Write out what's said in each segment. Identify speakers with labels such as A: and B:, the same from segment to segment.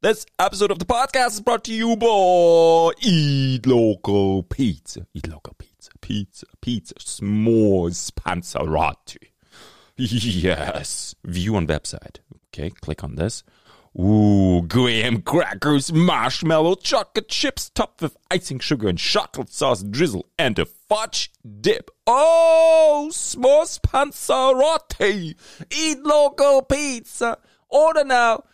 A: This episode of the podcast is brought to you by Eat Local Pizza. Eat Local Pizza. Pizza. Pizza. S'mores. Panzerati. Yes. View on website. Okay, click on this. Ooh, graham crackers, marshmallow, chocolate chips, topped with icing sugar and chocolate sauce drizzle, and a fudge dip. Oh, s'mores panzerotti. Eat local pizza. Order now.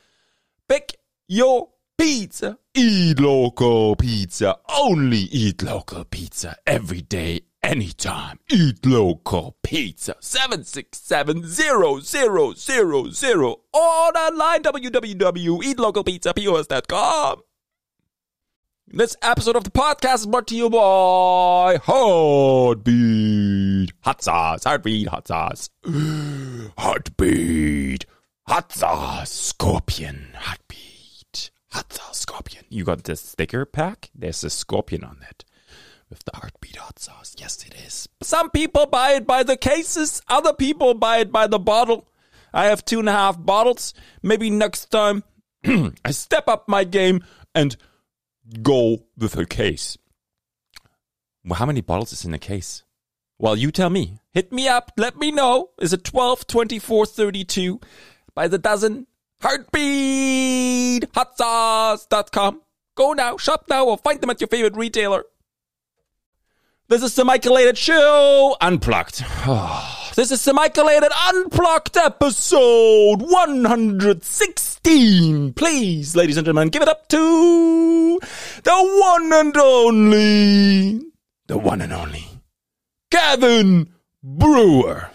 A: Pick your pizza. Eat local pizza. Only eat local pizza every day, anytime. Eat local pizza. 7670000 or online www.eatlocalpizzapos.com. This episode of the podcast is brought to you by Heartbeat Hot Sauce. Heartbeat Hot Sauce. Heartbeat Hot Sauce Scorpion. Heartbeat Hot Sauce Scorpion. You got this sticker pack? There's a scorpion on it with the Heartbeat Hot Sauce. Yes, it is. Some people buy it by the cases, other people buy it by the bottle. I have two and a half bottles. Maybe next time I step up my game and go with a case. Well, how many bottles is in a case? Well, you tell me. Hit me up. Let me know. Is it 12, 24, 32 by the dozen? Heartbeat! Hotsauce.com. Go now, shop now, or find them at your favorite retailer. This is the Michaelated Show Unplugged. this is the Michaelated Unplugged episode 116. Please, ladies and gentlemen, give it up to the one and only, the one and only, Gavin Brewer.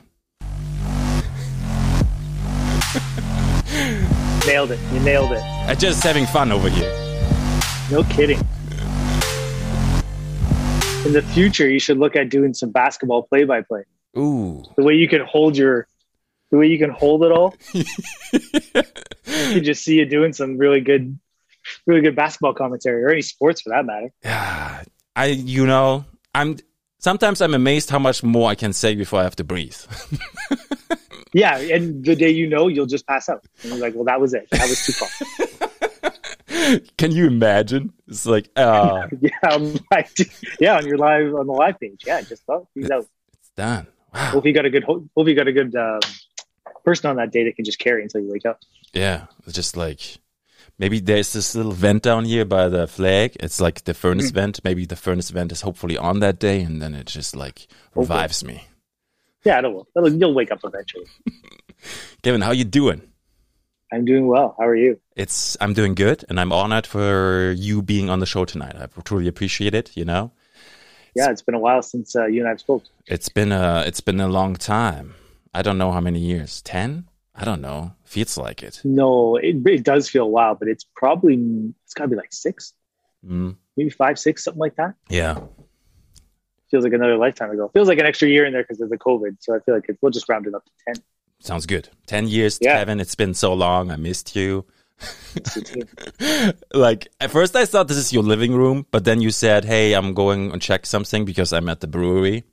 B: Nailed it. You nailed it.
A: I'm just having fun over here.
B: No kidding. In the future, you should look at doing some basketball play-by-play.
A: Ooh.
B: The way you can hold your, the way you can hold it all. you can just see you doing some really good, really good basketball commentary or any sports for that matter.
A: Yeah. I, you know, I'm, sometimes I'm amazed how much more I can say before I have to breathe.
B: Yeah, and the day you know, you'll just pass out. And you're like, well, that was it. That was too far.
A: Can you imagine? It's like, uh,
B: yeah, I'm like, yeah, on your live on the live page. Yeah, just oh, he's out.
A: it's done. Wow.
B: Hope you got a good. Hope you got a good um, person on that day that can just carry until you wake up.
A: Yeah. It's just like, maybe there's this little vent down here by the flag. It's like the furnace vent. Maybe the furnace vent is hopefully on that day. And then it just like revives me.
B: Yeah, it'll, it'll you'll wake up eventually.
A: Kevin, how you doing?
B: I'm doing well. How are you?
A: it's I'm doing good and I'm honored for you being on the show tonight. I truly appreciate it, you know.
B: Yeah, it's been a while since uh, you and I've spoke.
A: It's been a it's been a long time. I don't know how many years. 10? I don't know. Feels like it.
B: No, it, it does feel a while, but it's probably it's got to be like six,
A: Mm.
B: maybe five, six, something like that.
A: Yeah.
B: Feels like another lifetime ago. Feels like an extra year in there because of the COVID. So I feel like it, we'll just round it up to ten.
A: Sounds good. 10 years,
B: Yeah.
A: Kevin. It's been so long. I missed you.
B: It's- it's-
A: like at first I thought this is your living room, but then you said, "Hey, I'm going and check something because I'm at the brewery."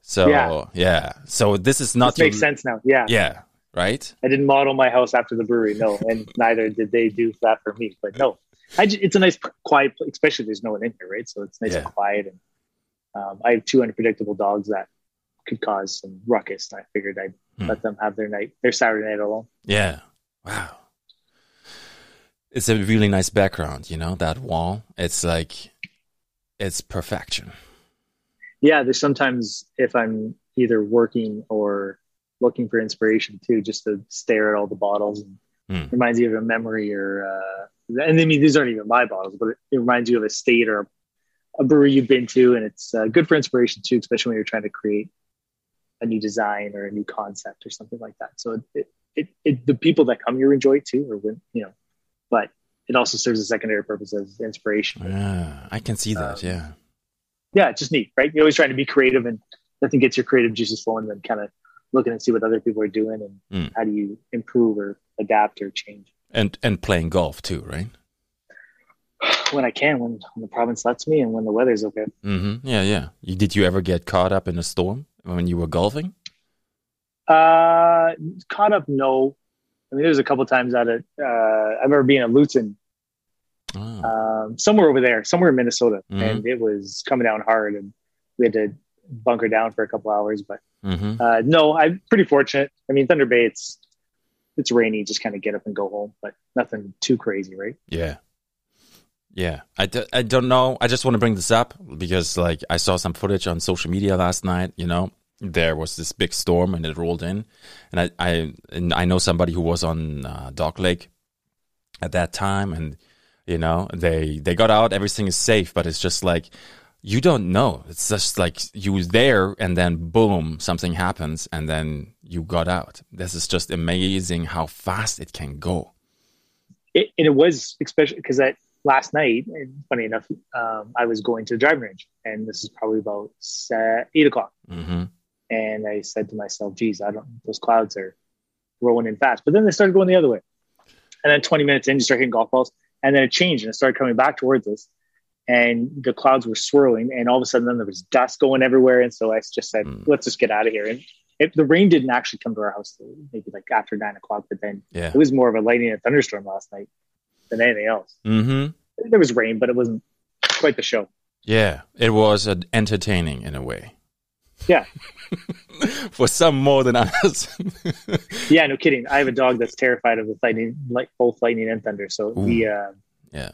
A: So, yeah.
B: Yeah.
A: So this is not
B: this makes
A: your
B: sense now. Yeah.
A: Yeah, right?
B: I didn't model my house after the brewery, no, and neither did they do that for me. But no, I ju- it's a nice quiet, pla- especially there's no one in here, right? So it's nice
A: Yeah.
B: and quiet. And um, I have two unpredictable dogs that could cause some ruckus. And I figured I'd
A: Hmm.
B: let them have their night, their Saturday night alone.
A: Yeah. Wow. It's a really nice background, you know, that wall. It's like it's perfection.
B: Yeah, there's sometimes if I'm either working or looking for inspiration too, just to stare at all the bottles and
A: Hmm.
B: reminds you of a memory or, uh, and I mean, these aren't even my bottles, but it, it reminds you of a state or a brewery you've been to. And it's uh, good for inspiration too, especially when you're trying to create a new design or a new concept or something like that. So it, it, it the people that come here enjoy it too, or when, you know, but it also serves a secondary purpose as inspiration
A: Yeah, I can see that.
B: Um,
A: yeah.
B: yeah, it's just neat, right? You're always trying to be creative and nothing gets your creative juices flowing and kind of looking and see what other people are doing and
A: Mm.
B: how do you improve or adapt or change
A: And and playing golf too, right?
B: when I can, when, when the province lets me and when the weather's okay.
A: Mhm. Yeah, yeah. You, did you ever get caught up in a storm when you were golfing?
B: Uh, caught up, no. I mean, there's a couple times out of, uh, I remember being at Luton
A: Oh.
B: um, somewhere over there, somewhere in Minnesota,
A: Mhm.
B: and it was coming down hard, and we had to bunker down for a couple hours. But
A: mm-hmm.
B: uh, no, I'm pretty fortunate. I mean, Thunder Bay, it's it's rainy, just kind of get up and go home, but nothing too crazy, right?
A: Yeah. Yeah. I, d- I don't know. I just want to bring this up because, like, I saw some footage on social media last night. You know, there was this big storm and it rolled in. And I, I, and I know somebody who was on uh, Dock Lake at that time. And, you know, they, they got out. Everything is safe. But it's just like, you don't know. It's just like you was there and then boom, something happens and then you got out. This is just amazing how fast it can go.
B: It, and it was especially because that last night, and funny enough, um, I was going to the driving range, and this is probably about se- eight o'clock,
A: hmm
B: and I said to myself, "Geez, I don't. Those clouds are rolling in fast." But then they started going the other way, and then 20 minutes in, you start hitting golf balls, and then it changed and it started coming back towards us, and the clouds were swirling, and all of a sudden, then there was dust going everywhere, and so I just said,
A: Mm.
B: "Let's just get out of here." And it, the rain didn't actually come to our house till maybe like after nine o'clock, but then
A: Yeah.
B: it was more of a lightning and thunderstorm last night than anything else.
A: hmm.
B: There was rain, but it wasn't quite the show.
A: Yeah, it was uh, entertaining in a way.
B: Yeah.
A: For some more than others.
B: Yeah, no kidding. I have a dog that's terrified of the lightning, like both lightning and thunder. So we, uh,
A: yeah.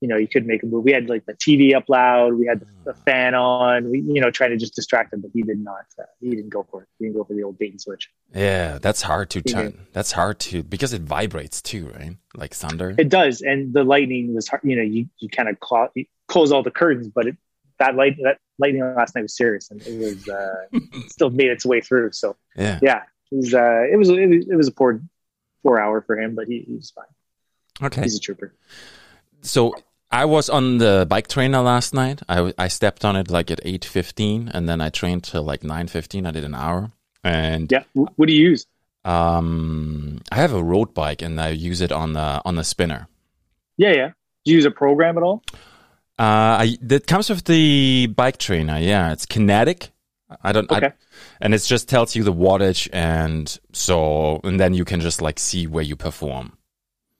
B: you know, you could make a move. We had like the TV up loud. We had the, the fan on. We, you know, trying to just distract him, but he did not. Uh, he didn't go for it. He didn't go for the old bait and switch.
A: Yeah, that's hard to
B: Yeah.
A: turn. That's hard to because it vibrates too, right? Like thunder.
B: It does, and the lightning was, hard, you know, you, you kind of clo- you close all the curtains, but it, that light that lightning last night was serious, and it was uh, still made its way through. So
A: yeah.
B: yeah, it was uh, it was it was, it was a poor four hour for him, but he, he was fine.
A: Okay.
B: He's a trooper.
A: So I was on the bike trainer last night. I I stepped on it like at 8:15 and then I trained till like 9:15. I did an hour. And
B: Yeah. W- what do you use?
A: um I have a road bike and I use it on the on the spinner.
B: Yeah, yeah. Do you use a program at all?
A: Uh, I, that comes with the bike trainer. Yeah, it's kinetic. I don't. I-
B: Okay.
A: and it just tells you the wattage, and so and then you can just like see where you perform.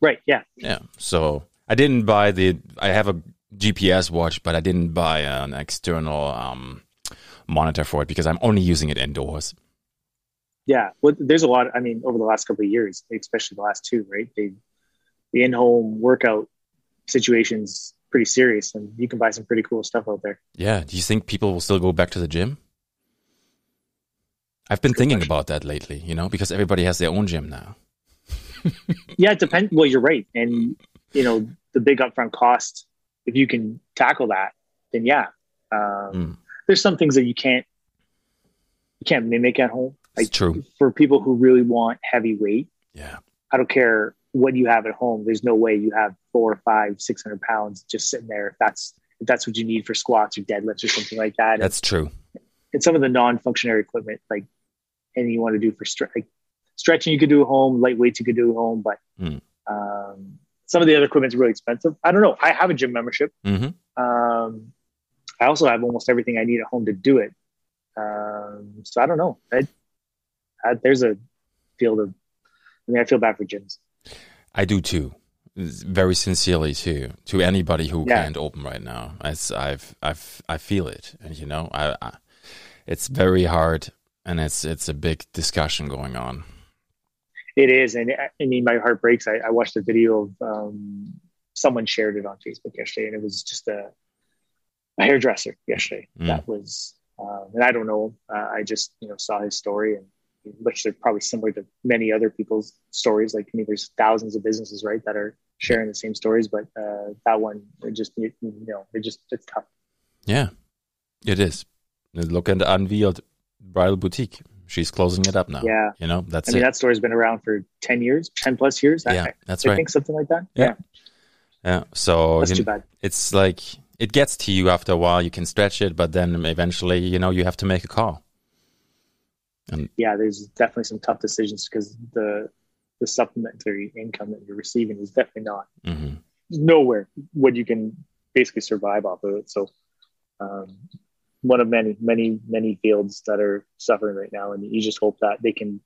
B: Right. Yeah.
A: Yeah. So I didn't buy the. I have a GPS watch, but I didn't buy an external um, monitor for it because I'm only using it indoors.
B: Yeah. Well, there's a lot. I mean, over the last couple of years, especially the last two, right? They, the in-home workout situation's pretty serious, and you can buy some pretty cool stuff out there.
A: Yeah. Do you think people will still go back to the gym? I've been thinking about that lately. You know, because everybody has their own gym now.
B: Yeah, it depends. Well, you're right, and you know the big upfront cost. If you can tackle that, then yeah. Um,
A: Mm.
B: There's some things that you can't you can't mimic at home.
A: It's
B: Like
A: true.
B: for people who really want heavy weight,
A: Yeah.
B: I don't care what you have at home. There's no way you have four, five, six hundred pounds just sitting there. If that's if that's what you need for squats or deadlifts or something like that, and,
A: That's true.
B: and some of the non-functionary equipment, like anything you want to do for stre- like stretching, you could do at home. Light weights, you could do at home. But
A: Mm.
B: um, some of the other equipment's really expensive. I don't know. I have a gym membership.
A: hmm
B: Um, I also have almost everything I need at home to do it. Um, so I don't know. I, I, there's a field of. I mean, I feel bad for gyms.
A: I do too. Very sincerely too. To anybody who
B: Yeah.
A: can't open right now, It's- I've, I've, I feel it. And you know, I, I, it's very hard, and it's, it's a big discussion going on.
B: It is, and I I mean, my heart breaks. I, I watched a video of um, someone shared it on Facebook yesterday, and it was just a, a hairdresser yesterday.
A: Mm.
B: That was, um, and I don't know. Uh, I just you know saw his story, and which are probably similar to many other people's stories. Like, I mean, there's thousands of businesses right that are sharing the same stories, but uh, that one, it just you, you know, it just it's tough.
A: Yeah, it is. Look at Anvi at Bridal Boutique. She's closing it up now.
B: Yeah.
A: you know, that's
B: I mean,
A: it.
B: that story's been around for ten years, ten plus years. I-
A: yeah,
B: I,
A: that's
B: I
A: right.
B: think something like that.
A: Yeah.
B: Yeah,
A: Yeah. So
B: that's
A: you
B: too
A: kn-
B: bad.
A: it's like it gets to you after a while. You can stretch it, but then eventually, you know, you have to make a call.
B: yeah, there's definitely some tough decisions because the the supplementary income that you're receiving is definitely not
A: hmm
B: nowhere what you can basically survive off of it. So, um, one of many, many, many fields that are suffering right now, and you just hope that they can,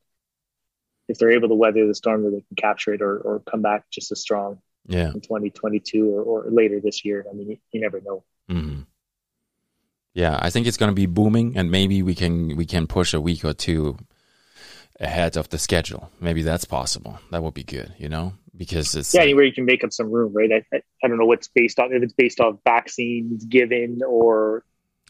B: if they're able to weather the storm, that they can capture it or, or come back just as strong
A: Yeah.
B: in 2022 or, or later this year. I mean, you, you never know.
A: Mhm. Yeah, I think it's going to be booming, and maybe we can we can push a week or two ahead of the schedule. Maybe that's possible. That would be good, you know, because it's
B: Yeah, anywhere you can make up some room, right? I, I, I don't know what's based on if it's based off vaccines given or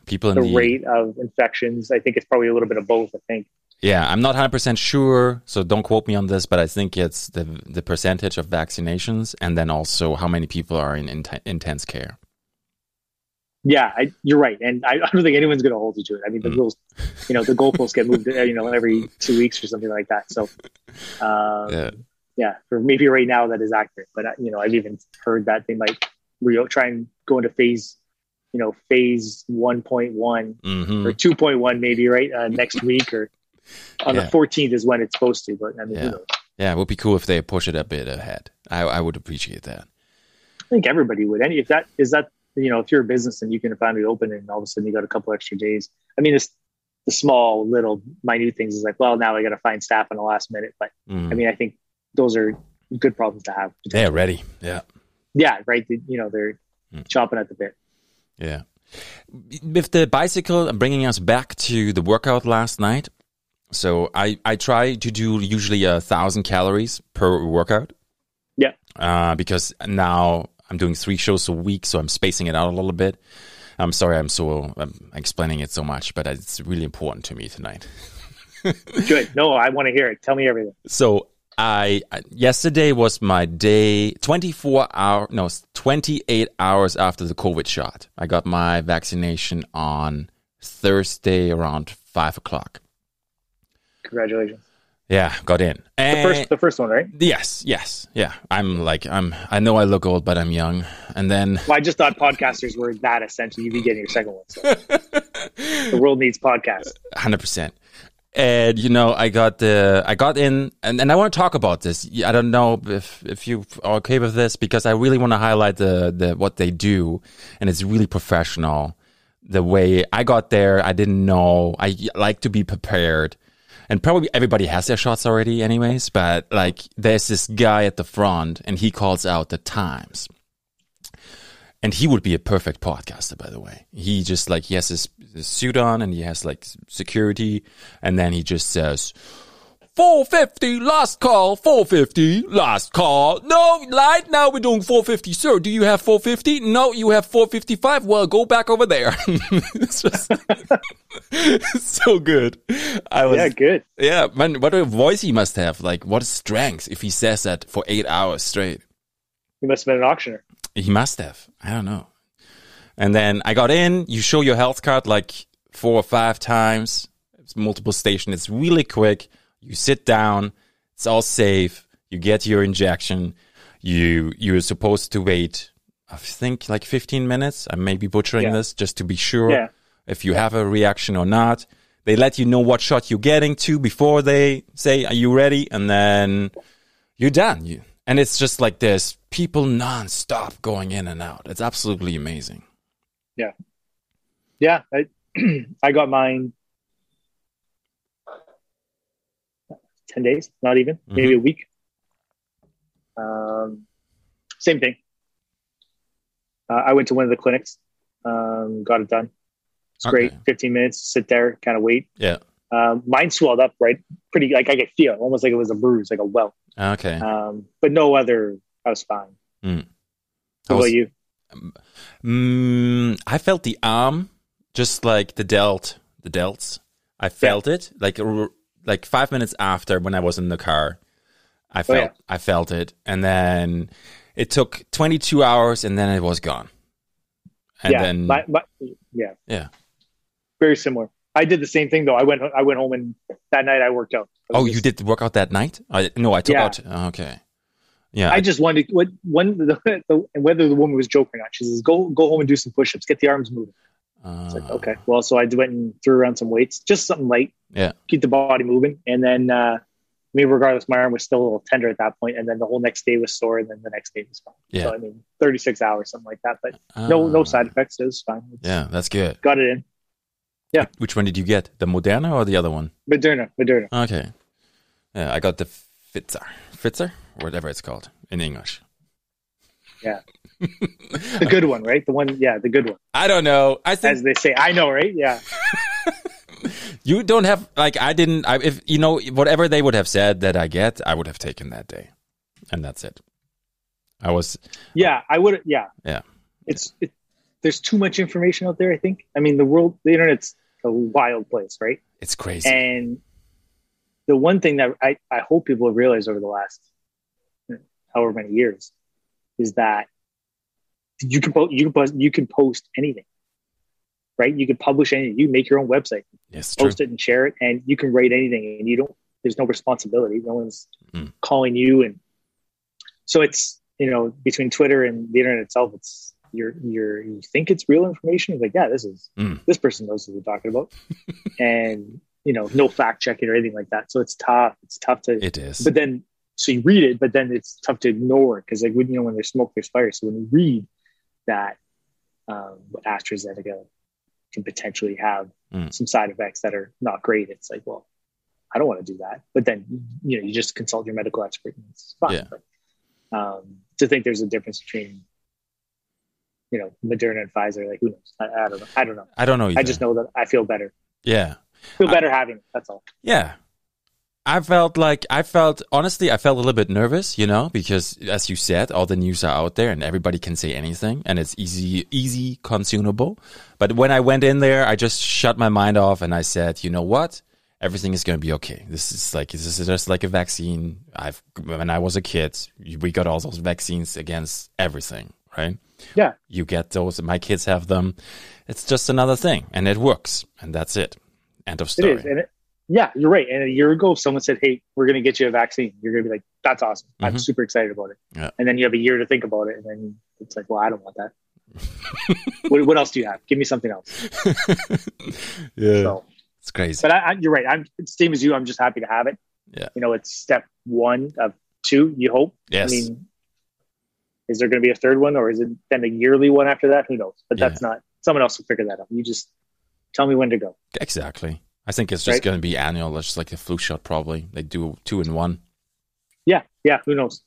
A: people in
B: the
A: the,
B: rate of infections. I think it's probably a little bit of both. I think
A: Yeah, I'm not 100% sure, so don't quote me on this, but I think it's the the percentage of vaccinations and then also how many people are in int- intense care.
B: Yeah, I, you're right, and I, I don't think anyone's going to hold you to it. I mean, the
A: Mm.
B: rules, you know, the goalposts get moved, uh, you know, every two weeks or something like that. So, um, yeah.
A: Yeah.
B: for maybe right now that is accurate, but uh, you know, I've even heard that they might re- try and go into phase, you know, phase one point one
A: Mhm.
B: or two point one maybe right uh, next week or on
A: Yeah.
B: the fourteenth is when it's supposed to. But I mean,
A: Yeah.
B: you know,
A: Yeah, it would be cool if they push it a bit ahead. I I would appreciate that.
B: I think everybody would. Any if that is that you know, if you're a business and you can finally open it, and all of a sudden you got a couple extra days. I mean, it's the small, little, minute things is like, well, now I got to find staff in the last minute. But
A: Mhm.
B: I mean, I think those are good problems to have.
A: They're ready. Yeah.
B: Yeah, right. They- You know, they're
A: Mm.
B: chopping at the bit.
A: Yeah. With the bicycle bringing us back to the workout last night. So I, I try to do usually a thousand calories per workout.
B: Yeah.
A: Uh, because now I'm doing three shows a week, so I'm spacing it out a little bit. I'm sorry, I'm so I'm explaining it so much, but it's really important to me tonight.
B: Good. No, I want to hear it. Tell me everything.
A: So I I- yesterday was my day 24 hour no it's 28 hours after the COVID shot. I got my vaccination on Thursday around five o'clock.
B: Congratulations.
A: Yeah, got in.
B: The
A: Eh.
B: first, the first one, right?
A: yes, yes, yeah. I'm like I'm. I know I look old, but I'm young. And then
B: Well, I just thought podcasters were that essential. You'd be getting your second one. So. the world needs podcasts.
A: hundred percent. And you know, I got the I got in, and, and I want to talk about this. I don't know if if you are okay with this because I really want to highlight the the what they do, and it's really professional. The way I got there, I didn't know. I like to be prepared, and probably everybody has their shots already, anyways. But like, there's this guy at the front, and he calls out the times and he would be a perfect podcaster by the way he just like he has his, his suit on and he has like s- security and then he just says 450 last call 450 last call no light now we're doing 450 sir do you have 450 no you have 455 well go back over there it's just it's so good i was
B: Yeah, good.
A: yeah, man, what a voice he must have. Like, what strength if he says that for eight hours straight.
B: You must have been an auctioneer.
A: He must have. I don't know. And then I got in. You show your health card like four or five times. It's multiple station. It's really quick. You sit down. It's all safe. You get your injection. You you're supposed to wait. I think like 15 minutes. I may be butchering
B: Yeah.
A: this just to be sure
B: Yeah.
A: if you have a reaction or not. They let you know what shot you're getting to before they say, "Are you ready?" And then you're done. You and it's just like there's people nonstop going in and out. It's absolutely amazing.
B: Yeah, I, I got mine ten days, not even
A: Mm-hmm.
B: maybe a week. Um, same thing. Uh, I went to one of the clinics, um, got it done. It's
A: Okay.
B: great. Fifteen minutes, sit there, kind of wait.
A: Yeah.
B: Um, mine swelled up, right? Pretty, like I could feel, it, almost like it was a bruise, like a welt.
A: Okay.
B: Um, but no other. I was fine.
A: Mm.
B: How
A: I was-
B: about you?
A: Mm, I felt the arm, just like the delt, the delts. I felt it like r- like five minutes after when I was in the car. I felt
B: Oh, yeah.
A: I felt it, and then it took 22 hours, and then it was gone. And
B: yeah,
A: then
B: my, my, yeah,
A: Yeah.
B: very similar. I did the same thing though. I went I went home and that night I worked out. I was
A: oh,
B: just-
A: you did the workout that night? I, no, I took
B: Yeah.
A: out. oh, Okay, yeah,
B: I just wanted what one the, the, whether the woman was joking or not. She says, "Go go home and do some push-ups, get the arms moving."
A: uh,
B: It's like okay, well, so I went and threw around some weights, just something light,
A: Yeah.
B: keep the body moving, and then uh, I mean, regardless, my arm was still a little tender at that point, and then the whole next day was sore, and then the next day was fine.
A: Yeah.
B: So I mean, thirty six hours, something like that, but no no
A: Ah.
B: side effects. It was fine.
A: Yeah, that's good.
B: Got it in.
A: Which one did you get? The Moderna or the other one?
B: Moderna, Moderna.
A: Okay. Yeah, I got the Pfizer, Pfizer, whatever it's called in English.
B: Yeah. The good one, right? The one, yeah, the good one.
A: I don't know. I think
B: As they say, I know, right? Yeah.
A: you don't have like I didn't. I, if you know whatever they would have said that I get, I would have taken that day, and that's it. I was
B: Yeah. I would, yeah.
A: Yeah.
B: It's, it, there's too much information out there, I think. I mean, the world, the internet's a wild place, right?
A: it's crazy.
B: And the one thing that I, I hope people have realized over the last however many years is that you can post you can post you can post anything. Right? You can publish anything. You make your own website,
A: Yes, true.
B: post it and share it, and you can write anything and you don't there's no responsibility. No one's
A: Mm.
B: calling you and so it's you know, between Twitter and the internet itself, it's you're you're you think it's real information, it's like, yeah, this is
A: Mm.
B: this person knows what they're talking about. and you know, no fact checking or anything like that. So it's tough. It's tough to
A: It is.
B: but then so you read it, but then it's tough to ignore because like when you know when there's smoke, there's fire. So when you read that um, what AstraZeneca can potentially have
A: Mm.
B: some side effects that are not great, it's like, well, I don't want to do that. But then you know you just consult your medical expert and it's fine.
A: Yeah.
B: But, um, to think there's a difference between you know Moderna and Pfizer, like who knows? I, I don't know. I don't know.
A: I don't know. Either.
B: I just know that I feel better.
A: Yeah.
B: Feel better having it. That's all.
A: Yeah. I felt like I felt honestly I felt a little bit nervous, you know, because as you said, all the news are out there and everybody can say anything and it's easy easy consumable. But when I went in there, I just shut my mind off and I said, "You know what? Everything is going to be okay. This is like this is just like a vaccine. I've when I was a kid, we got all those vaccines against everything, right?
B: Yeah.
A: You get those, my kids have them. It's just another thing and it works and that's it. End of
B: It
A: story.
B: is, and it, yeah, you're right. And a year ago, if someone said, "Hey, we're going to get you a vaccine," you're going to be like, "That's awesome! I'm
A: Mhm.
B: super excited about it."
A: Yeah.
B: And then you have a year to think about it, and then it's like, "Well, I don't want that." what, what else do you have? Give me something else.
A: yeah.
B: So,
A: It's crazy.
B: but I, I, you're right. I'm same as you. I'm just happy to have it.
A: Yeah.
B: You know, it's step one of two. You hope.
A: yes.
B: I mean, is there going to be a third one, or is it then a yearly one after that? Who knows? But that's not. Someone else will figure that out. You just tell me when to go.
A: exactly. I think it's just
B: Right.
A: going to be annual. It's just like the flu shot, probably. They do two in one.
B: Yeah, yeah. Who knows?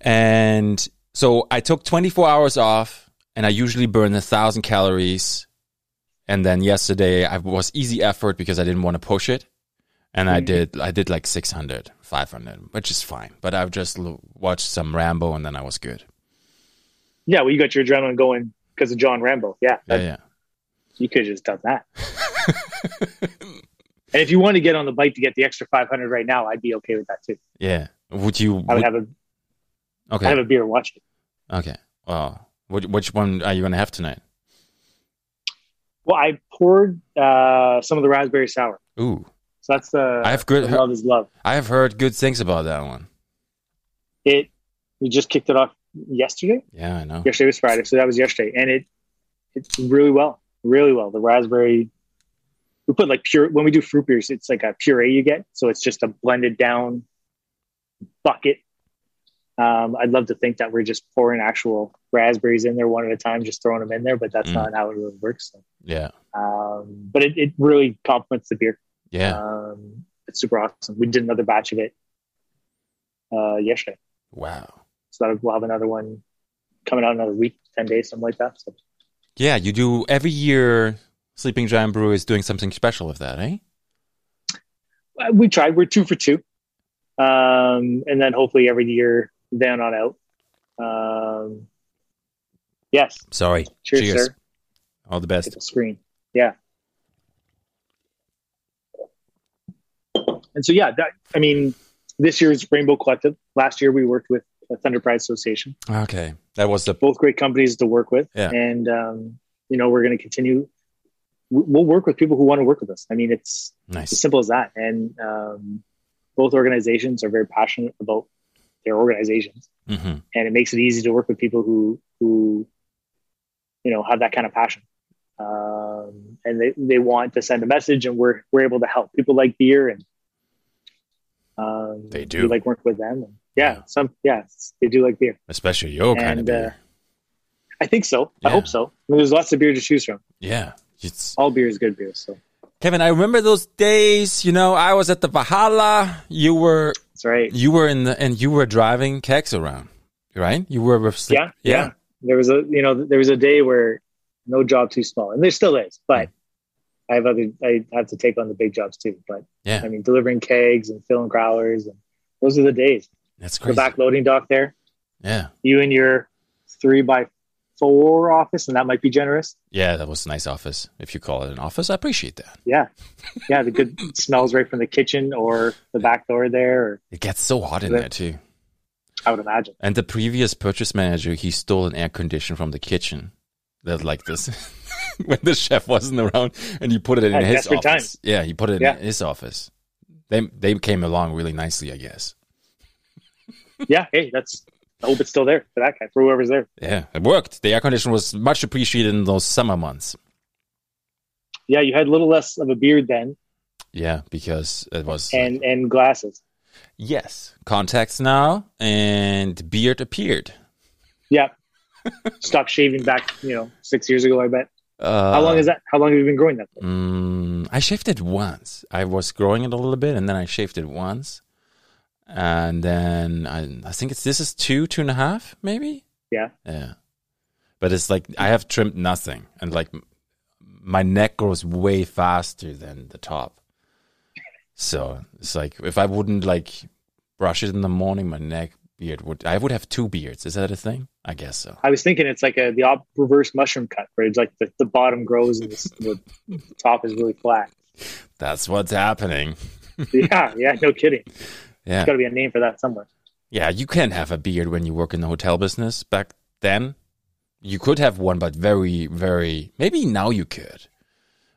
A: And so I took 24 hours off, and I usually burn a thousand calories. And then yesterday I was easy effort because I didn't want to push it, and I
B: Mhm.
A: did. I did like 600, 500, which is fine. But I just l- watched some Rambo, and then I was good.
B: Yeah, well, you got your adrenaline going because of John Rambo. Yeah,
A: Yeah,
B: that-
A: yeah.
B: you could have just done that. and if you want to get on the bike to get the extra 500 right now, I'd be okay with that too.
A: Yeah. Would you?
B: I would
A: would-
B: have a,
A: okay.
B: would have a beer and watch it.
A: okay. Wow. Which, which one are you going to have tonight?
B: Well, I poured uh, some of the raspberry sour.
A: Ooh.
B: So that's the
A: I have good-
B: love is love.
A: I have heard good things about that one.
B: It we just kicked it off yesterday.
A: Yeah, I know.
B: Yesterday was Friday, so that was yesterday, and it it's really well, really well. The raspberry we put like pure when we do fruit beers, it's like a puree you get, so it's just a blended down bucket. Um, I'd love to think that we're just pouring actual raspberries in there one at a time, just throwing them in there, but that's
A: Mm.
B: not how it really works. So,
A: Yeah,
B: um, but it, it really complements the beer.
A: yeah.
B: Um, it's super awesome. We did another batch of it uh, yesterday.
A: wow.
B: So that we'll have another one coming out another week, ten days, something like that. So
A: Yeah, you do every year. Sleeping Giant Brew is doing something special with that, eh?
B: uh, we tried. We're two for two, um, and then hopefully every year then on out. Um, yes.
A: Sorry.
B: Cheers,
A: Cheers.
B: sir.
A: All the
B: Hit
A: best.
B: the screen. Yeah. And so yeah, that I mean, this year's Rainbow Collective. Last year we worked with the Thunder Pride Association.
A: Okay, that was the
B: both great companies to work with
A: Yeah.
B: and um, you know we're going to continue we- we'll work with people who want to work with us i mean it's as
A: nice.
B: simple as that and um, both organizations are very passionate about their organizations
A: hmm
B: and it makes it easy to work with people who who you know have that kind of passion um, and they, they want to send a message and we're we're able to help people like beer and um,
A: They
B: we
A: do.
B: like work with them and yeah,
A: Yeah.
B: some yeah they do like beer
A: Especially your kind of
B: And, uh,
A: beer.
B: i think so i
A: Yeah.
B: hope so I mean, there's lots of beer to choose from
A: yeah. It's,
B: all beer is good beer. So
A: Kevin, I remember those days. You know, I was at the Valhalla. You were
B: that's right.
A: you were in the and you were driving kegs around. right? You were with sleep.
B: Yeah, yeah. There was a you know there was a day where no job too small, and there still is, but I have other I have to take on the big jobs too. But
A: Yeah.
B: I mean delivering kegs and filling growlers, and those are the days.
A: That's
B: The
A: crazy.
B: back loading dock there,
A: Yeah.
B: you and your three by four office, and that might be generous.
A: Yeah, that was a nice office. If you call it an office, I appreciate that.
B: Yeah, yeah, the good smells right from the kitchen or the back door there. Or
A: It gets so hot in
B: Yeah.
A: there too.
B: I would imagine.
A: And the previous purchase manager, he stole an air conditioner from the kitchen. That like this when the chef wasn't around and he put it in
B: At
A: his
B: desperate
A: office.
B: times.
A: Yeah, he put it
B: Yeah.
A: in his office. They they came along really nicely, I guess.
B: Yeah, hey, that's. I hope it's still there for that guy, for whoever's there.
A: Yeah, it worked. The air conditioner was much appreciated in those summer months.
B: Yeah, you had a little less of a beard then,
A: Yeah, because it was
B: and and glasses.
A: yes, contacts now and beard appeared.
B: Yeah. Stopped shaving back, you know, six years ago, I bet.
A: Uh,
B: How long is that? How long have you been growing that? for?
A: Mm, I shaved it once. I was growing it a little bit, and then I shaved it once, and then I, I think it's this is two, two and a half, maybe.
B: Yeah.
A: Yeah, but it's like I have trimmed nothing, and like m- my neck grows way faster than the top. So it's like if I wouldn't like brush it in the morning, my neck beard would. I would have two beards. Is that a thing? I guess so.
B: I was thinking it's like a the op- reverse mushroom cut, where it's like the, the bottom grows and the, s- the top is really flat.
A: That's what's happening.
B: Yeah, yeah, no kidding. There's
A: Yeah.
B: got to be a name for that somewhere.
A: Yeah, you can't have a beard when you work in the hotel business back then. You could have one, but very, very maybe now you could.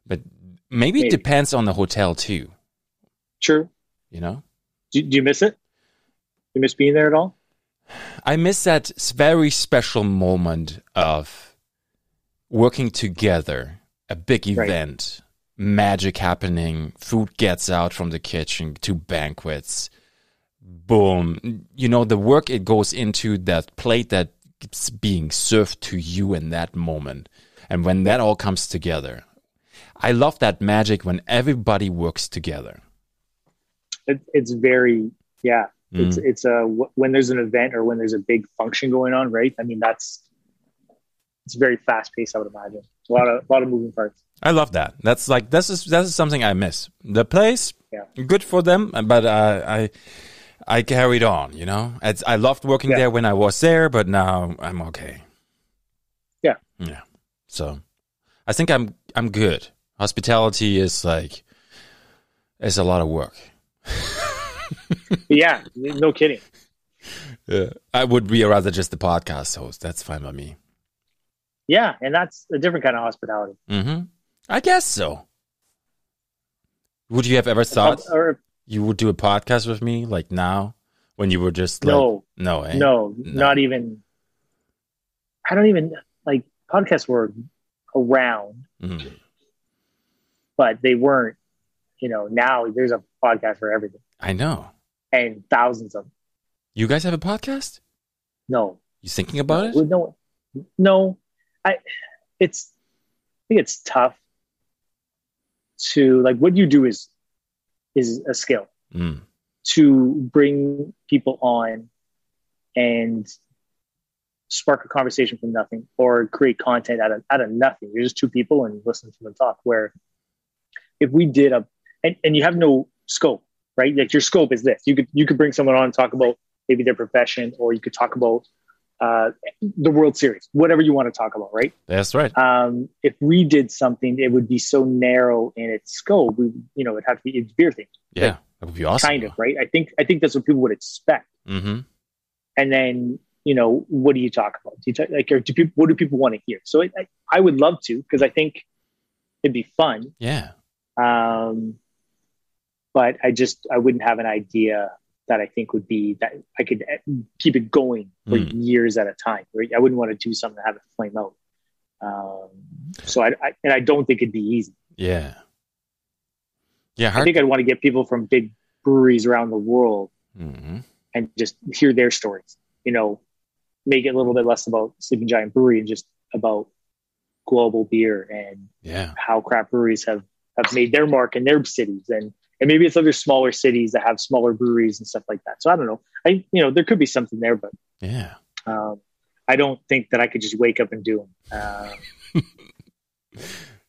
A: But maybe,
B: Maybe.
A: it depends on the hotel too,
B: True.
A: you know?
B: Do, do you miss it? You miss being there at all?
A: I miss that s- very special moment of working together, a big
B: Right.
A: event, magic happening, food gets out from the kitchen to banquets. Boom. You know, the work it goes into that plate that's being served to you in that moment. And when that all comes together, I love that magic when everybody works together.
B: It, it's very, yeah. It's
A: Mhm.
B: it's a wh- when there's an event or when there's a big function going on, right? I mean, that's it's very fast paced. I would imagine a lot of a lot of moving parts.
A: I love that. That's like this is this is something I miss. The place,
B: Yeah.
A: good for them, but uh, I I carried on. You know, it's, I loved working
B: Yeah.
A: there when I was there, but now I'm okay.
B: Yeah.
A: yeah. So I think I'm I'm good. Hospitality is like is a lot of work.
B: But yeah, no kidding.
A: Yeah, I would be rather just the podcast host. That's fine by me.
B: Yeah, and that's a different kind of hospitality.
A: hmm I guess so. Would you have ever thought?
B: Or
A: You would do a podcast with me, like now, when you were just like,
B: no,
A: no, eh?
B: no,
A: No.
B: not even. I don't even like podcasts were around,
A: Mhm.
B: but they weren't. You know, now there's a podcast for everything
A: I know.
B: and thousands of them.
A: You guys have a podcast?
B: No,
A: You thinking about it?
B: Well, no, no. I, it's, I think it's tough to like what you do is, is a skill.
A: Mm.
B: to bring people on and spark a conversation from nothing or create content out of out of nothing. You're just two people and you listen to them talk. Where if we did a and, and you have no scope, right? Like your scope is this. You could you could bring someone on and talk about maybe their profession or you could talk about uh, the World Series, whatever you want to talk about, right?
A: That's right.
B: um, if we did something, it would be so narrow in its scope. We, you know, it'd have to be it's beer thing,
A: Yeah, that would be awesome.
B: kind of, right? I think I think that's what people would expect.
A: Mm-hmm.
B: And then, you know, what do you talk about? Do you talk, like, or do people, what do people want to hear? So I, I, I would love to because I think it'd be fun.
A: Yeah,
B: Um, but I just I wouldn't have an idea that I think would be that I could eh, keep it going for
A: Hmm.
B: years at a time. Right? I wouldn't want to do something to have it flame out. Um, so I, I and I don't think it'd be easy.
A: yeah, yeah.
B: I
A: Hard.
B: think I'd want to get people from big breweries around the world
A: hmm
B: and just hear their stories. You know, make it a little bit less about Sleeping Giant Brewery and just about global beer and
A: Yeah,
B: how craft breweries have have made their mark in their cities and and maybe it's other smaller cities that have smaller breweries and stuff like that. So I don't know. I you know there could be something there, but
A: yeah.
B: Um, I don't think that I could just wake up and do them um,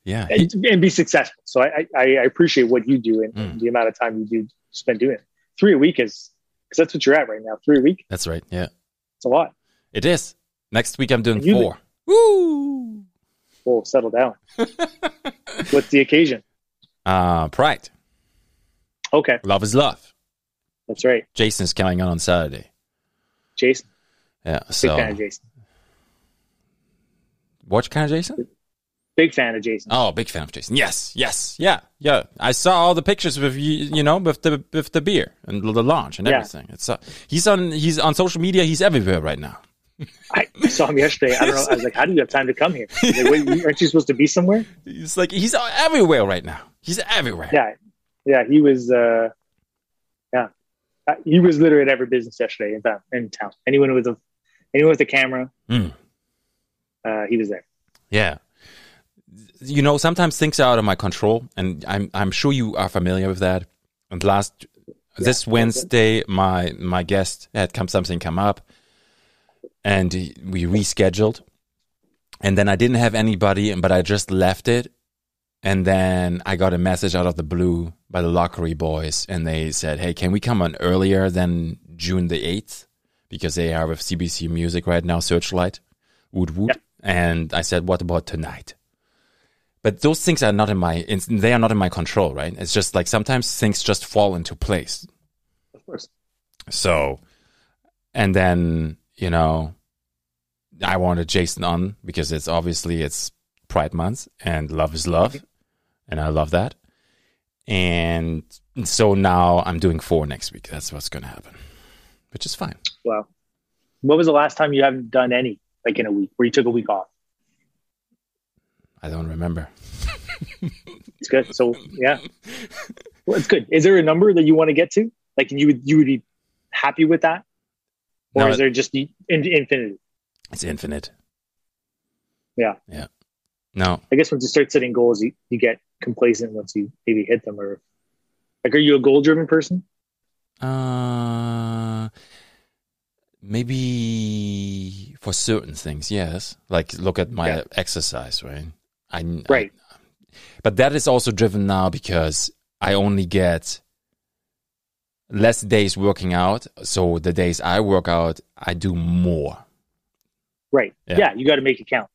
A: Yeah.
B: and, and be successful. So I, I, I appreciate what you do and
A: Mm.
B: the amount of time you do spend doing it. Three a week is because that's what you're at right now. Three a week,
A: That's right. Yeah.
B: it's a lot.
A: It is. Next week I'm doing
B: You-
A: four. Woo!
B: We'll settle down. What's the occasion?
A: Uh, Pride.
B: Okay,
A: Love is love.
B: that's right,
A: Jason's coming on on Saturday.
B: Jason.
A: Yeah.
B: Big
A: So
B: fan of Jason.
A: what kind of Jason?
B: Big fan of Jason.
A: Oh, big fan of Jason. Yes. Yes. Yeah. Yeah. I saw all the pictures with you, you know, with the with the beer and the launch and
B: Yeah.
A: everything. It's uh, he's on he's on social media. He's everywhere right now.
B: I saw him yesterday. I don't know. I was like, "How do you have time to come here? Like, wait, aren't you supposed to be somewhere?"
A: It's like he's everywhere right now. He's everywhere.
B: yeah yeah he was uh yeah Uh, he was literally at every business yesterday in town, in town. anyone with a anyone with a camera
A: Mm.
B: uh he was there
A: Yeah. You know, sometimes things are out of my control, and I'm I'm sure you are familiar with that. And last this Wednesday, my my guest had come something come up, and he- we rescheduled, and then I didn't have anybody, but I just left it, and then I got a message out of the blue by the Lockery boys, and they said, "Hey, can we come on earlier than June the eighth? Because they are with CBC Music right now, Searchlight." woot woot. And I said, what about tonight? But those things are not in my, it's- they are not in my control, right? It's just like sometimes things just fall into place.
B: of course
A: So, and then, you know, I wanted Jason on because it's obviously it's Pride Month and love is love. And I love that. And so now I'm doing four next week. That's what's going to happen, which is fine.
B: wow what was the last time you haven't done any like in a week where you took a week off
A: I don't remember.
B: it's good so yeah well it's good is there a number that you want to get to like you would you would be happy with that or
A: No,
B: is there just the in, infinity
A: It's infinite.
B: Yeah.
A: Yeah. No.
B: i guess once you start setting goals you, you get complacent once you maybe hit them or like are you a goal driven person
A: Uh, maybe for certain things, yes. Like look at my
B: Yeah.
A: exercise, right? I I-
B: right
A: but that is also driven now because I only get less days working out. So the days I work out, I do more.
B: Right.
A: Yeah.
B: Yeah, you got to make it count.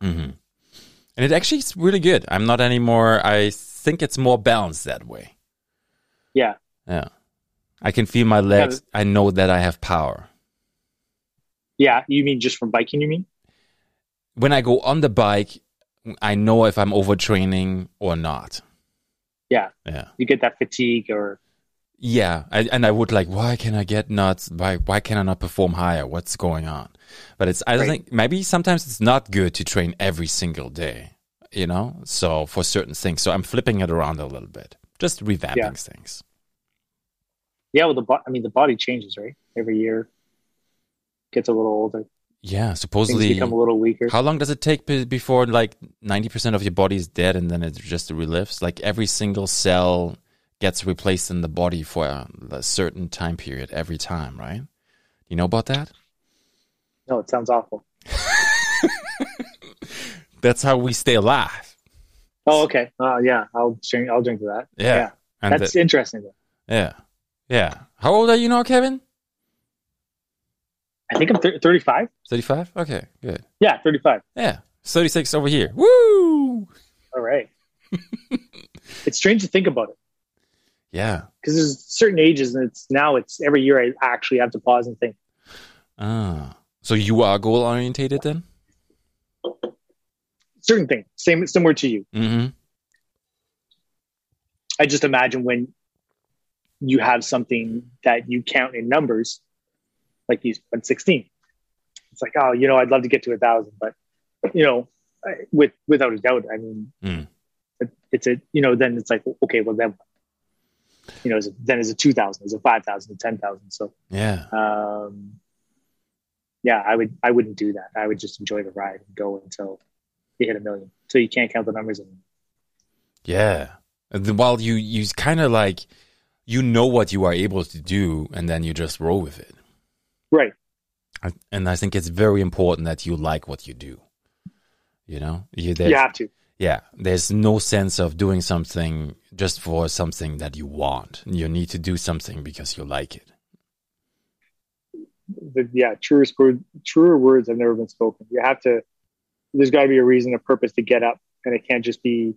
A: hmm And it actually is really good. I'm not anymore. I think it's more balanced that way.
B: Yeah.
A: Yeah. I can feel my legs. I know that I have power.
B: Yeah, you mean just from biking? You mean?
A: When I go on the bike, I know if I'm overtraining or not.
B: Yeah,
A: Yeah.
B: you get that fatigue or
A: Yeah. I, and I would like, why can I get nuts? Why, why can I not perform higher? What's going on? But it's, I don't
B: Right.
A: think, maybe sometimes it's not good to train every single day, you know? So for certain things. So I'm flipping it around a little bit, just revamping
B: Yeah.
A: things.
B: yeah. Well, the bo- I mean, the body changes, right? Every year gets a little older.
A: Yeah.
B: Things
A: Supposedly,
B: become a little weaker.
A: How long does it take be- before like 90% of your body is dead and then it just relives? Like every single cell gets replaced in the body for a, a certain time period every time, right? You know about that?
B: no, it sounds awful.
A: That's how we stay alive.
B: Oh, okay. Uh, yeah, I'll drink. I'll drink to that.
A: Yeah.
B: Yeah.
A: And
B: That's
A: the-
B: interesting. Though.
A: yeah. Yeah. How old are you now, Kevin?
B: I think I'm thir- 35.
A: 35? Okay, good.
B: Yeah, 35.
A: Yeah. 36 over here. Woo!
B: All right. it's strange to think about it
A: Yeah.
B: because there's certain ages, and it's now it's every year I actually have to pause and think.
A: Ah. So you are goal orientated then?
B: Certain thing, same similar to you.
A: Mm hmm.
B: I just imagine when you have something that you count in numbers, like you spent 16, it's like, oh, you know, I'd love to get to a thousand, but you know, I- with, without a doubt, I mean,
A: Mm.
B: it, it's a, you know, then it's like, okay, well then, you know, is it, then is it 2000, is it 5,000, 10,000. So,
A: Yeah.
B: um, yeah, I would, I wouldn't do that. I would just enjoy the ride and go until you hit a million. So you can't count the numbers anymore.
A: Yeah. And then While you you kind of like you know what you are able to do, and then you just roll with it.
B: Right.
A: I, and I think it's very important that you like what you do. You know, you, there's-
B: You have to.
A: yeah, there's no sense of doing something just for something that you want. You need to do something because you like it.
B: The, yeah, truer, sp- truer words have never been spoken. You have to. There's got to be a reason, a purpose to get up, and it can't just be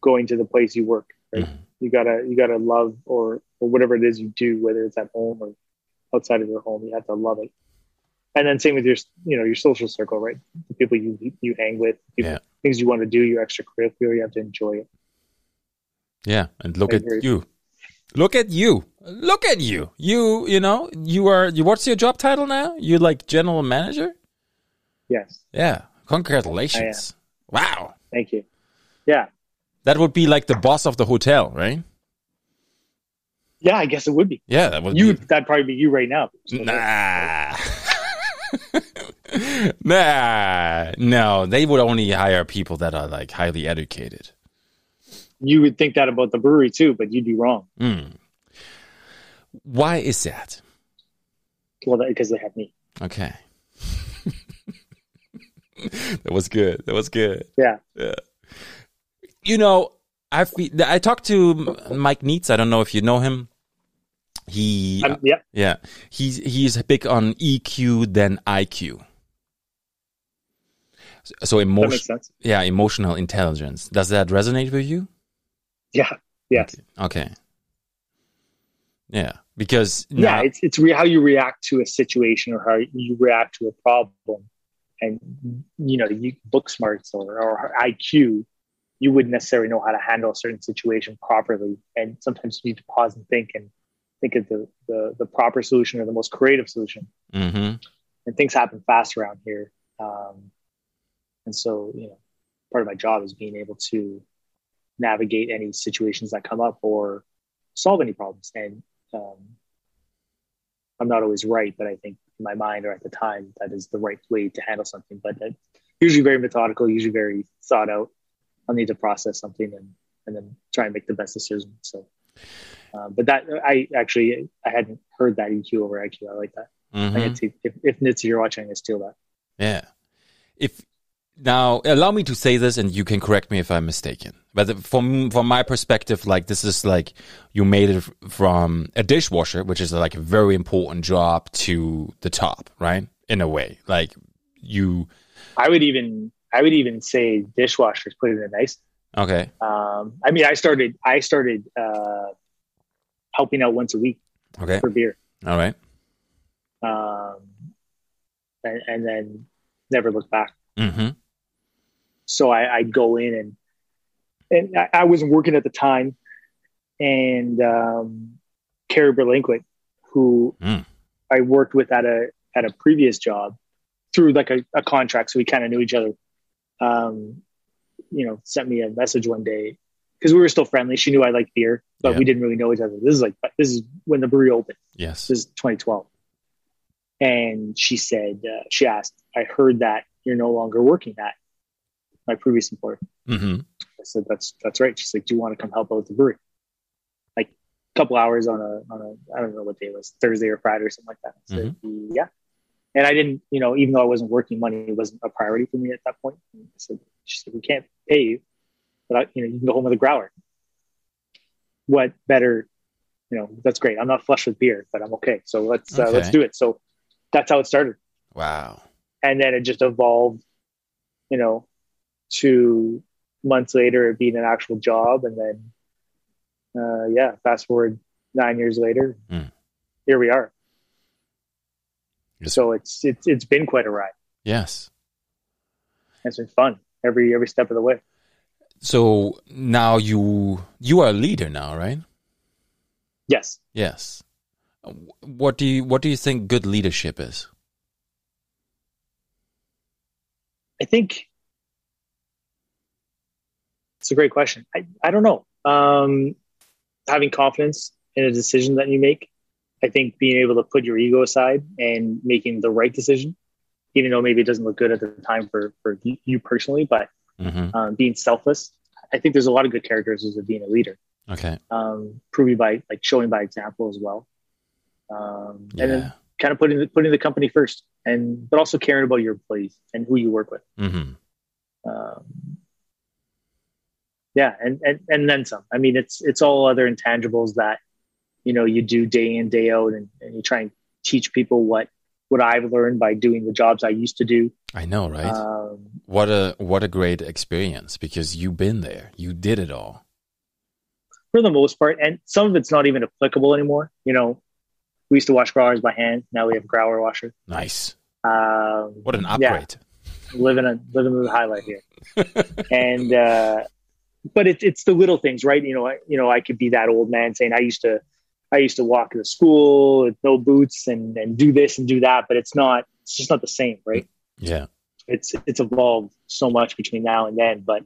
B: going to the place you work. Right?
A: Mhm.
B: You gotta, you gotta love or or whatever it is you do, whether it's at home or outside of your home. You have to love it. And then same with your, you know, your social circle, right? The people you you hang with, people,
A: Yeah.
B: things you want to do, your extracurricular, you have to enjoy it.
A: Yeah, and look
B: I
A: at
B: agree.
A: you. Look at you. Look at you. You, you know, you are you what's your job title now? You're like general manager?
B: Yes,
A: Yeah. Congratulations.
B: Oh,
A: Wow.
B: thank you. Yeah,
A: That would be like the boss of the hotel, right?
B: yeah, I guess it would be
A: Yeah, that would
B: you.
A: be
B: That'd probably be you right now.
A: Nah. nah. No, they would only hire people that are like highly educated.
B: you would think that about the brewery too, but you'd be wrong.
A: Mm. Why is that?
B: Well, that, because they have me.
A: Okay. that was good. That was good.
B: Yeah.
A: Yeah. You know, I fe- I talked to M- Mike Neitz. I don't know if you know him. He
B: Um, yeah.
A: yeah, he's he's big on EQ than IQ. So- So
B: That
A: emotion,
B: makes sense.
A: yeah, emotional intelligence. Does that resonate with you?
B: Yeah. Yes.
A: Okay. Yeah, because
B: Yeah.
A: now-
B: It's, it's re- how you react to a situation or how you react to a problem. And, you know, you book smarts or, or IQ, you wouldn't necessarily know how to handle a certain situation properly. And sometimes you need to pause and think and think of the, the, the proper solution or the most creative solution.
A: Mhm.
B: and things happen fast around here. Um, and so, you know, part of my job is being able to navigate any situations that come up or solve any problems. And um, I'm not always right, but I think in my mind or at the time, that is the right way to handle something. But that usually very methodical, usually very thought out. I'll need to process something and, and then try and make the best decision. So, uh, but that I actually I hadn't heard that EQ over IQ. I like that.
A: Mhm.
B: I can see if, if Nitsa, you're watching, I can steal that.
A: Yeah. If now allow me to say this, and you can correct me if I'm mistaken. But from from my perspective, like this is like you made it f- from a dishwasher, which is like a very important job, to the top, right? In a way, like you.
B: I would even I would even say dishwashers put it in nice.
A: Okay.
B: Um, I mean, I started I started uh, helping out once a week
A: Okay.
B: for beer,
A: All right.
B: um, and, and then never looked back.
A: Mm-hmm.
B: So I, I'd go in and and I, I wasn't working at the time, and um, Carrie Berlinquist, who
A: Mm.
B: I worked with at a at a previous job through like a, a contract, so we kind of knew each other. Um, you know, sent me a message one day because we were still friendly. She knew I liked beer, but
A: Yeah.
B: we didn't really know each other. This is like this is when the brewery opened.
A: Yes.
B: This is 2012, and she said uh, she asked, "I heard that you're no longer working at my previous employer."
A: Mm-hmm.
B: I said, "That's that's right." She's like, "Do you want to come help out with the brewery?" Like a couple hours on a on a I don't know what day it was Thursday or Friday or something like that. I said, "Yeah," and I didn't, you know, even though I wasn't working, money wasn't a priority for me at that point. And I said, "She said we can't pay you, but I, you know you can go home with a growler." What better, you know? That's great. I'm not flush with beer, but I'm okay. So let's uh,
A: Okay.
B: let's do it. So that's how it started
A: Wow.
B: and then it just evolved you know two months later it being an actual job and then uh yeah fast forward nine years later
A: Hmm.
B: here we are
A: Yes.
B: so it's it's it's been quite a ride
A: Yes.
B: it's been fun every every step of the way
A: So now you you are a leader now, right?
B: yes
A: Yes. Wh- What do you what do you think good leadership is?
B: i think it's a great question i i don't know um having confidence in a decision that you make i think being able to put your ego aside and making the right decision even though maybe it doesn't look good at the time for for you personally but
A: Mm-hmm.
B: um, being selfless i think there's a lot of good characteristics of being a leader
A: Okay.
B: um proving by like showing by example as well um and
A: Yeah.
B: then kind of putting the, putting the company first, and but also caring about your employees and who you work with.
A: Mm-hmm.
B: Um, yeah, and, and and then some. I mean, it's it's all other intangibles that you know you do day in day out, and, and you try and teach people what what I've learned by doing the jobs I used to do.
A: I know, right?
B: Um,
A: what a what a great experience because you've been there. You did it all.
B: for the most part, and some of it's not even applicable anymore. You know, we used to wash growlers by hand. Now we have growler washer.
A: Nice.
B: Um,
A: What an
B: Yeah.
A: upgrade.
B: living a living the high life here, and uh, but it's it's the little things, right? You know, I, you know, I could be that old man saying I used to I used to walk to school with no boots and and do this and do that, but it's not it's just not the same, right?
A: Yeah.
B: It's it's evolved so much between now and then, but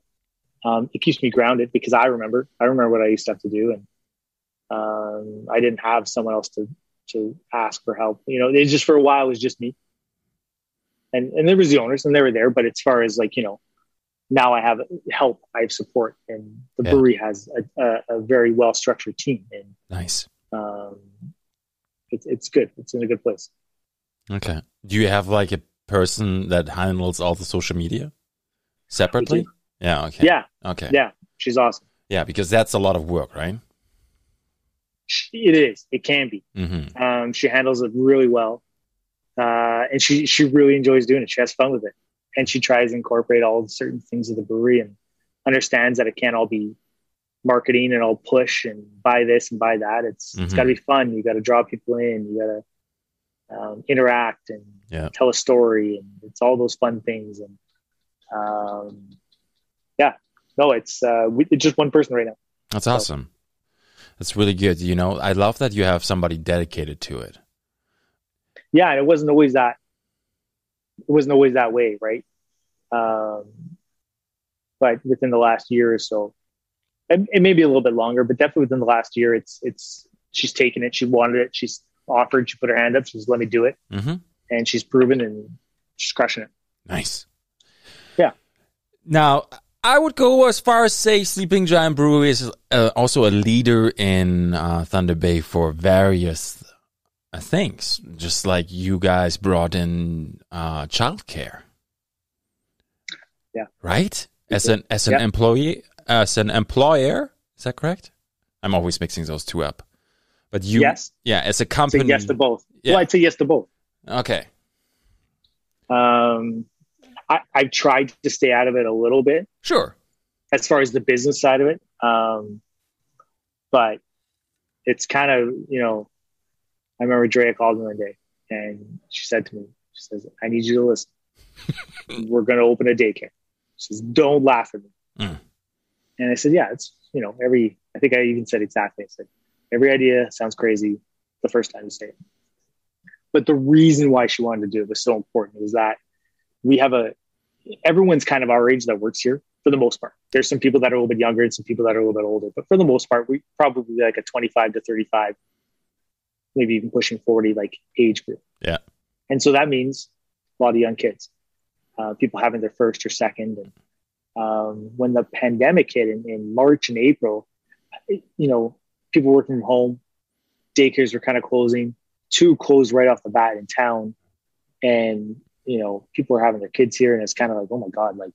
B: um, it keeps me grounded because I remember I remember what I used to have to do, and um, I didn't have someone else to to ask for help. You know, it's just for a while it was just me, and and there was the owners and they were there, but as far as like you know, now I have help, I have support, and the
A: Yeah.
B: brewery has a, a, a very well structured team, and
A: Nice.
B: um, it's it's good. It's in a good place.
A: Okay. Do you have like a person that handles all the social media separately? Yeah. Okay.
B: Yeah,
A: Okay.
B: Yeah. she's awesome.
A: Yeah, because that's a lot of work, right?
B: It is. It can be.
A: Mm-hmm.
B: Um, she handles it really well, uh, and she she really enjoys doing it. She has fun with it, and she tries to incorporate all the certain things of the brewery and understands that it can't all be marketing and all push and buy this and buy that. It's it's
A: Mhm.
B: got to be fun. You got to draw people in. You got to um, interact and
A: Yeah.
B: tell a story, and it's all those fun things. And um, yeah, no, it's uh, we, it's just one person right now.
A: That's awesome. That's really good. You know, I love that you have somebody dedicated to it.
B: yeah, and it wasn't always that. It wasn't always that way, right? Um, but within the last year or so, and it may be a little bit longer, but definitely within the last year, it's it's she's taken it. She wanted it. She's offered. She put her hand up. She says, "Let me do it,"
A: Mm-hmm.
B: and she's proven and she's crushing it.
A: Nice.
B: Yeah.
A: Now, I would go as far as say Sleeping Giant Brewery is uh, also a leader in uh, Thunder Bay for various uh, things, just like you guys brought in uh, childcare.
B: Yeah.
A: Right? As an as an
B: Yeah.
A: employee, as an employer, is that correct? I'm always mixing those two up. But you,
B: Yes.
A: yeah, as a
B: I'd say
A: company,
B: yes to both.
A: Yeah.
B: Well, I'd say yes to both.
A: okay,
B: Um, I, I've tried to stay out of it a little bit.
A: sure,
B: as far as the business side of it. Um, but it's kind of, you know, I remember Drea called me one day and she said to me, she says, I need you to listen. We're going to open a daycare. She says, don't laugh at me.
A: Mm.
B: And I said, yeah, it's, you know, every, I think I even said exactly, I said, every idea sounds crazy the first time you say it. But the reason why she wanted to do it was so important is that we have a, everyone's kind of our age that works here for the most part. There's some people that are a little bit younger and some people that are a little bit older, but for the most part, we probably like a 25 to 35, maybe even pushing 40, like age group.
A: Yeah.
B: And so that means a lot of young kids, uh, people having their first or second. And um, when the pandemic hit in, in March and April, it- you know, people working from home, daycares were kind of closing, two closed right off the bat in town. And, you know, people are having their kids here and it's kind of like, oh my God, like,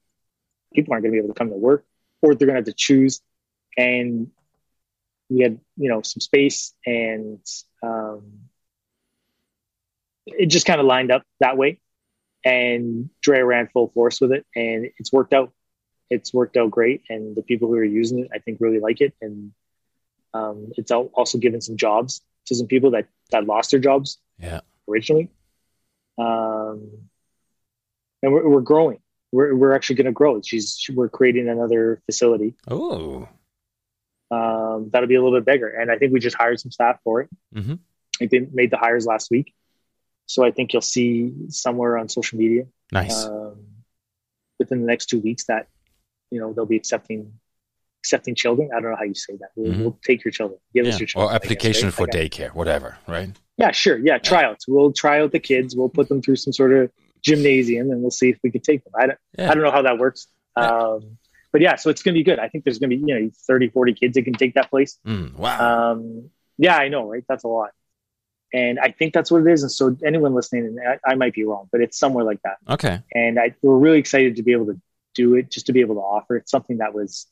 B: people aren't going to be able to come to work or they're going to have to choose and we had you know some space and um, it just kind of lined up that way and Dre ran full force with it and it's worked out it's worked out great and the people who are using it I think really like it and um, it's al- also given some jobs to some people that that lost their jobs
A: yeah.
B: originally. Um, and we're, we're growing. We're, we're actually going to grow. She's we're creating another facility
A: Oh,
B: um, that'll be a little bit bigger, and I think we just hired some staff for it.
A: Mhm.
B: I think they made the hires last week, so I think you'll see somewhere on social media
A: nice.
B: um, within the next two weeks that you know they'll be accepting accepting children. I don't know how you say that. We'll,
A: Mhm.
B: we'll take your children. Give
A: Yeah.
B: us your children.
A: Or
B: I guess,
A: application
B: right?
A: for
B: Like,
A: daycare, whatever, right?
B: Yeah, sure. Yeah, tryouts. We'll try out the kids. We'll put them through some sort of gymnasium, and we'll see if we can take them. I don't,
A: Yeah.
B: I don't know how that works.
A: Yeah.
B: Um, but yeah, so it's going to be good. I think there's going to be you know 30, 40 kids that can take that place.
A: Mm, wow.
B: Um, yeah, I know, right? That's a lot. And I think that's what it is. And so anyone listening, and I, I might be wrong, but it's somewhere like that.
A: Okay.
B: And I, we're really excited to be able to do it, just to be able to offer it something that was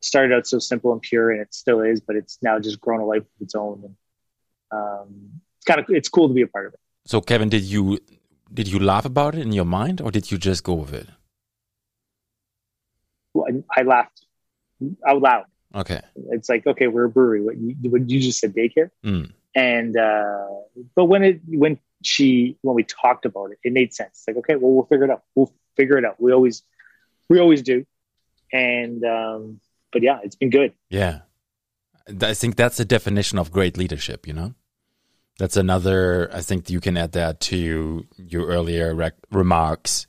B: started out so simple and pure, and it still is, but it's now just grown a life of its own. And um, it's kind of it's cool to be a part of it.
A: So Kevin, did you did you laugh about it in your mind, or did you just go with it?
B: Well, I, I laughed out loud.
A: Okay.
B: It's like, okay, we're a brewery. What you, what you just said, daycare.
A: Mm.
B: And uh, but when it when she when we talked about it, it made sense. It's like, okay, well, we'll figure it out. We'll figure it out. We always we always do. And um, but yeah, it's been good.
A: Yeah. I think that's the definition of great leadership. You know, that's another. I think you can add that to your earlier rec- remarks,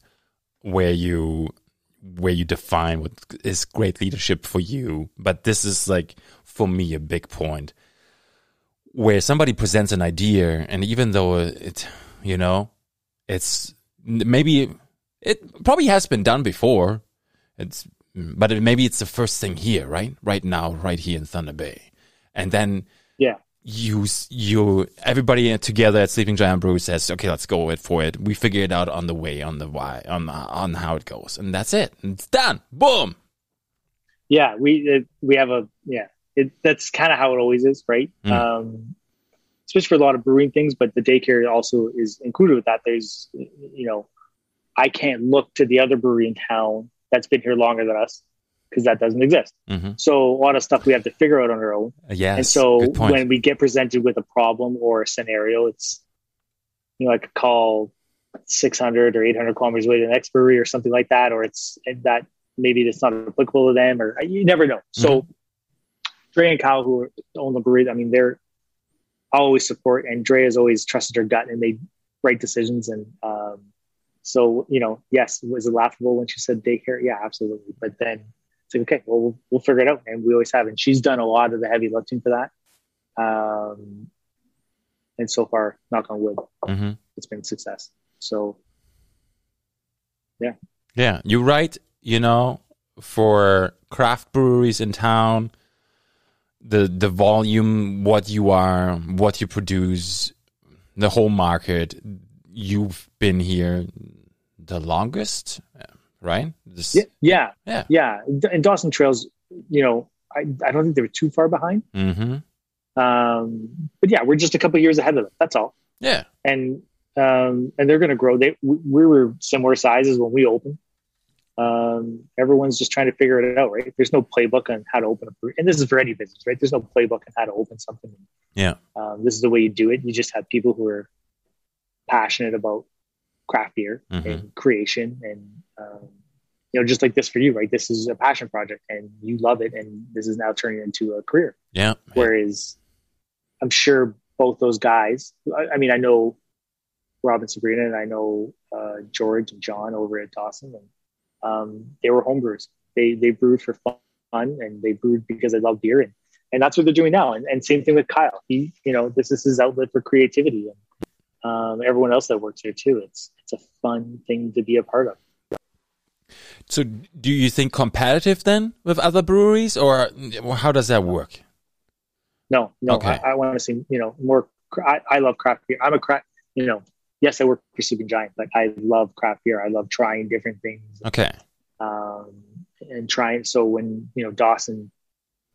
A: where you where you define what is great leadership for you. But this is like for me a big point where somebody presents an idea, and even though it, you know, it's maybe it probably has been done before. It's but it, maybe it's the first thing here, right? Right now, right here in Thunder Bay, and then
B: Yeah,
A: you you everybody together at Sleeping Giant Brew says, okay, let's go it for it. We figure it out on the way, on the why, on on how it goes, and that's it. It's done. Boom.
B: yeah. We it, we have a yeah. It, that's kind of how it always is, right?
A: Mm.
B: Um, especially for a lot of brewing things, but the daycare also is included with that. There's you know, I can't look to the other brewery in town that's been here longer than us because that doesn't exist.
A: Mm-hmm.
B: So a lot of stuff we have to figure out on our own.
A: Yes.
B: and so
A: good point.
B: when we get presented with a problem or a scenario, it's you know I could call 600 or 800 kilometers away to the next brewery or something like that, or it's and that maybe it's not applicable to them, or you never know.
A: Mm-hmm.
B: So Dre and Kyle, who own the brewery, I mean they're I always support, and Dre has always trusted her gut and made right decisions. And um, so you know, yes, was it laughable when she said daycare? Yeah, absolutely. But then it's like okay well, well we'll figure it out and we always have and she's done a lot of the heavy lifting for that um and so far knock on wood
A: hmm
B: it's been a success so
A: Yeah, you're right. You know, for craft breweries in town, the the volume, what you are, what you produce, the whole market. You've been here the longest, right? This,
B: yeah yeah
A: Yeah.
B: yeah and dawson trails you know i, I don't think they were too far behind
A: Mm-hmm.
B: um but yeah we're just a couple years ahead of them that's all
A: Yeah.
B: and um and they're going to grow they we, we were similar sizes when we opened um everyone's just trying to figure it out right there's no playbook on how to open a brewery and this is for any business right there's no playbook on how to open something
A: Yeah.
B: um, this is the way you do it you just have people who are passionate about craft beer
A: Mhm.
B: and creation and um, you know just like this for you right this is a passion project and you love it and this is now turning into a career
A: Yeah.
B: Whereas I'm sure both those guys, I, I mean, I know Rob and Sabrina and I know uh, George and John over at Dawson and um, they were homebrewers. They, they brewed for fun and they brewed because they love beer and, and that's what they're doing now. And, and same thing with Kyle. He, you know, this is his outlet for creativity and um, everyone else that works here too. It's, it's a fun thing to be a part of.
A: So, do you think competitive then with other breweries, or how does that work?
B: No, no.
A: Okay.
B: I, I want to see you know more. cra- I, I love craft beer. I'm a craft. You know, yes, I work for Sleeping Giant, but I love craft beer. I love trying different things
A: Okay.
B: um, and trying. So when you know Dawson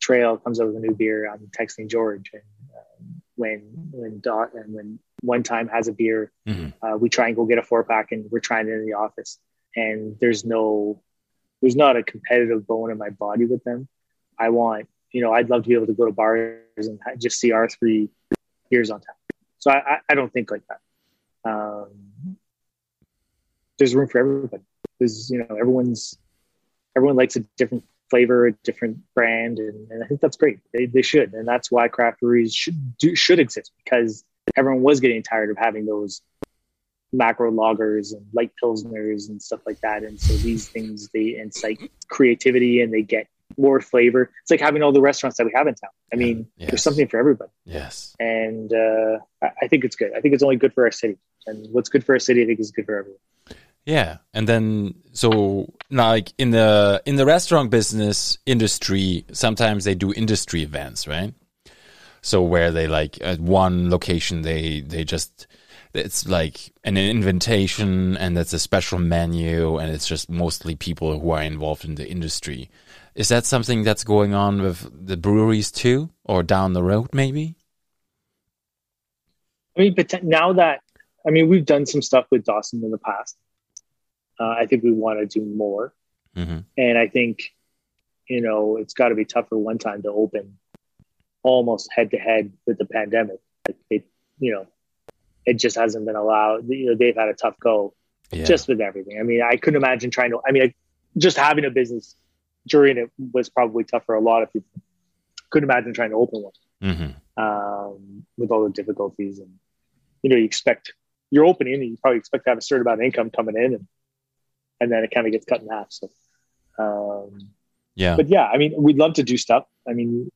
B: Trail comes out with a new beer, I'm texting George. And um, when when Dot and when one time has a beer,
A: Mhm.
B: uh, we try and go get a four pack, and we're trying it in the office. And there's no, there's not a competitive bone in my body with them. I want, you know, I'd love to be able to go to bars and ha- just see our three beers on tap. So I, I, I don't think like that. Um, there's room for everybody. There's, you know, everyone's everyone likes a different flavor, a different brand, and, and I think that's great. They, they should, and that's why craft breweries should do, should exist because everyone was getting tired of having those macro lagers and light pilsners and stuff like that. And so these things they incite creativity and they get more flavor. It's like having all the restaurants that we have in town. I mean,
A: Yeah, yes.
B: there's something for everybody,
A: Yes.
B: and uh, I, I think it's good. I think it's only good for our city, and what's good for our city, I think, is good for everyone.
A: Yeah, and then so like in the in the restaurant business industry, sometimes they do industry events, right? So where they like at one location they they just it's like an invitation and it's a special menu and it's just mostly people who are involved in the industry. Is that something that's going on with the breweries too, or down the road maybe?
B: I mean, but now that I mean, we've done some stuff with Dawson in the past. Uh, I think we want to do more,
A: Mm-hmm.
B: and I think you know it's got to be tougher one time to open almost head to head with the pandemic. Like it, you know, it just hasn't been allowed. You know, they've had a tough go
A: Yeah.
B: just with everything. I mean, I couldn't imagine trying to. I mean, I, just having a business during it was probably tough for a lot of people. Couldn't imagine trying to open one
A: Mhm.
B: um, with all the difficulties and you know you expect you're opening and you probably expect to have a certain amount of income coming in and and then it kind of gets cut in half so um,
A: yeah.
B: but yeah i mean we'd love to do stuff i mean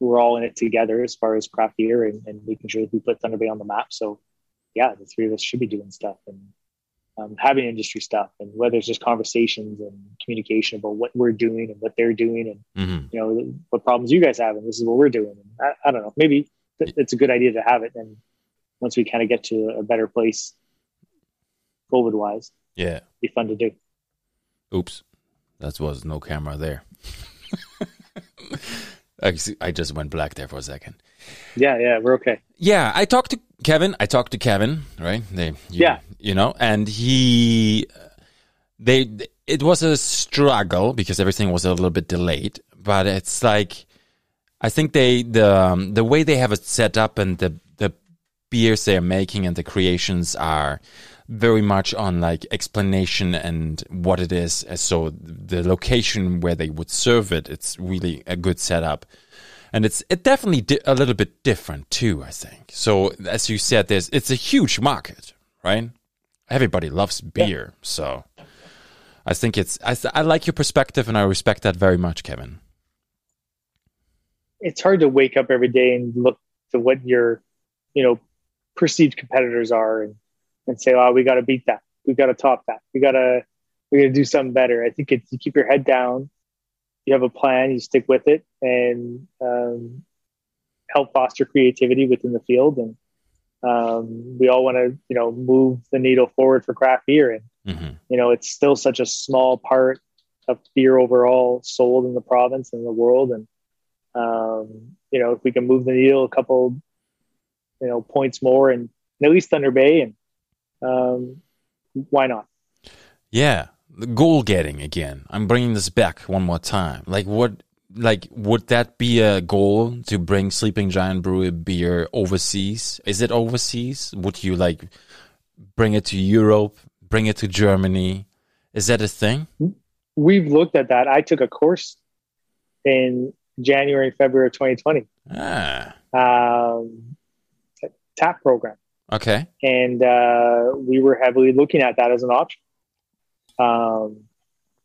B: we're all in it together as far as craft beer and, and making sure that we put thunder bay on the map so yeah the three of us should be doing stuff and um, having industry stuff and whether it's just conversations and communication about what we're doing and what they're doing and
A: Mhm.
B: you know what problems you guys have and this is what we're doing i, I don't know maybe th- it's a good idea to have it and once we kind of get to a better place covid wise
A: Yeah.
B: be fun to do
A: Oops, that was no camera there. I see- I just went black there for a second.
B: yeah yeah we're okay
A: Yeah, I talked to Kevin. I talked to Kevin, right? They, you,
B: Yeah.
A: you know, and he, they, it was a struggle because everything was a little bit delayed. But it's like, I think they the um, the way they have it set up and the the beers they're making and the creations are very much on like explanation and what it is. And So the location where they would serve it, it's really a good setup and it's it definitely di- a little bit different too. I think so. As you said, there's it's a huge market, right? Everybody loves beer, so I think it's I, th- I like your perspective and I respect that very much, Kevin.
B: it's hard to wake up every day and look to what your you know perceived competitors are and, and say oh we got to beat that we got to top that we got to we got to do something better i think it's you keep your head down you have a plan you stick with it and um, help foster creativity within the field and um, we all want to you know move the needle forward for craft beer and
A: hmm
B: you know it's still such a small part of beer overall sold in the province and the world and um, you know if we can move the needle a couple you know points more and, and at least thunder bay and um, why not
A: Yeah, the goal getting again. I'm bringing this back one more time. Like what? Like would that be a goal to bring Sleeping Giant Brewery beer overseas? Is it overseas? Would you like bring it to Europe? Bring it to Germany? Is that a thing?
B: we've looked at that i took a course in january february of 2020
A: Ah,
B: um, tap program
A: okay.
B: and uh, we were heavily looking at that as an option um,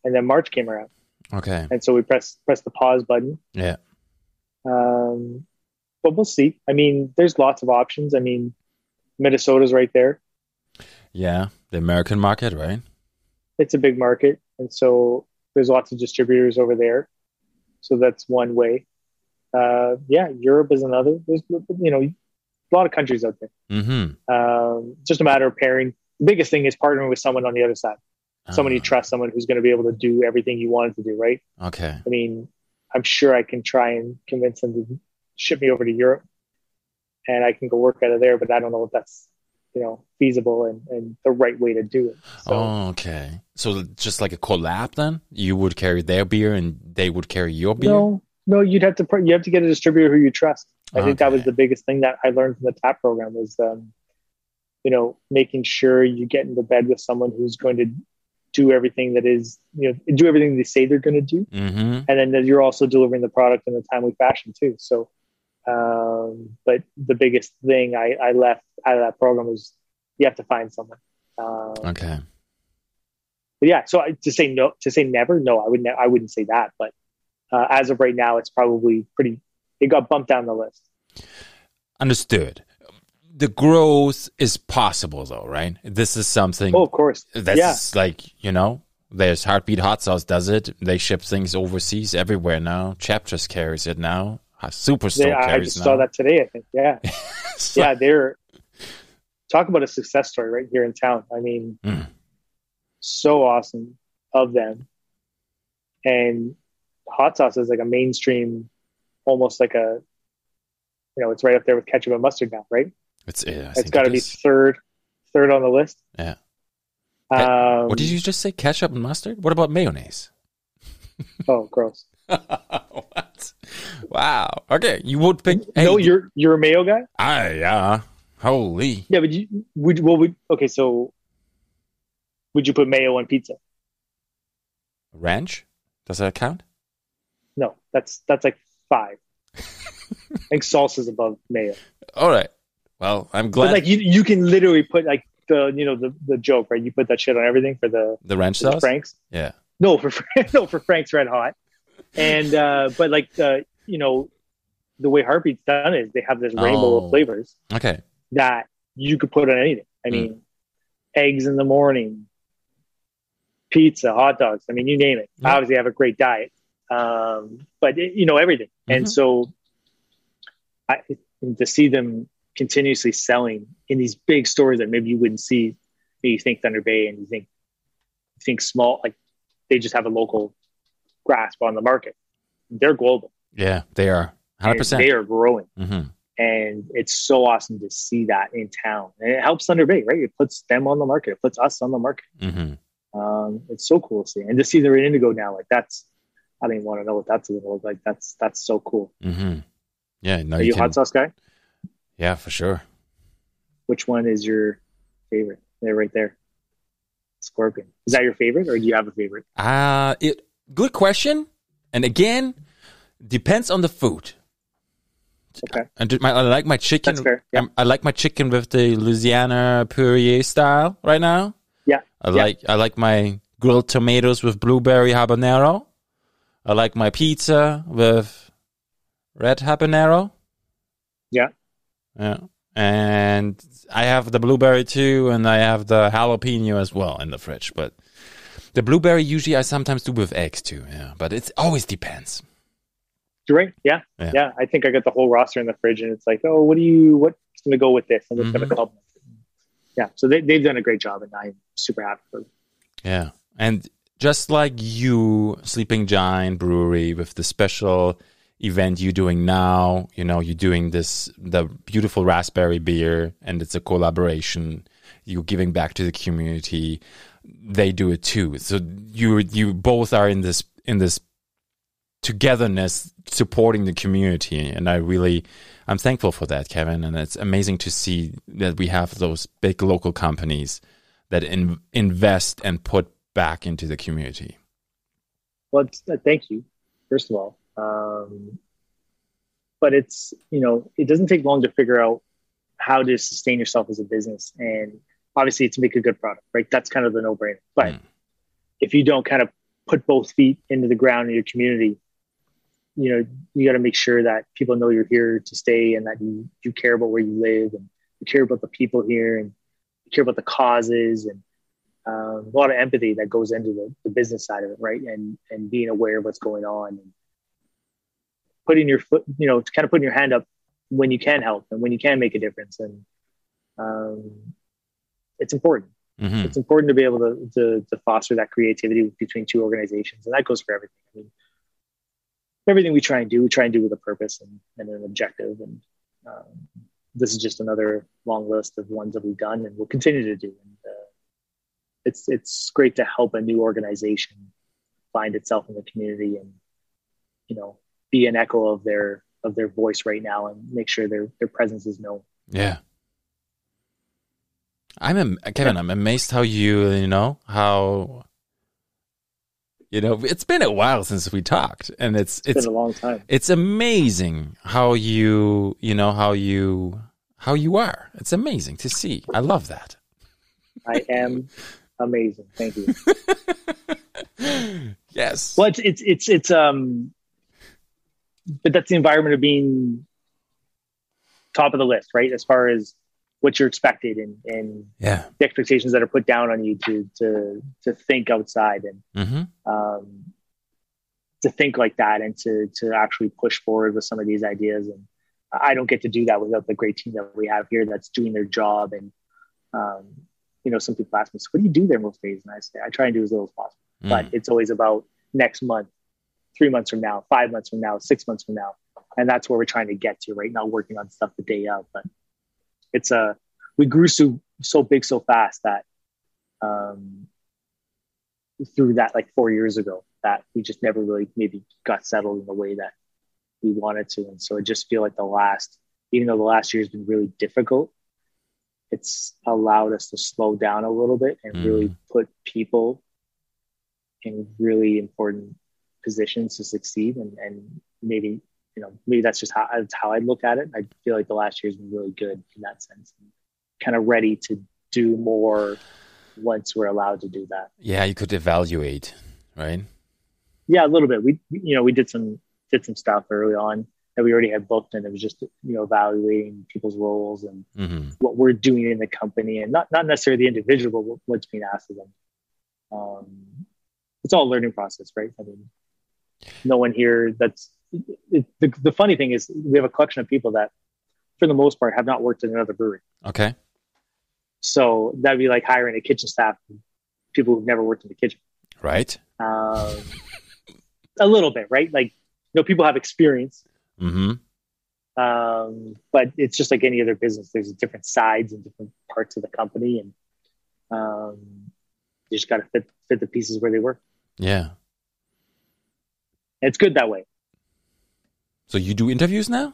B: and then march came around
A: Okay.
B: and so we press press the pause button.
A: Yeah.
B: Um, but we'll see. I mean, there's lots of options. I mean, Minnesota's right there.
A: Yeah. The American market, right?
B: It's a big market, and so there's lots of distributors over there. So that's one way. Uh, yeah, Europe is another. There's you know a lot of countries out there.
A: Mm-hmm.
B: Um, it's just a matter of pairing. The biggest thing is partnering with someone on the other side, someone
A: Ah.
B: you trust, someone who's going to be able to do everything you wanted to do. Right?
A: Okay.
B: I mean, I'm sure I can try and convince them to ship me over to Europe and I can go work out of there, but I don't know if that's, you know, feasible and, and the right way to do it. So
A: oh, okay. So just like a collab then? You would carry their beer and they would carry your beer?
B: no, no, you'd have to, pr- you have to get a distributor who you trust. I think that was
A: Okay.
B: the biggest thing that I learned from the TAP program was, um, you know, making sure you get into bed with someone who's going to do everything that is, you know, do everything they say they're going to do.
A: Mm-hmm.
B: and then that you're also delivering the product in a timely fashion too. So, um, but the biggest thing I, I left out of that program was you have to find someone. Um,
A: Okay.
B: but yeah, so I, to say no, to say never, no, I would ne- I wouldn't say that. But uh, as of right now, it's probably pretty. It got bumped down the list.
A: Understood. The growth is possible though, right? This is something
B: Oh, of course,
A: that's
B: yeah,
A: like, you know, there's Heartbeat Hot Sauce does it. They ship things overseas everywhere now. Chapters carries it now. Super
B: They,
A: Still
B: I I
A: carries
B: just
A: now.
B: saw that today. I think, yeah,
A: So-
B: yeah, they're talk about a success story right here in town. I mean,
A: Mm.
B: so awesome of them, and hot sauce is like a mainstream, almost like a, you know, it's right up there with ketchup and mustard now, right?
A: It's, yeah, I
B: It's
A: think
B: got to
A: it
B: be
A: is.
B: third, third on the list.
A: Yeah.
B: Um,
A: what did you just say? Ketchup and mustard? What about mayonnaise?
B: Oh, gross.
A: what? Wow. Okay, you would pick. Hey,
B: no, you're you're a mayo guy.
A: Ah, yeah. Holy.
B: Yeah, but you would well would okay. So would you put mayo on pizza?
A: Ranch? Does that count?
B: No, that's that's like five. I think salsa's above mayo.
A: All right. Well, I'm
B: But
A: glad
B: like you, you can literally put like the you know the, the joke right. You put that shit on everything for the,
A: the ranch
B: for the
A: sauce.
B: Franks.
A: Yeah.
B: No, for Fran- no for Frank's Red Hot. And uh but like the you know the way Heartbeat's done is they have this rainbow
A: Oh.
B: of flavors
A: Okay.
B: that you could put on anything. I
A: Mm.
B: mean, eggs in the morning, pizza, hot dogs. I mean, you name it.
A: Yeah.
B: Obviously, I have a great diet, um, but it- you know everything. And
A: Mhm.
B: so, I to see them continuously selling in these big stores that maybe you wouldn't see. That you think Thunder Bay, and you think you think small, like they just have a local grasp on the market. They're global.
A: Yeah, they are. 100%.
B: And They are growing
A: Mhm.
B: and it's so awesome to see that in town and it helps thunder bay right it puts them on the market it puts us on the market
A: Mhm.
B: um, it's so cool to see and to see they're in indigo now like that's i don't even want to know what that's gonna look like that's that's so cool
A: Mhm. Yeah, no
B: are
A: you
B: you a
A: can.
B: hot sauce guy
A: Yeah, for sure.
B: which one is your favorite they're right there scorpion is that your favorite or do you have a favorite
A: Uh it good question. And again, depends on the food.
B: Okay.
A: And do- my, I like my chicken.
B: that's fair yeah
A: I'm- Um, I like my chicken with the Louisiana Purée style right now.
B: Yeah,
A: I
B: yeah.
A: like I like my grilled tomatoes with blueberry habanero. I like my pizza with red habanero.
B: Yeah.
A: Yeah. And I have the blueberry too and I have the jalapeno as well in the fridge, but the blueberry usually I sometimes do with eggs too, yeah, but it's always depends.
B: you're right yeah.
A: Yeah.
B: yeah i think i got the whole roster in the fridge and it's like oh what do you what's gonna go with this i'm just
A: Mhm.
B: gonna call them yeah so they, they've done a great job and i'm super happy for them
A: Yeah. And just like you, Sleeping Giant Brewery, with the special event you're doing now, you know, you're doing this, the beautiful raspberry beer, and it's a collaboration. You're giving back to the community. They do it too. So you, you both are in this, in this togetherness supporting the community and i really i'm thankful for that kevin and it's amazing to see that we have those big local companies that in, invest and put back into the community
B: Well, it's, uh, thank you, first of all. Um, but it's you know it doesn't take long to figure out how to sustain yourself as a business, and obviously to make a good product, right? That's kind of the no-brainer. But
A: Mm.
B: if you don't kind of put both feet into the ground in your community, you know you got to make sure that people know you're here to stay and that you, you care about where you live and you care about the people here and you care about the causes and um, a lot of empathy that goes into the, the business side of it, right? And and being aware of what's going on and putting your foot, you know, kind of putting your hand up when you can help and when you can make a difference. And um, it's important.
A: hmm
B: It's important to be able to, to to foster that creativity between two organizations, and that goes for everything. I mean, everything we try and do, we try and do with a purpose and, and an objective. And um, this is just another long list of ones that we've done and we'll continue to do. And uh, it's it's great to help a new organization find itself in the community and you know be an echo of their of their voice right now and make sure their their presence is known.
A: yeah i'm am- kevin i'm amazed how you you know how you know it's been a while since we talked and it's
B: It's
A: it's
B: been a long time.
A: it's amazing how you you know how you how you are it's amazing to see i love that
B: I am amazing. Thank you.
A: yes
B: Well, it's it's it's it's um, but that's the environment of being top of the list, right? As far as what you're expected and and
A: yeah
B: the expectations that are put down on you to to to think outside and
A: mm-hmm.
B: um, to think like that and to to actually push forward with some of these ideas. And I don't get to do that without the great team that we have here that's doing their job. And um, you know, some people ask me, "So what do you do there most days?" And I say, "I try and do as little as possible."
A: Mm.
B: but it's always about next month, three months from now, five months from now, six months from now. And that's where we're trying to get to, right? Not working on stuff the day of, but it's a, we grew so, so big so fast that, um, through that like four years ago that we just never really maybe got settled in the way that we wanted to. And so I just feel like the last, even though the last year has been really difficult, it's allowed us to slow down a little bit and really put people in really important positions to succeed and, and maybe you know maybe that's just how that's how I look at it. I feel like the last year's been really good in that sense. Kind of ready to do more once we're allowed to do that.
A: Yeah, you could evaluate, right?
B: Yeah, a little bit. We you know we did some did some stuff early on that we already had booked, and it was just you know evaluating people's roles and
A: hmm
B: what we're doing in the company and not not necessarily the individual but what's being asked of them um, it's all a learning process right i mean no one here that's it, the, the funny thing is we have a collection of people that for the most part have not worked in another brewery
A: Okay.
B: so that'd be like hiring a kitchen staff from people who've never worked in the kitchen
A: Right.
B: um, a little bit right like you know people have experience
A: Mm-hmm.
B: um, but it's just like any other business. There's different sides and different parts of the company, and um, you just got to fit fit the pieces where they work.
A: Yeah.
B: And it's good that way.
A: So you do interviews now?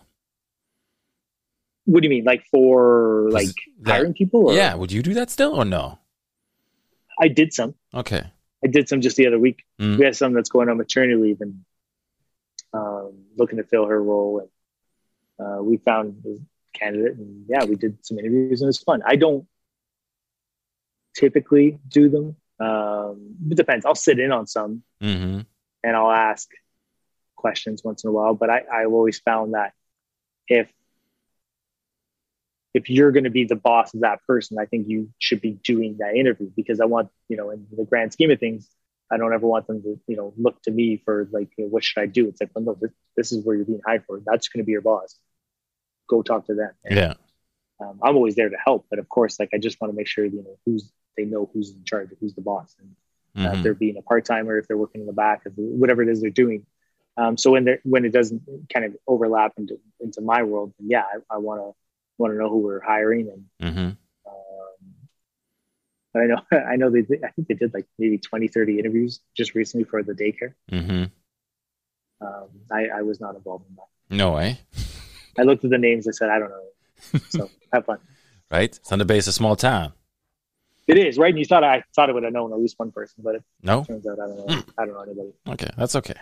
B: What do you mean, like for like
A: Is that-
B: hiring people? Or?
A: yeah. Would you do that still or no?
B: I did some.
A: Okay.
B: I did some just the other week.
A: Mm.
B: We have some that's going on maternity leave and um, looking to fill her role, and uh, we found a candidate, and yeah, we did some interviews, and it was fun. I don't typically do them. Um, it depends. I'll sit in on some,
A: Mm-hmm.
B: and I'll ask questions once in a while. But I, I've always found that if if you're going to be the boss of that person, I think you should be doing that interview because I want you know, in the grand scheme of things, I don't ever want them to you know look to me for like you know, what should I do? It's like well, no, this, this is where you're being hired for. That's going to be your boss. Go talk to them. And,
A: Yeah.
B: um, I'm always there to help, but of course, like I just want to make sure you know who's they know who's in charge, who's the boss, and uh, if
A: Mhm.
B: they're being a part timer, if they're working in the back, if whatever it is they're doing. Um, so when they are when it doesn't kind of overlap into into my world, then yeah, I want to want to know who we're hiring, and
A: Mhm.
B: um, but I know I know they did- I think they did like maybe 20, 30 interviews just recently for the daycare.
A: Mhm.
B: Um, I, I was not involved in that.
A: No way.
B: I looked at the names. I said I don't know. So have fun.
A: Right. Thunder Bay is a small town.
B: It is right, and you thought I thought I would have known at least one person, but it
A: No.
B: turns out I don't know. I don't know anybody.
A: Okay. That's okay.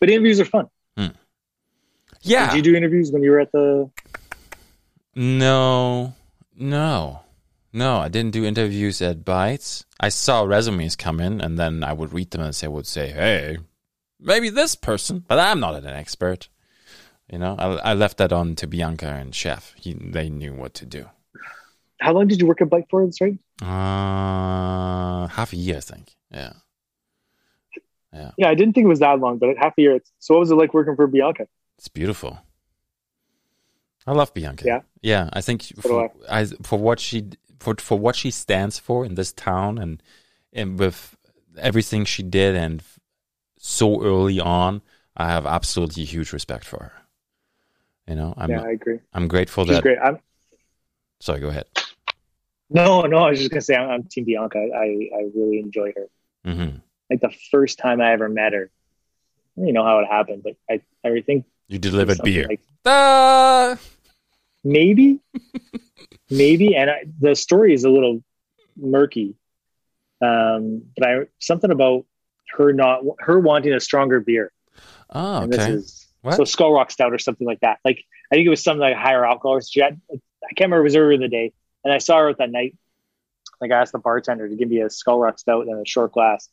B: But interviews are fun.
A: Yeah.
B: Did you do interviews when you were at the?
A: No, no, no. I didn't do interviews at Bytes. I saw resumes come in, and then I would read them and say, would say, hey, maybe this person, but I'm not an expert. You know, I, I left that on to Bianca and Chef. He, they knew what to do.
B: How long did you work at Bike for? That's right.
A: Uh, half a year, I think. Yeah.
B: Yeah, I didn't think it was that long, but half a year. It's, so what was it like working for Bianca?
A: It's beautiful. I love Bianca.
B: Yeah?
A: yeah. I think
B: do
A: for, I, for what she for for what she stands for in this town and and with everything she did and f- so early on, I have absolutely huge respect for her. You know, I'm
B: yeah, I agree.
A: I'm grateful
B: She's
A: that.
B: great. I'm,
A: Sorry, go ahead.
B: no, no, I was just gonna say I'm, I'm Team Bianca. I, I really enjoy her.
A: hmm
B: Like the first time I ever met her, I don't even know how it happened, but I, I think
A: You
B: it was
A: delivered
B: something
A: beer.
B: Like,
A: Ah!
B: maybe, maybe, and I, the story is a little murky. Um, but I something about her not her wanting a stronger beer.
A: Oh,
B: and
A: okay.
B: this is
A: What?
B: so Skull Rock Stout or something like that. Like I think it was something like higher alcohol. Or she had, I can't remember. It was earlier in the day, and I saw her out that night. Like I asked the bartender to give me a Skull Rock Stout and a short glass,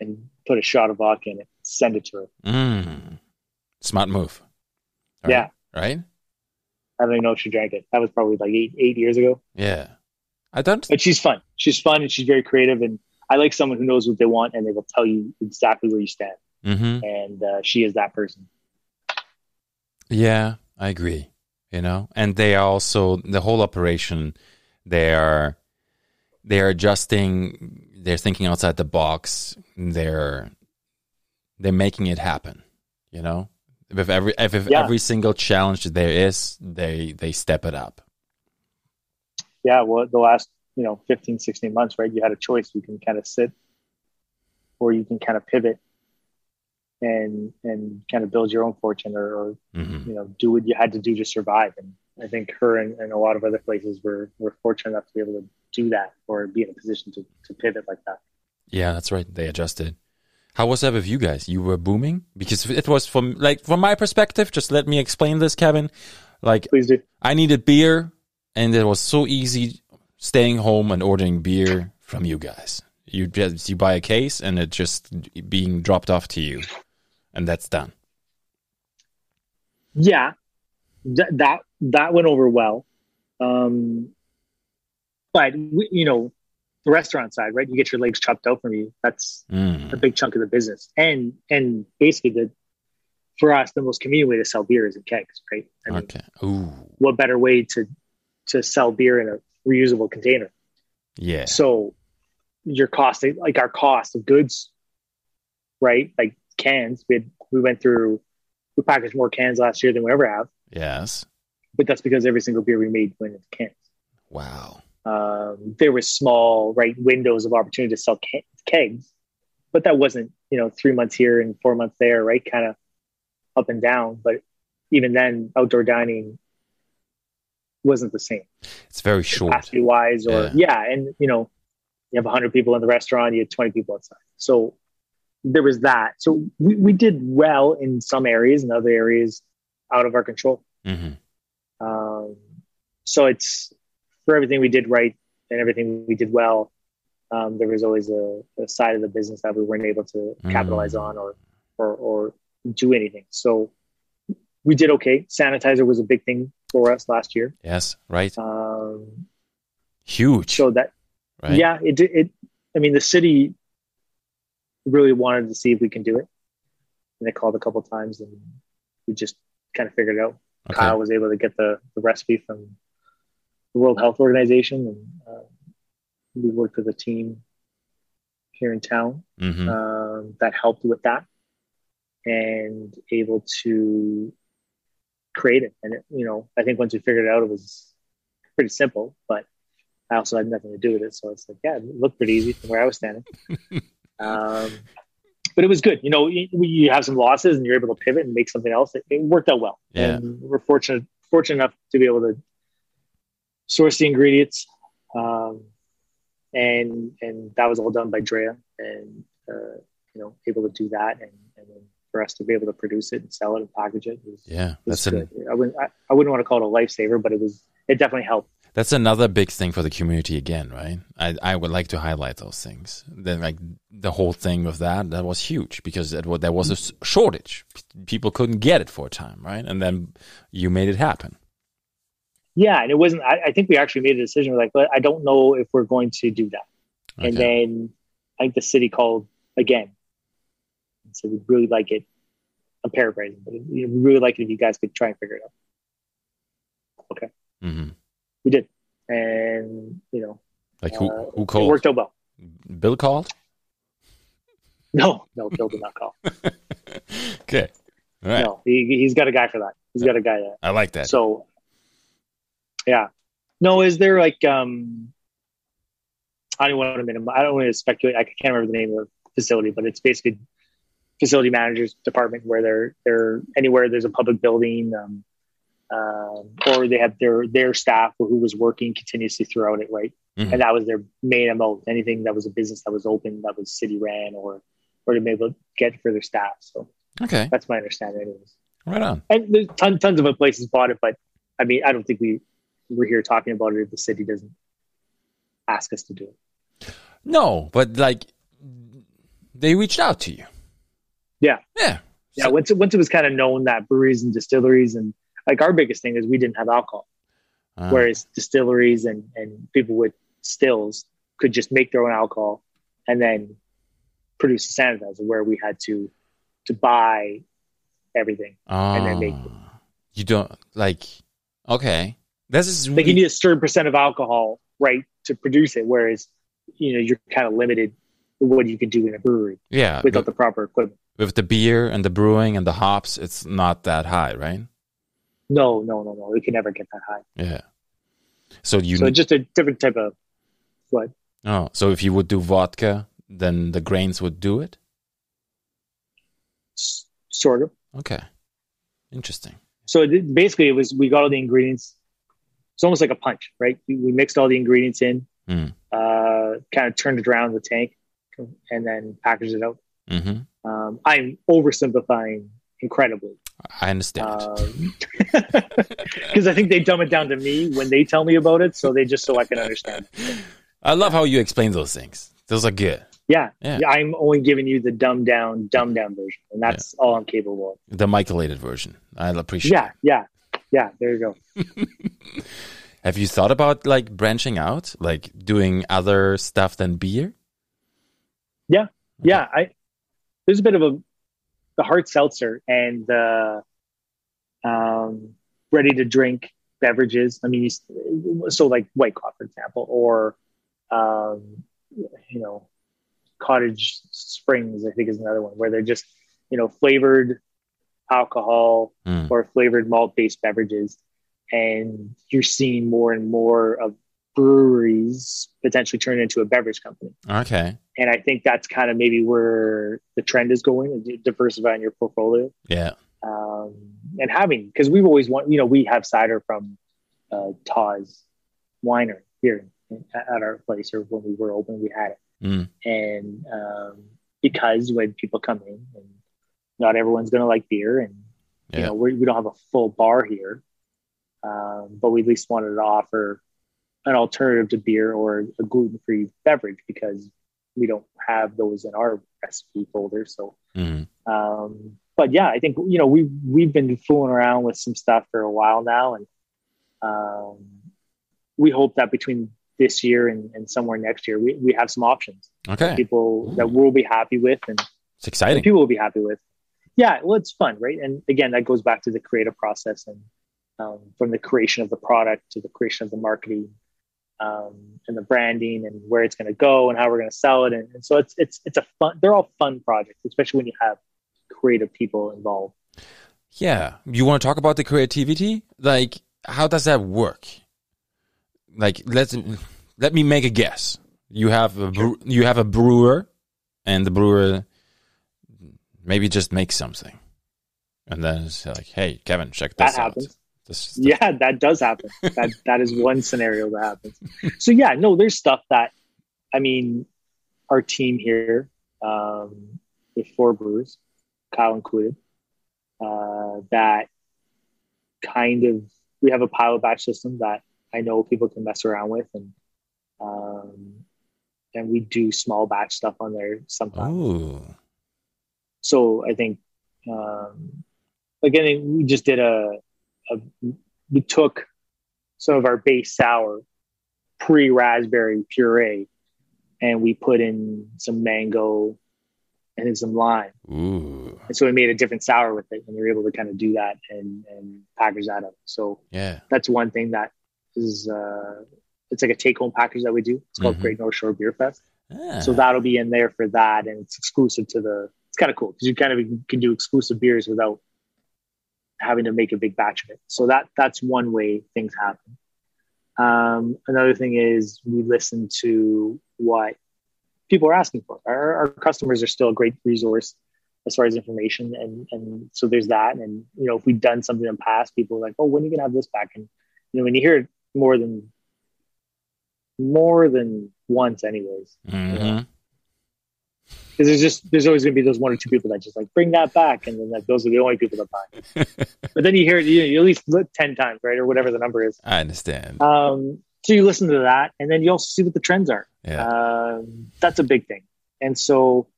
B: and put a shot of vodka in it. Send it to her.
A: Mm. Smart move. All
B: yeah,
A: right, Right.
B: I don't even know if she drank it. That was probably like eight eight years ago.
A: Yeah. I don't.
B: But she's fun. She's fun and she's very creative. And I like someone who knows what they want and they will tell you exactly where you stand.
A: Mm-hmm.
B: and uh, she is that person.
A: Yeah, I agree. You know, and they are also the whole operation. They are they are adjusting. They're thinking outside the box. They're they're making it happen. You know, with every if, if
B: Yeah.
A: every single challenge that there is, they they step it up.
B: Yeah, well, the last you know 15, 16 months, right? You had a choice. You can kind of sit, or you can kind of pivot, and and kind of build your own fortune, or, or
A: hmm
B: you know do what you had to do to survive. And I think her and, and a lot of other places were were fortunate enough to be able to do that or be in a position to, to pivot like that.
A: Yeah, that's right. They adjusted. How was that with you guys? You were booming because it was from like from my perspective. Just let me explain this, Kevin. Like
B: Please do.
A: I needed beer, and it was so easy staying home and ordering beer from you guys. You just you buy a case, and it just being dropped off to you, and that's done.
B: yeah th- that that went over well um but we, you know the restaurant side right you get your legs chopped out from you that's a
A: Mm.
B: big chunk of the business and and basically the for us the most convenient way to sell beer is in kegs right i mean
A: Okay. Ooh.
B: what better way to to sell beer in a reusable container
A: Yeah.
B: so your cost like our cost of goods right like cans we had, we went through we packaged more cans last year than we ever have
A: Yes.
B: but that's because every single beer we made went into cans.
A: Wow.
B: Um, there were small right windows of opportunity to sell ke- kegs, but that wasn't you know three months here and four months there, right? Kind of up and down. But even then, outdoor dining wasn't the same
A: It's very short.
B: capacity wise, or
A: Yeah.
B: yeah. and you know you have 100 people in the restaurant, you had 20 people outside, so there was that. So we, we did well in some areas, and other areas out of our control.
A: hmm
B: Um, so it's for everything we did right and everything we did well. Um, there was always a, a side of the business that we weren't able to capitalize
A: Mm.
B: on or, or or do anything. So we did okay. Sanitizer was a big thing for us last year.
A: Yes. Right.
B: Um,
A: Huge.
B: so that
A: right.
B: yeah, it did- it. I mean, the city really wanted to see if we can do it, and they called a couple times, and we just kind of figured it out.
A: Okay.
B: Kyle was able to get the, the recipe from the World Health Organization, and uh, we worked with a team here in town
A: hmm
B: um, that helped with that, and able to create it. And it, you know, I think once we figured it out, it was pretty simple. But I also had nothing to do with it, so it's like, yeah, it looked pretty easy from where I was standing. um, but it was good. You know, you, you have some losses, and you're able to pivot and make something else. It, it worked out well,
A: Yeah.
B: and we're fortunate fortunate enough to be able to source the ingredients. Um, and and that was all done by Drea, and uh, you know, able to do that, and, and then for us to be able to produce it and sell it and package it was,
A: Yeah.
B: was
A: That's
B: good.
A: an
B: I wouldn't I, I wouldn't want to call it a lifesaver, but it was it definitely helped.
A: That's another big thing for the community again, right? I, I would like to highlight those things. Then, like the whole thing with that, that was huge because it, wa- there was a s- shortage. P- People couldn't get it for a time, right? And then you made it happen.
B: Yeah, and it wasn't. I, I think we actually made a decision. We're like, but I don't know if we're going to do that. And
A: Okay.
B: then I think the city called again and said, we really like it. I'm paraphrasing, but we really like it if you guys could try and figure it out.
A: Mhm.
B: We did, and you know,
A: Like who
B: Uh,
A: who
B: it
A: called?
B: worked out well.
A: Bill called.
B: No, no, Bill did not call.
A: okay, all right.
B: No, he, he's got a guy for that. He's got a guy there.
A: I like that.
B: So, yeah. No, is there like um? I don't want to minim- I don't want to speculate. I can't remember the name of the facility, but it's basically facility managers department where they're they're anywhere there's a public building, um, um, or they have their their staff who was working continuously throughout it, right?
A: Mhm.
B: And that was their main MO. Anything that was a business that was open, that was city ran, or or to be able to get for their staff. So
A: okay,
B: that's my understanding, anyways
A: right on.
B: and there's ton, tons of other places bought it, but I mean, I don't think we we're here talking about it if the city doesn't ask us to do it.
A: No, but like they reached out to you.
B: Yeah.
A: Yeah.
B: Yeah, once it, once it was kind of known that breweries and distilleries and like our biggest thing is we didn't have alcohol,
A: Uh,
B: whereas distilleries and and people with stills could just make their own alcohol and then produce sanitizer, where we had to to buy everything.
A: Ah,
B: then make-
A: you don't like. Okay, this is
B: Like you
A: really-
B: need a certain percent of alcohol, right, to produce it. Whereas, you know, you're kind of limited to what you can do in a brewery
A: yeah
B: without
A: with,
B: the proper equipment.
A: with the beer and the brewing and the hops. It's not that high, right?
B: No, no, no, no. We can never get that high.
A: Yeah. So you
B: so just a different type of what?
A: oh so if you would do vodka, then the grains would do it.
B: S- sort of.
A: Okay, interesting.
B: So it, basically, it was we got all the ingredients. It's almost like a punch, right? We we mixed all the ingredients in,
A: Mm.
B: uh, kind of turned it around in the tank, and then packaged it out.
A: hmm
B: Um, I'm oversimplifying incredibly
A: I understand.
B: because I think they dumb it down to me when they tell me about it, so they just so I can understand.
A: I love how you explain those things. Those are good.
B: Yeah,
A: Yeah.
B: I'm only giving you the dumbed down, dumbed down version, and that's all I'm capable of.
A: The Michaelated version. I appreciate.
B: Yeah, yeah, yeah. There you go.
A: Have you thought about like branching out, like doing other stuff than beer?
B: yeah i there's a bit of a the hard seltzer and the um ready to drink beverages i mean you s- so like white claw for example or um you know cottage springs i think is another one where they're just you know flavored alcohol
A: Mm.
B: or flavored malt based beverages and you're seeing more and more of breweries potentially turn into a beverage company
A: Okay.
B: and I think that's kind of maybe where the trend is going is diversifying your portfolio
A: Yeah.
B: um, and having because we've always want you know we have cider from uh, Taz Winer here in- at our place or when we were open we had it
A: Mm.
B: and um, because when people come in and not everyone's going to like beer and you
A: Yeah.
B: know we're, we don't have a full bar here um, but we at least wanted to offer an alternative to beer or a gluten-free beverage because we don't have those in our recipe folder so
A: Mm.
B: um, but yeah i think you know we we've been fooling around with some stuff for a while now and um, we hope that between this year and, and somewhere next year we, we have some options
A: Okay.
B: people that we'll be happy with and
A: It's
B: and
A: exciting.
B: people will be happy with. Yeah, well, it's fun, right? And again, that goes back to the creative process and um, from the creation of the product to the creation of the marketing um, and the branding and where it's going to go and how we're going to sell it. And, and so it's it's it's a fun. They're all fun projects, especially when you have creative people involved.
A: Yeah. You want to talk about the creativity? Like, how does that work? Like, let's let me make a guess. You have a bre- you have a brewer, and the brewer maybe just makes something, and then it's like, hey, Kevin, check
B: That
A: this out.
B: happens.
A: This is the-
B: Yeah, that does happen. That that is one scenario that happens. So yeah, no, there's stuff that I mean, our team here, um, the four brewers, Kyle included, uh, that kind of we have a pilot batch system that I know people can mess around with and um and we do small batch stuff on there sometimes
A: Ooh.
B: so I think um, again we just did a, a we took some of our base sour pre raspberry puree and we put in some mango and then some lime
A: Ooh.
B: and so we made a different sour with it and we were able to kind of do that and and package that up so
A: Yeah.
B: that's one thing that is uh, it's like a take home package that we do it's called
A: Mhm.
B: Great North Shore Beer Fest
A: Ah.
B: so that'll be in there for that, and it's exclusive to the. It's kind of cool because you kind of can do exclusive beers without having to make a big batch of it. So that that's one way things happen. Um, another thing is we listen to what people are asking for. Our, our customers are still a great resource as far as information, and and so there's that. And you know, if we've done something in the past, people are like, oh, when are you gonna have this back? And you know, when you hear it more than more than once, anyways
A: Mhm.
B: because there's just there's always going to be those one or two people that just like bring that back, and then that, those are the only people that buy. But then you hear it you, you at least look ten times, right, or whatever the number is.
A: I understand.
B: Um, so you listen to that, and then you also see what the trends are.
A: Yeah.
B: Um, that's a big thing, and so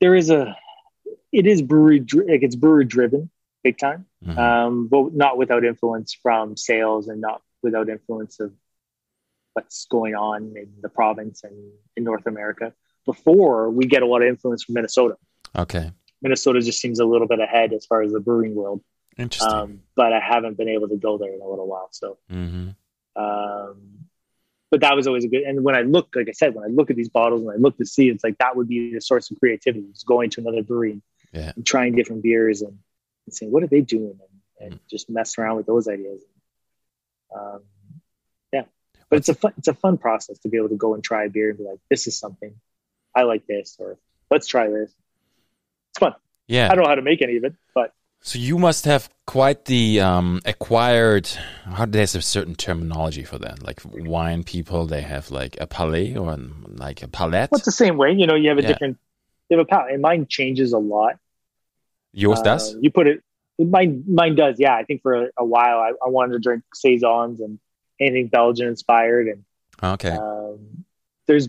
B: there is a it is brewery dri- like it's brewery driven big time
A: Mhm.
B: um, but not without influence from sales and not without influence of what's going on in the province and in North America. Before we get a lot of influence from Minnesota,
A: okay.
B: Minnesota just seems a little bit ahead as far as the brewing world.
A: Interesting.
B: Um, but I haven't been able to go there in a little while. So,
A: mm-hmm.
B: um, but that was always a good. And when I look, like I said, when I look at these bottles and I look to see, it's like that would be the source of creativity: is going to another brewery,
A: Yeah.
B: and trying different beers, and, and saying what are they doing, and,
A: Mm.
B: and just mess around with those ideas. Um, yeah, but it's a fun, it's a fun process to be able to go and try a beer and be like, this is something I like this, or let's try this. It's fun.
A: Yeah.
B: I don't know how to make any of it, but
A: So you must have quite the um, acquired. How there's a certain terminology for that. Like wine people, they have like a palais or like a palette.
B: Well, it's the same way. You know, you have a
A: Yeah.
B: different, you have a palette, and mine changes a lot.
A: Yours
B: Uh,
A: does.
B: You put it, mine, mine does. Yeah, I think for a, a while I, I wanted to drink saisons and anything Belgian inspired, and
A: Ah, Okay.
B: um, there's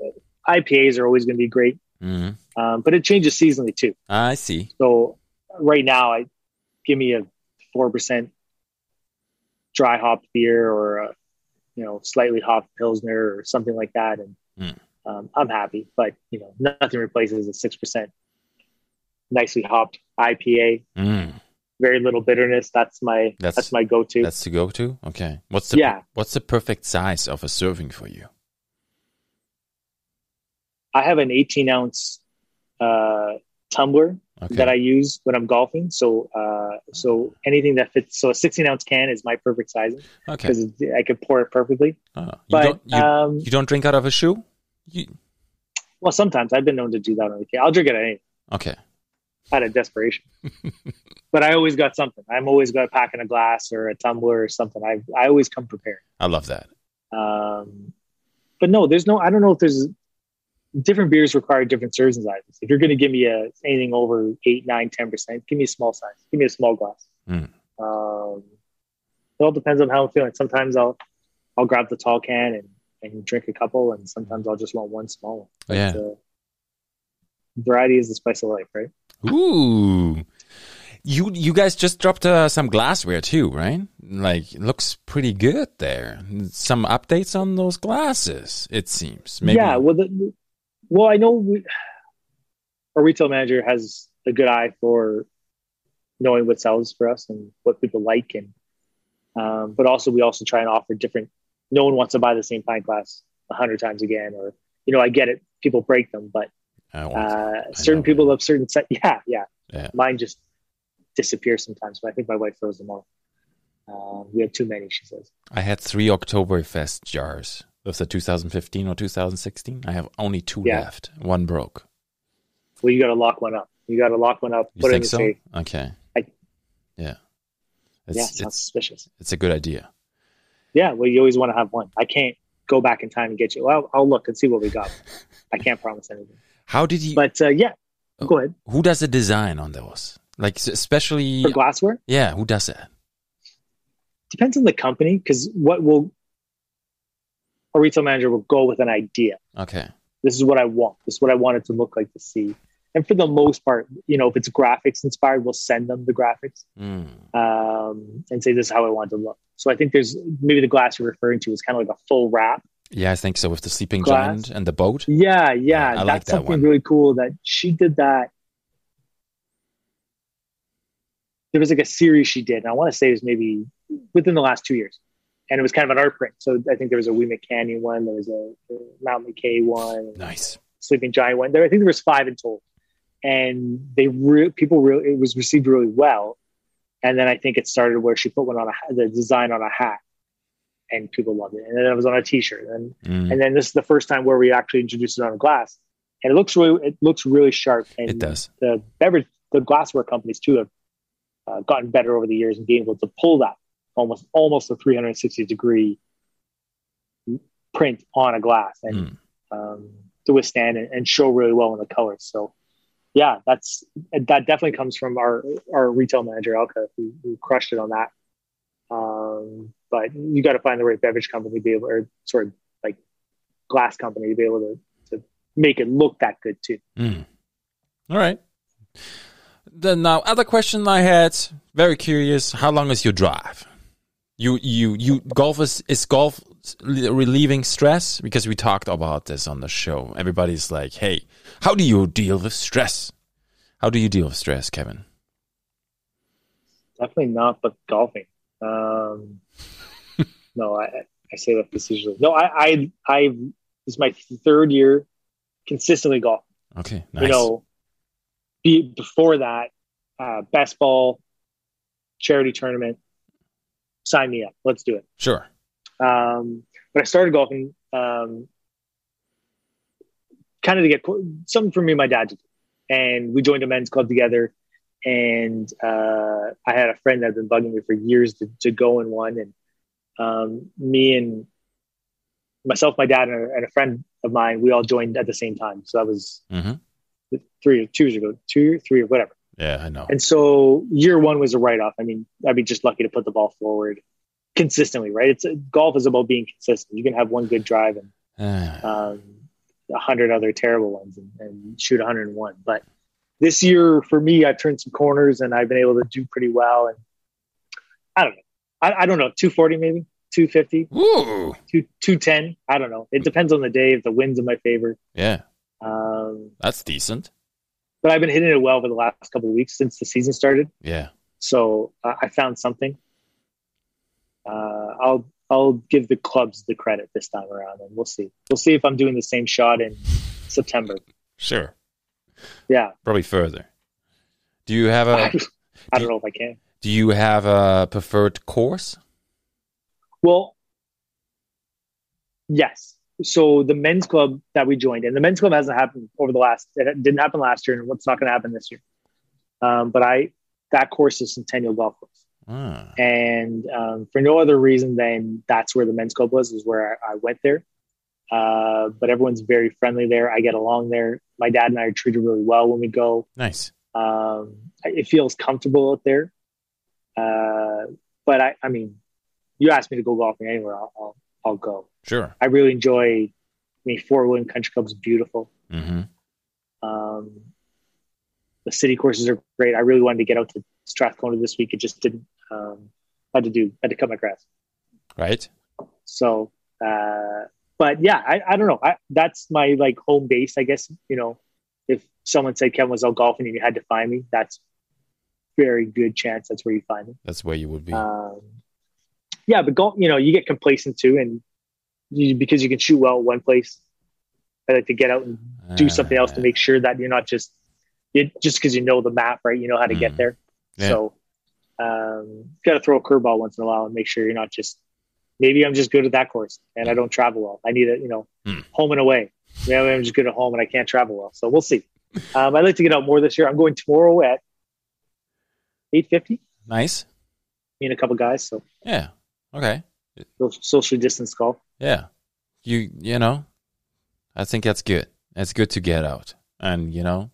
B: uh, IPAs are always going to be great,
A: hmm
B: um, but it changes seasonally too.
A: Ah, I see.
B: So right now, I give me a four percent dry hopped beer or a you know slightly hopped pilsner or something like that, and
A: Mm.
B: um, I'm happy. But you know, nothing replaces a six percent nicely hopped IPA.
A: Mm.
B: Very little bitterness. That's my
A: That's-
B: that's, my go to.
A: That's to go to. Okay. What's the
B: Yeah,
A: What's the perfect size of a serving for you?
B: I have an 18 ounce uh, tumbler
A: Okay.
B: that I use when I'm golfing. So uh, so anything that fits. So a 16 ounce can is my perfect sizing.
A: okay.
B: because I could pour it perfectly.
A: Oh, you
B: But
A: don't you,
B: um,
A: you don't drink out of a shoe. You,
B: well, sometimes I've been known to do that on the I'll drink it any,
A: okay.
B: out of desperation. but I always got something. I'm always got a pack in a glass or a tumbler or something. I I always come prepared.
A: I love that.
B: Um, but no, there's no. I don't know if there's different beers require different serving sizes. If you're going to give me a anything over eight, nine, ten percent, give me a small size. Give me a small glass.
A: Mm.
B: Um, it all depends on how I'm feeling. Sometimes I'll I'll grab the tall can and, and drink a couple, and sometimes I'll just want one small one.
A: Yeah.
B: So, variety is the spice of life, right?
A: Ooh. You you guys just dropped uh, some glassware too, right? Like it looks pretty good there. Some updates on those glasses, it seems. Maybe.
B: Yeah. Well, the, well, I know we, our retail manager has a good eye for knowing what sells for us and what people like, and um, but also we also try and offer different. No one wants to buy the same pint glass a hundred times again, or you know, I get it. People break them, but
A: I want-
B: uh,
A: know.
B: certain people love certain set. Yeah, yeah,
A: Yeah.
B: Mine just disappears sometimes, but I think my wife throws them all. Um, we have too many, she says.
A: I had three Oktoberfest jars. Was that 2015 or 2016? I have only two
B: Yeah.
A: left. One broke.
B: Well, you got to lock one up. You got to lock one up.
A: You
B: put it in
A: think
B: the
A: so?
B: safe.
A: Okay.
B: I-
A: yeah. It's,
B: yeah, sounds
A: it's,
B: suspicious.
A: it's a good idea.
B: Yeah, well, you always want to have one. I can't go back in time and get you. Well, I'll, I'll look and see what we got. I can't promise anything.
A: How did you?
B: But uh, yeah, go ahead.
A: who does the design on those? Like s- especially,
B: For glassware,
A: yeah. Who does that?
B: depends on the company because what will a retail manager will go with an idea.
A: Okay.
B: This is what I want. This is what I want it to look like to see. And for the most part, you know, if it's graphics inspired, we'll send them the graphics
A: Mm.
B: um, and say this is how I want it to look. So I think there's maybe the glass you're referring to is kind of like a full wrap
A: Yeah, I think so. With the sleeping
B: Glass.
A: giant and the boat. Yeah, I
B: Yeah, yeah. That's
A: like that
B: something
A: one.
B: really cool that she did that. There was like a series she did, and I want to say it was maybe within the last two years. And it was kind of an art print. So I think there was a Wee McCanny one, there was a, a Mount McKay one,
A: Nice.
B: Sleeping Giant one. There, I think there was five in total. And they re- people really it was received really well. And then I think it started where she put one on a ha- the design on a hat, and people loved it. And then it was on a T-shirt, and
A: Mm,
B: and then this is the first time where we actually introduced it on glass and it looks really it looks really sharp and
A: it does.
B: the beverage the glassware companies too have uh, gotten better over the years and being able to pull that almost almost a 360 degree print on a glass and
A: Mm.
B: um, to withstand and, and show really well in the colors so yeah that's that definitely comes from our our retail manager Elka who, who crushed it on that um, but you got to find the right beverage company to be able or sort of like glass company to be able to, to make it look that good too
A: Mm. All right. Then now, other question I had. Very curious. How long is your drive? You you you golf is is golf relieving stress because we talked about this on the show. Everybody's like, hey, how do you deal with stress? How do you deal with stress, Kevin?
B: Definitely not, but golfing. Um, no, I, I say that facetiously. No, I, I, I, this is my third year consistently golfing.
A: Okay, nice.
B: You know, be, before that, uh, best ball, charity tournament, sign me up. Let's do it.
A: sure.
B: Um, but I started golfing um, kind of to get something for me and my dad to do. And we joined a men's club together. And uh, I had a friend that had been bugging me for years to, to go in one. And um, me and myself, my dad, and a, and a friend of mine, we all joined at the same time. So that was
A: Mhm.
B: three or two years ago, two, three or whatever.
A: Yeah, I know.
B: And so year one was a write off. I mean, I'd be just lucky to put the ball forward consistently, right? It's golf is about being consistent. You can have one good drive and
A: Ah,
B: um, a hundred other terrible ones and, and shoot 101. But this year for me, I've turned some corners and I've been able to do pretty well. And I don't know. I, I don't know. 240 maybe 250,
A: Ooh.
B: two, 210. I don't know. It depends on the day if the wind's in my favor.
A: Yeah,
B: Um,
A: that's decent.
B: but I've been hitting it well for the last couple of weeks since the season started.
A: Yeah.
B: So uh, I found something. Uh, I'll I'll give the clubs the credit this time around, and we'll see. We'll see if I'm doing the same shot in September.
A: Sure.
B: Yeah,
A: Probably further. Do you have a
B: I don't know if I can.
A: do you have a preferred course?
B: Well, yes. So the men's club that we joined, and the men's club hasn't happened over the last. It didn't happen last year, and what's not going to happen this year. Um, but I that course is Centennial Golf Course.
A: Ah,
B: and um, for no other reason than that's where the men's club was is where i, I went there uh, but everyone's very friendly there i get along there my dad and i are treated really well when we go
A: nice.
B: um, it feels comfortable out there uh, but I, I mean you ask me to go golfing anywhere i'll, I'll, I'll go
A: Sure.
B: i really enjoy i mean fort william country club's beautiful
A: hmm
B: um, the city courses are great i really wanted to get out to strathcona this week it just didn't um, I had to do I had to cut my grass
A: Right.
B: So, uh, but yeah, I, I don't know. I, that's my like home base, I guess. You know, if someone said Kevin was out golfing and you had to find me, that's very good chance that's where you find me.
A: That's where you would be.
B: Um, yeah, but golf, you know, you get complacent too, and you, because you can shoot well at one place, I like to get out and
A: Ah,
B: do something else to
A: Uh.
B: make sure that you're not just it, just because you know the map, right? You know how to
A: Mm.
B: get there.
A: Yeah.
B: So, um, got to throw a curveball once in a while and make sure you're not just. Maybe I'm just good at that course and I don't travel well. I need a you know
A: Mm.
B: home and away. Maybe I'm just good at home and I can't travel well. So we'll see. Um, I'd like to get out more this year. I'm going tomorrow at eight fifty.
A: Nice.
B: Me and a couple guys. So
A: Yeah. Okay.
B: we'll socially distance golf.
A: Yeah. You you know, I think that's good. It's good to get out. And you know,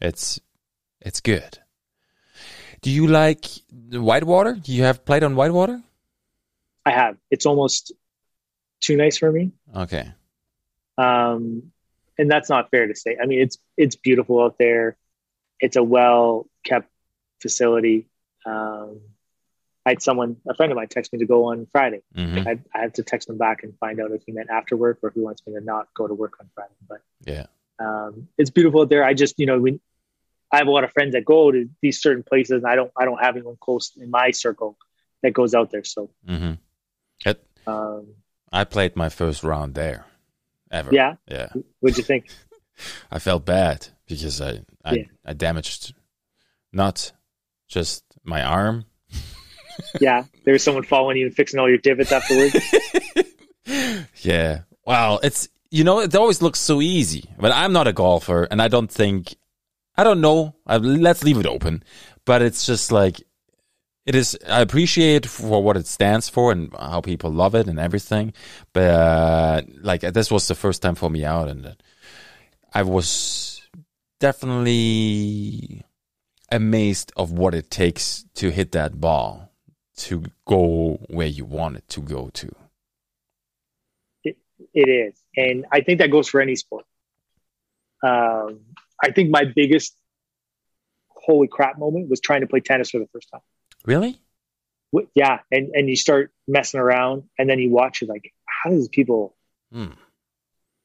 A: it's it's good. Do you like the whitewater? Do you have played on whitewater?
B: I have. It's almost too nice for me.
A: Okay.
B: um, and that's not fair to say. I mean, it's it's beautiful out there. It's a well kept facility. Um, I had someone, a friend of mine, text me to go on Friday.
A: hmm
B: I, I have to text him back and find out if he meant after work or if he wants me to not go to work on Friday. But
A: Yeah.
B: um, it's beautiful out there. I just, you know, when I have a lot of friends that go to these certain places, and I don't, I don't have anyone close in my circle that goes out there. So,
A: hmm
B: um,
A: I played my first round there. Ever.
B: yeah,
A: Yeah.
B: what'd you think?
A: I felt bad because I I,
B: Yeah.
A: I damaged not just my arm.
B: yeah, there was someone following you and fixing all your divots afterwards.
A: yeah. Wow. It's you know it always looks so easy, but I'm not a golfer, and I don't think I don't know. I, let's leave it open. But it's just like it is. I appreciate for what it stands for and how people love it and everything. But uh, like this was the first time for me out, and I was definitely amazed of what it takes to hit that ball to go where you want it to go to.
B: It is, and I think that goes for any sport. Um, I think my biggest holy crap moment was trying to play tennis for the first time.
A: Really?
B: Wh- Yeah, and and you start messing around, and then you watch it like, how does people
A: Hmm.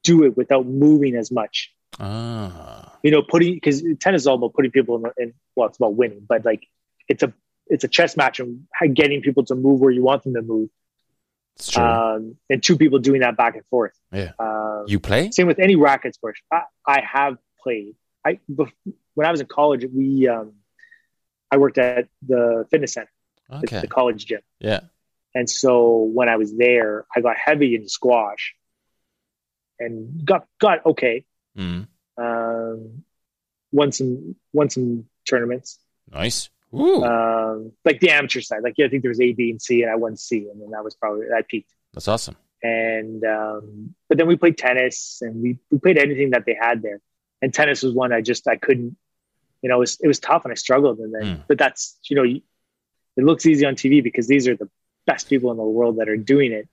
B: do it without moving as much?
A: Ah.
B: you know, putting because tennis is all about putting people in, in. Well, it's about winning, but like it's a it's a chess match and how- getting people to move where you want them to move,
A: It's true.
B: um, and two people doing that back and forth.
A: Yeah.
B: Um,
A: you play?
B: same with any racket sport. I, I have played. I bef- when I was in college, we um, I worked at the fitness center, the-
A: Okay.
B: the college gym.
A: Yeah.
B: And so when I was there, I got heavy into squash and got got okay.
A: Mm.
B: Um, won some won some tournaments,
A: Nice. Ooh.
B: um, like the amateur side. Like yeah, I think there was A, B, and C, and I won C, and then that was probably I peaked.
A: that's awesome.
B: And um, but then we played tennis, and we, we played anything that they had there. And tennis was one I just I couldn't, you know, it was it was tough, and I struggled. And then,
A: Mm.
B: but that's you know, you- it looks easy on TV because these are the best people in the world that are doing it.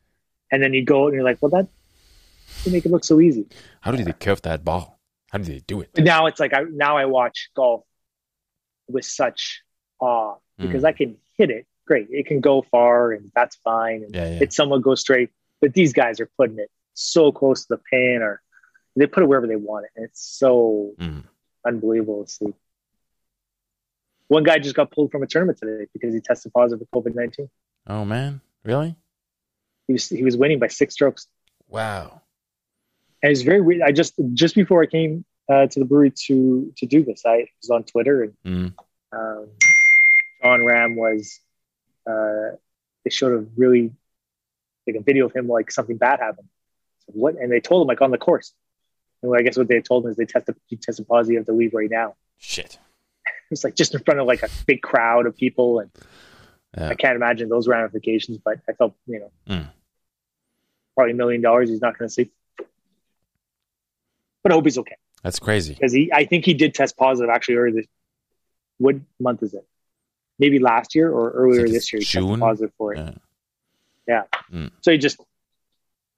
B: And then you go out and you're like, well, that they make it look so easy.
A: How did they curve that ball? How did they do it?
B: But now it's like I now I watch golf with such awe
A: Hmm.
B: because I can hit it great. It can go far and that's fine. And
A: Yeah, yeah.
B: it somewhat goes straight. But these guys are putting it so close to the pin or they put it wherever they want it. And it's so
A: Mm.
B: unbelievable to see. One guy just got pulled from a tournament today because he tested positive for COVID nineteen.
A: Oh man, really?
B: He was he was winning by six strokes.
A: Wow.
B: and it's very weird. I just just before I came uh, to the brewery to to do this, I was on Twitter and
A: Mm.
B: um, John Ram was. Uh, they showed a really like a video of him like something bad happened. So what? And they told him like on the course. And I guess what they told him is they tested you tested positive, you have to leave right now.
A: Shit.
B: It's like just in front of like a big crowd of people, and
A: Yeah.
B: I can't imagine those ramifications. But I felt you know
A: Mm.
B: probably a million dollars he's not going to see. But I hope he's okay
A: That's crazy.
B: because he I think he did test positive actually earlier this what month is it? Maybe last year or earlier
A: it's
B: this year he
A: June?
B: tested positive for it.
A: Yeah.
B: Yeah.
A: Mm.
B: So he just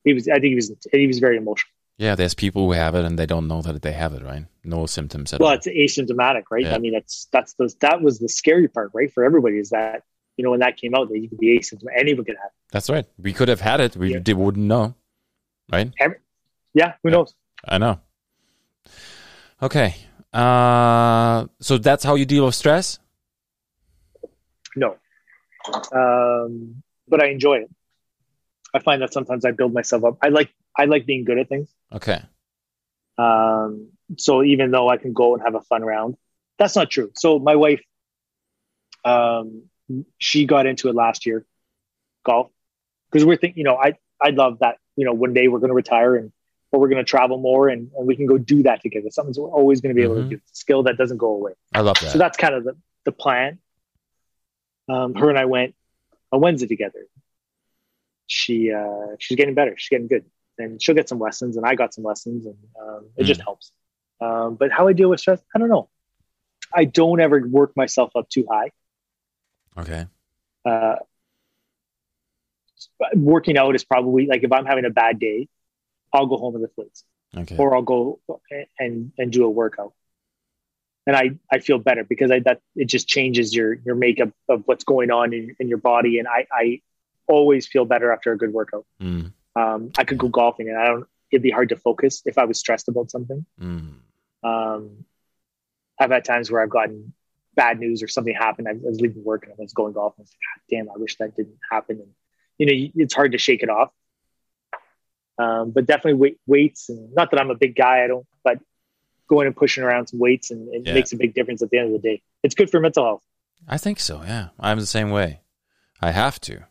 B: he was I think he was he was very emotional.
A: Yeah, there's people who have it and they don't know that they have it, right? No symptoms at
B: Well,
A: all.
B: it's asymptomatic, right?
A: Yeah.
B: I mean that's that's the that was the scary part, right? For everybody is that you know when that came out that you could be asymptomatic anyone could have.
A: That's right. We could have had it. We
B: Yeah.
A: did, wouldn't know. Right?
B: it. Yeah, who
A: Yeah.
B: knows?
A: I know. Okay. Uh, so that's how you deal with stress?
B: No. Um, but I enjoy it. I find that sometimes I build myself up. I like I like being good at things.
A: Okay.
B: Um, so even though I can go and have a fun round, that's not true. So my wife, um, she got into it last year, golf, because we're thinking, you know, I I love that. You know, one day we're going to retire and or we're going to travel more and, and we can go do that together. Something's we're always going to be able
A: Mhm.
B: to do. Skill that doesn't go away.
A: I love
B: So
A: that.
B: that's kind of the, the plan. Um, her and I went on Wednesday together. She uh, she's getting better. She's getting good, and she'll get some lessons, and I got some lessons, and um, it just helps. Um, but how I deal with stress, I don't know. I don't ever work myself up too high.
A: Okay.
B: Uh, working out is probably like if I'm having a bad day, I'll go home and lift weights
A: Okay.
B: or I'll go and and do a workout. And I, I feel better because I that it just changes your your makeup of what's going on in, in your body, and I I always feel better after a good workout.
A: Mm,
B: Um, I could go golfing, and I don't. It'd be hard to focus if I was stressed about something.
A: mm,
B: Um, I've had times where I've gotten bad news or something happened. I was leaving work and I was going golfing. I was like, God damn, I wish that didn't happen. And you know, it's hard to shake it off. Um, but definitely weight, weights, and not that I'm a big guy, I don't, but going and pushing around some weights and it
A: Yeah.
B: makes a big difference at the end of the day. It's good for mental health.
A: I think so. Yeah. I'm the same way. I have to.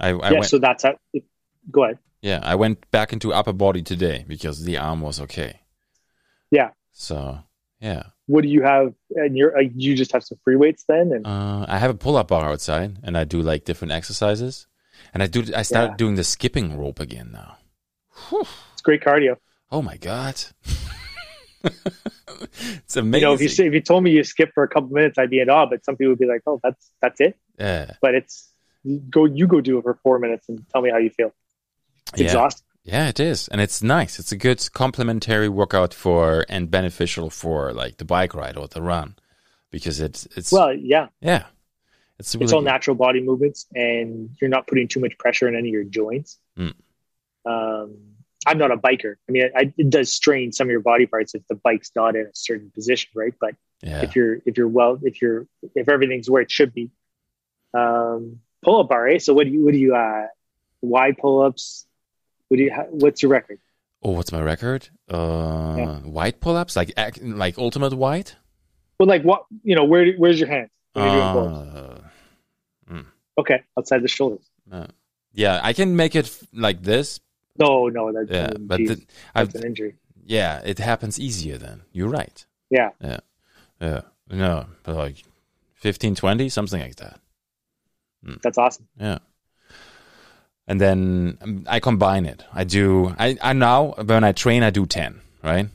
A: I, I
B: yeah,
A: went.
B: so that's how. It, go ahead.
A: Yeah, I went back into upper body today because the arm was okay.
B: Yeah.
A: So yeah,
B: What do you have? And you're uh, you just have some free weights then, and
A: uh, I have a pull-up bar outside, and I do like different exercises, and I do. I started
B: Yeah.
A: doing the skipping rope again now. Whew.
B: it's great cardio.
A: Oh my god, it's amazing.
B: You know, if you say- if you told me you skip for a couple minutes, I'd be in awe. But some people would be like, "Oh, that's that's it."
A: yeah,
B: but it's you go you go do it for four minutes and tell me how you feel. It's
A: yeah.
B: exhausting.
A: Yeah, it is, and it's nice. It's a good complementary workout for and beneficial for like the bike ride or the run, because it's it's
B: Well, yeah,
A: yeah, it's really
B: it's all
A: good.
B: natural body movements, and you're not putting too much pressure on any of your joints.
A: Mm.
B: Um, I'm not a biker. I mean, I, it does strain some of your body parts if the bike's not in a certain position, right? But
A: Yeah.
B: if you're if you're well if you're if everything's where it should be, um, pull up bar. Eh? So what do you what do you uh, why pull ups? What do you how, what's your record?
A: Oh, what's my record? Uh, White pull ups, like ac- like ultimate white.
B: Well, like what you know where do- where's your hands? When you're doing pull-ups?
A: Uh,
B: okay, outside the shoulders.
A: uh, yeah, I can make it f- like this.
B: No, no, that's,
A: Yeah, but
B: geez,
A: the, I've
B: that's an injury.
A: yeah, it happens easier then. You're right.
B: Yeah.
A: Yeah. Yeah. No, but like 15, 20, something like that. Hmm.
B: That's awesome.
A: Yeah. And then um, I combine it. I do, I, I now, when I train, I do 10, right?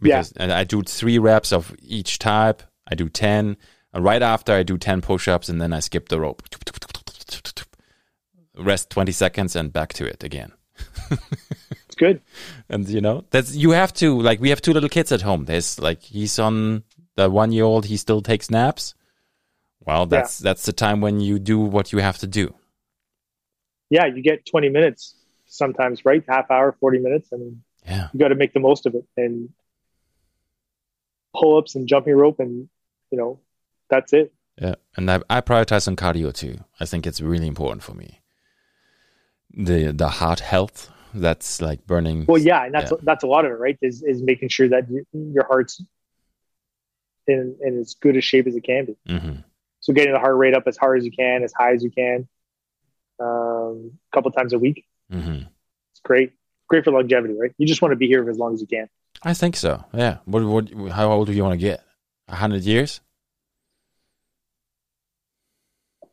A: Because and I do three reps of each type. I do 10. And right after, I do 10 push ups and then I skip the rope. Rest 20 seconds and back to it again.
B: It's good.
A: And you know, that's you have to like we have two little kids at home. There's like he's on the one year old, he still takes naps. Well, that's that's the time when you do what you have to do.
B: Yeah, you get 20 minutes sometimes, right? Half hour, 40 minutes. I mean,
A: Yeah.
B: you got to make the most of it and pull ups and jumping rope, and you know, that's it.
A: Yeah. And I, I prioritize on cardio too. I think it's really important for me. The the heart health, that's like burning
B: Well, yeah, and that's
A: Yeah.
B: that's a lot of it, right? Is is making sure that y- your heart's in in as good a shape as it can be.
A: Mhm.
B: So getting the heart rate up as hard as you can, as high as you can, um, a couple times a week.
A: Mhm.
B: It's great, great for longevity, right? You just want to be here for as long as you can.
A: I think so. Yeah. What what how old do you want to get? A 100 years?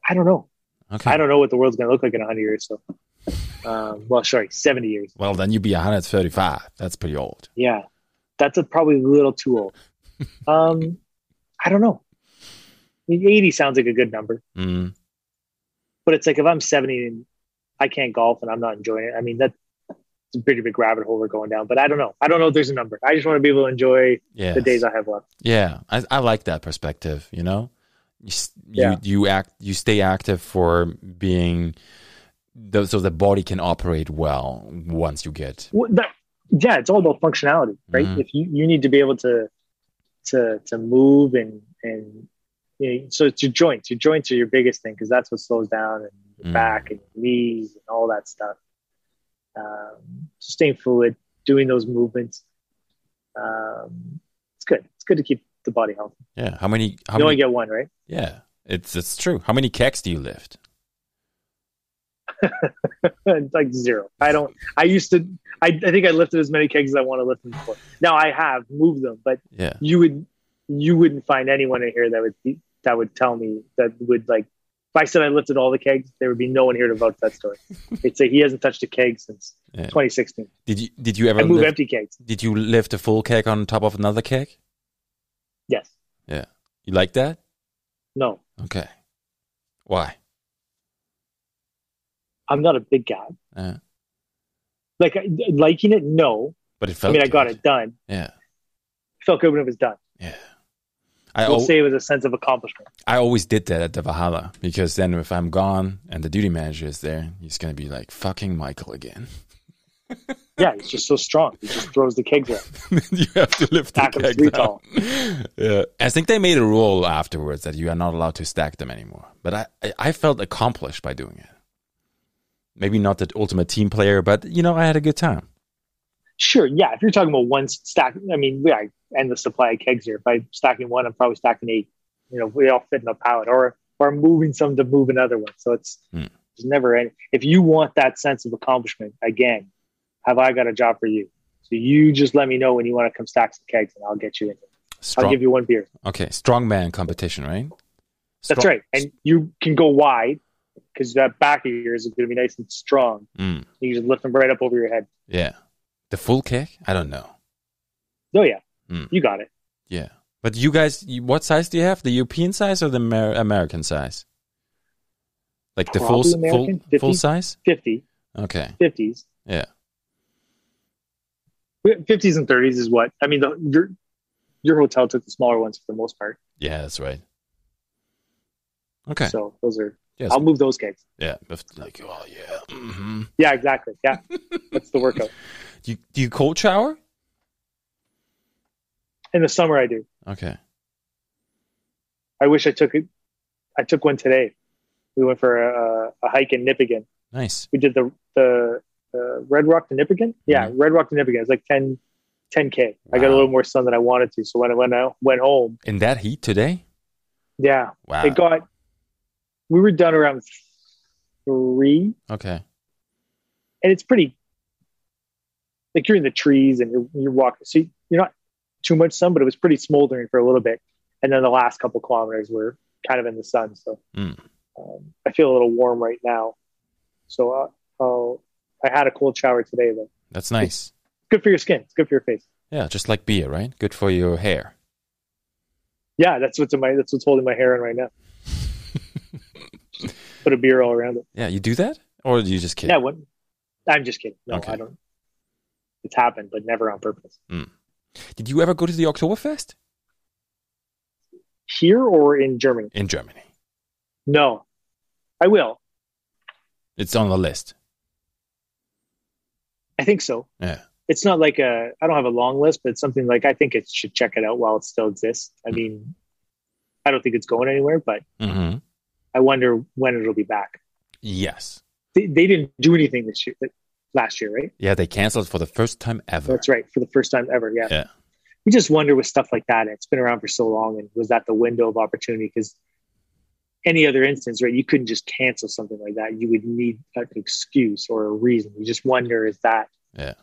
B: I don't know.
A: Okay.
B: I don't know what the world's going to look like in 100 years. So, um, well, sorry, 70 years.
A: well, then you'd be 135. That's pretty old.
B: Yeah, that's a, probably a little too old. Um, I don't know. I mean, 80 sounds like a good number,
A: Mm.
B: but it's like if I'm 70 and I can't golf and I'm not enjoying it. I mean, that's a pretty big rabbit hole we're going down. But I don't know. I don't know if there's a number. I just want to be able to enjoy
A: Yeah.
B: the days I have left.
A: Yeah, I, I like that perspective. You know, you s-
B: Yeah.
A: you you act you stay active for being, th- so the body can operate well once you get.
B: Well, that, yeah, it's all about functionality, right?
A: Mhm.
B: If you, you need to be able to to to move and and you know, so it's your joints. Your joints are your biggest thing because that's what slows down and your
A: Mhm.
B: back and your knees and all that stuff. Um, so staying fluid, doing those movements. Um, it's good. It's good to keep the body healthy.
A: Yeah, how many? How
B: you only
A: many?
B: get one, right?
A: yeah, it's it's true. How many kecks do you lift?
B: It's like zero. I don't. I used to. I, I think I lifted as many kegs as I want to lift them before. Now I have moved them, but
A: Yeah,
B: you would you wouldn't find anyone in here that would be, that would tell me that would like if I said I lifted all the kegs, there would be no one here to vouch that story. They'd say he hasn't touched a keg since
A: Yeah.
B: 2016.
A: did you did you
B: I
A: ever
B: move
A: lift,
B: empty kegs.
A: did you lift a full keg on top of another keg?
B: Yes.
A: You like that?
B: No.
A: Okay, why?
B: I'm not a big guy.
A: Uh,
B: Like I- liking it, no.
A: but it
B: I
A: felt.
B: mean, I got
A: good.
B: it done.
A: Yeah,
B: Felt good when it was done.
A: yeah. I
B: We'll
A: al-
B: say it was a sense of accomplishment.
A: I always did that at the Valhalla because then if I'm gone and the duty manager is there, he's gonna be like fucking Michael again.
B: Yeah, he's just so strong. He just throws the kegs out.
A: you have to lift
B: Stack
A: the
B: 'em
A: keg
B: three
A: down.
B: tall.
A: Yeah. I think they made a rule afterwards that you are not allowed to stack them anymore. But I, I, I felt accomplished by doing it. Maybe not the ultimate team player, but you know I had a good time.
B: Sure, yeah. If you're talking about one stack, I mean, yeah, I end the supply of kegs here. If I'm stacking one, I'm probably stacking eight. You know, we all fit in a pallet, or or I'm moving some to move another one. So it's
A: Hmm.
B: there's never any. If you want that sense of accomplishment, again, have I got a job for you? So you just let me know when you want to come stack some kegs, and I'll get you in. I'll
A: Strong,
B: give you one beer.
A: okay, strongman competition, right?
B: That's
A: Strong-
B: right, and you can go wide because that back of yours is going to be nice and strong.
A: Mm,
B: You just lift them right up over your head.
A: yeah, the full kick. I don't know.
B: Oh yeah,
A: Hmm.
B: you got it.
A: Yeah, but you guys, you, what size do you have? The European size or the Amer- American size? Like the full
B: Probably American,
A: full full
B: 50.
A: size?
B: 50,
A: Okay,
B: 50s.
A: yeah,
B: fifties and thirties is what I mean. The, your your hotel took the smaller ones for the most part,
A: yeah, that's right. Okay,
B: so those are.
A: yes,
B: I'll move those kegs.
A: yeah, but like oh yeah. hmm
B: mm-hmm." Yeah, exactly. Yeah, that's the workout.
A: Do you, do you cold shower?
B: In the summer, I do.
A: Okay.
B: I wish I took it. I took one today. We went for a, a hike in Nipigon.
A: Nice.
B: We did the the uh, Red Rock to Nipigon. Yeah,
A: Mhm.
B: Red Rock to Nipigon. It's like 10 k. I got a
A: Wow.
B: little more sun than I wanted to. So when I when I went home,
A: In that heat today?
B: yeah,
A: Wow.
B: it got. We were done around three,
A: okay.
B: and it's pretty. Like you're in the trees and you're you're walking, so you're not too much sun, but it was pretty smoldering for a little bit, and then the last couple kilometers were kind of in the sun. So
A: Mm.
B: um, I feel a little warm right now. So uh, I'll- I had a cold shower today, though.
A: That's nice.
B: It's good for your skin. It's good for your face.
A: Yeah, just like beer, right? Good for your hair.
B: Yeah, that's what's in my that's what's holding my hair in right now. Put a beer all around it.
A: Yeah, you do that? Or do you just kid?
B: Yeah, what? I'm just kidding. No,
A: Okay.
B: I don't. It's happened, but never on purpose.
A: Did you ever go to the Oktoberfest?
B: Here or in Germany?
A: In Germany.
B: No, I will.
A: It's on the list.
B: I think so.
A: Yeah.
B: It's not like a. I don't have a long list, but it's something like I think it should check it out while it still exists. I mean, I don't think it's going anywhere, but
A: Mm-hmm.
B: I wonder when it'll be back.
A: Yes.
B: They, they didn't do anything this year, like, last year, right?
A: Yeah, they canceled for the first time ever.
B: That's right, for the first time ever. Yeah.
A: Yeah.
B: You just wonder with stuff like that. It's been around for so long, and was that the window of opportunity? Because any other instance, right? You couldn't just cancel something like that. You would need an excuse or a reason. You just wonder is that
A: Yeah.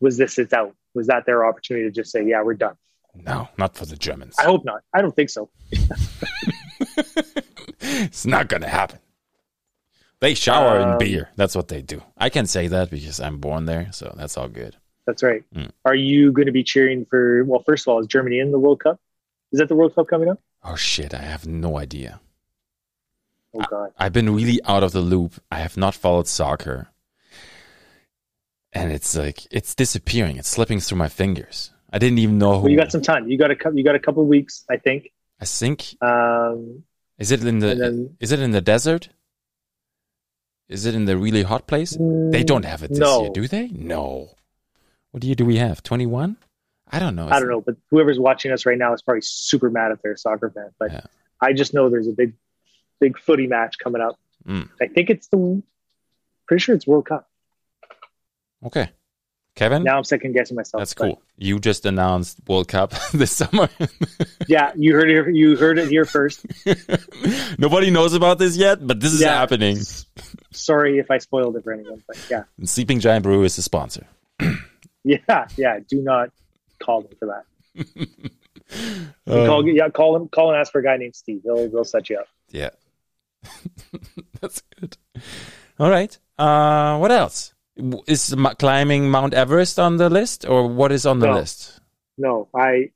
B: was this its out? Was that their opportunity to just say, yeah, we're done?
A: No, not for the Germans.
B: I hope not. I don't think so.
A: it's not gonna happen. They shower in
B: Um,
A: beer. That's what they do. I can say that because I'm born there, so that's all good.
B: That's right.
A: Mm.
B: Are you going to be cheering for? Well, first of all, is Germany in the World Cup? Is that the World Cup coming up?
A: Oh shit, I have no idea.
B: Oh God,
A: I've been really out of the loop. I have not followed soccer. And it's like it's disappearing. It's slipping through my fingers. I didn't even know who
B: well, you got some time. You got a cou- you got a couple weeks, I think.
A: I think
B: Um,
A: is it in the
B: and then
A: is it in the desert? Is it in the really hot place? They
B: Mm,
A: don't have it this
B: no.
A: year, do they? No. What year do we have? 21? I don't know.
B: I don't know, but whoever's watching us right now is probably super mad if they're a soccer fan. But
A: Yeah.
B: I just know there's a big, big footy match coming up.
A: Mm.
B: I think it's the, pretty sure it's World Cup.
A: Okay. Kevin,
B: Now I'm second guessing myself.
A: that's
B: but-
A: cool. You just announced World Cup this summer.
B: yeah, you heard it. You heard it here first.
A: Nobody knows about this yet, but this is
B: Yeah.
A: happening.
B: Sorry if I spoiled it for anyone, but yeah,
A: Sleeping Giant Brew is the sponsor.
B: yeah, yeah. Do not call them for that. You
A: Um,
B: Call, yeah, call him. Call and ask for a guy named Steve. They'll they'll set you up.
A: yeah. that's good. All right. Uh, what else? W- Is m- climbing Mount Everest on the list or what is on the
B: No.
A: list?
B: no, I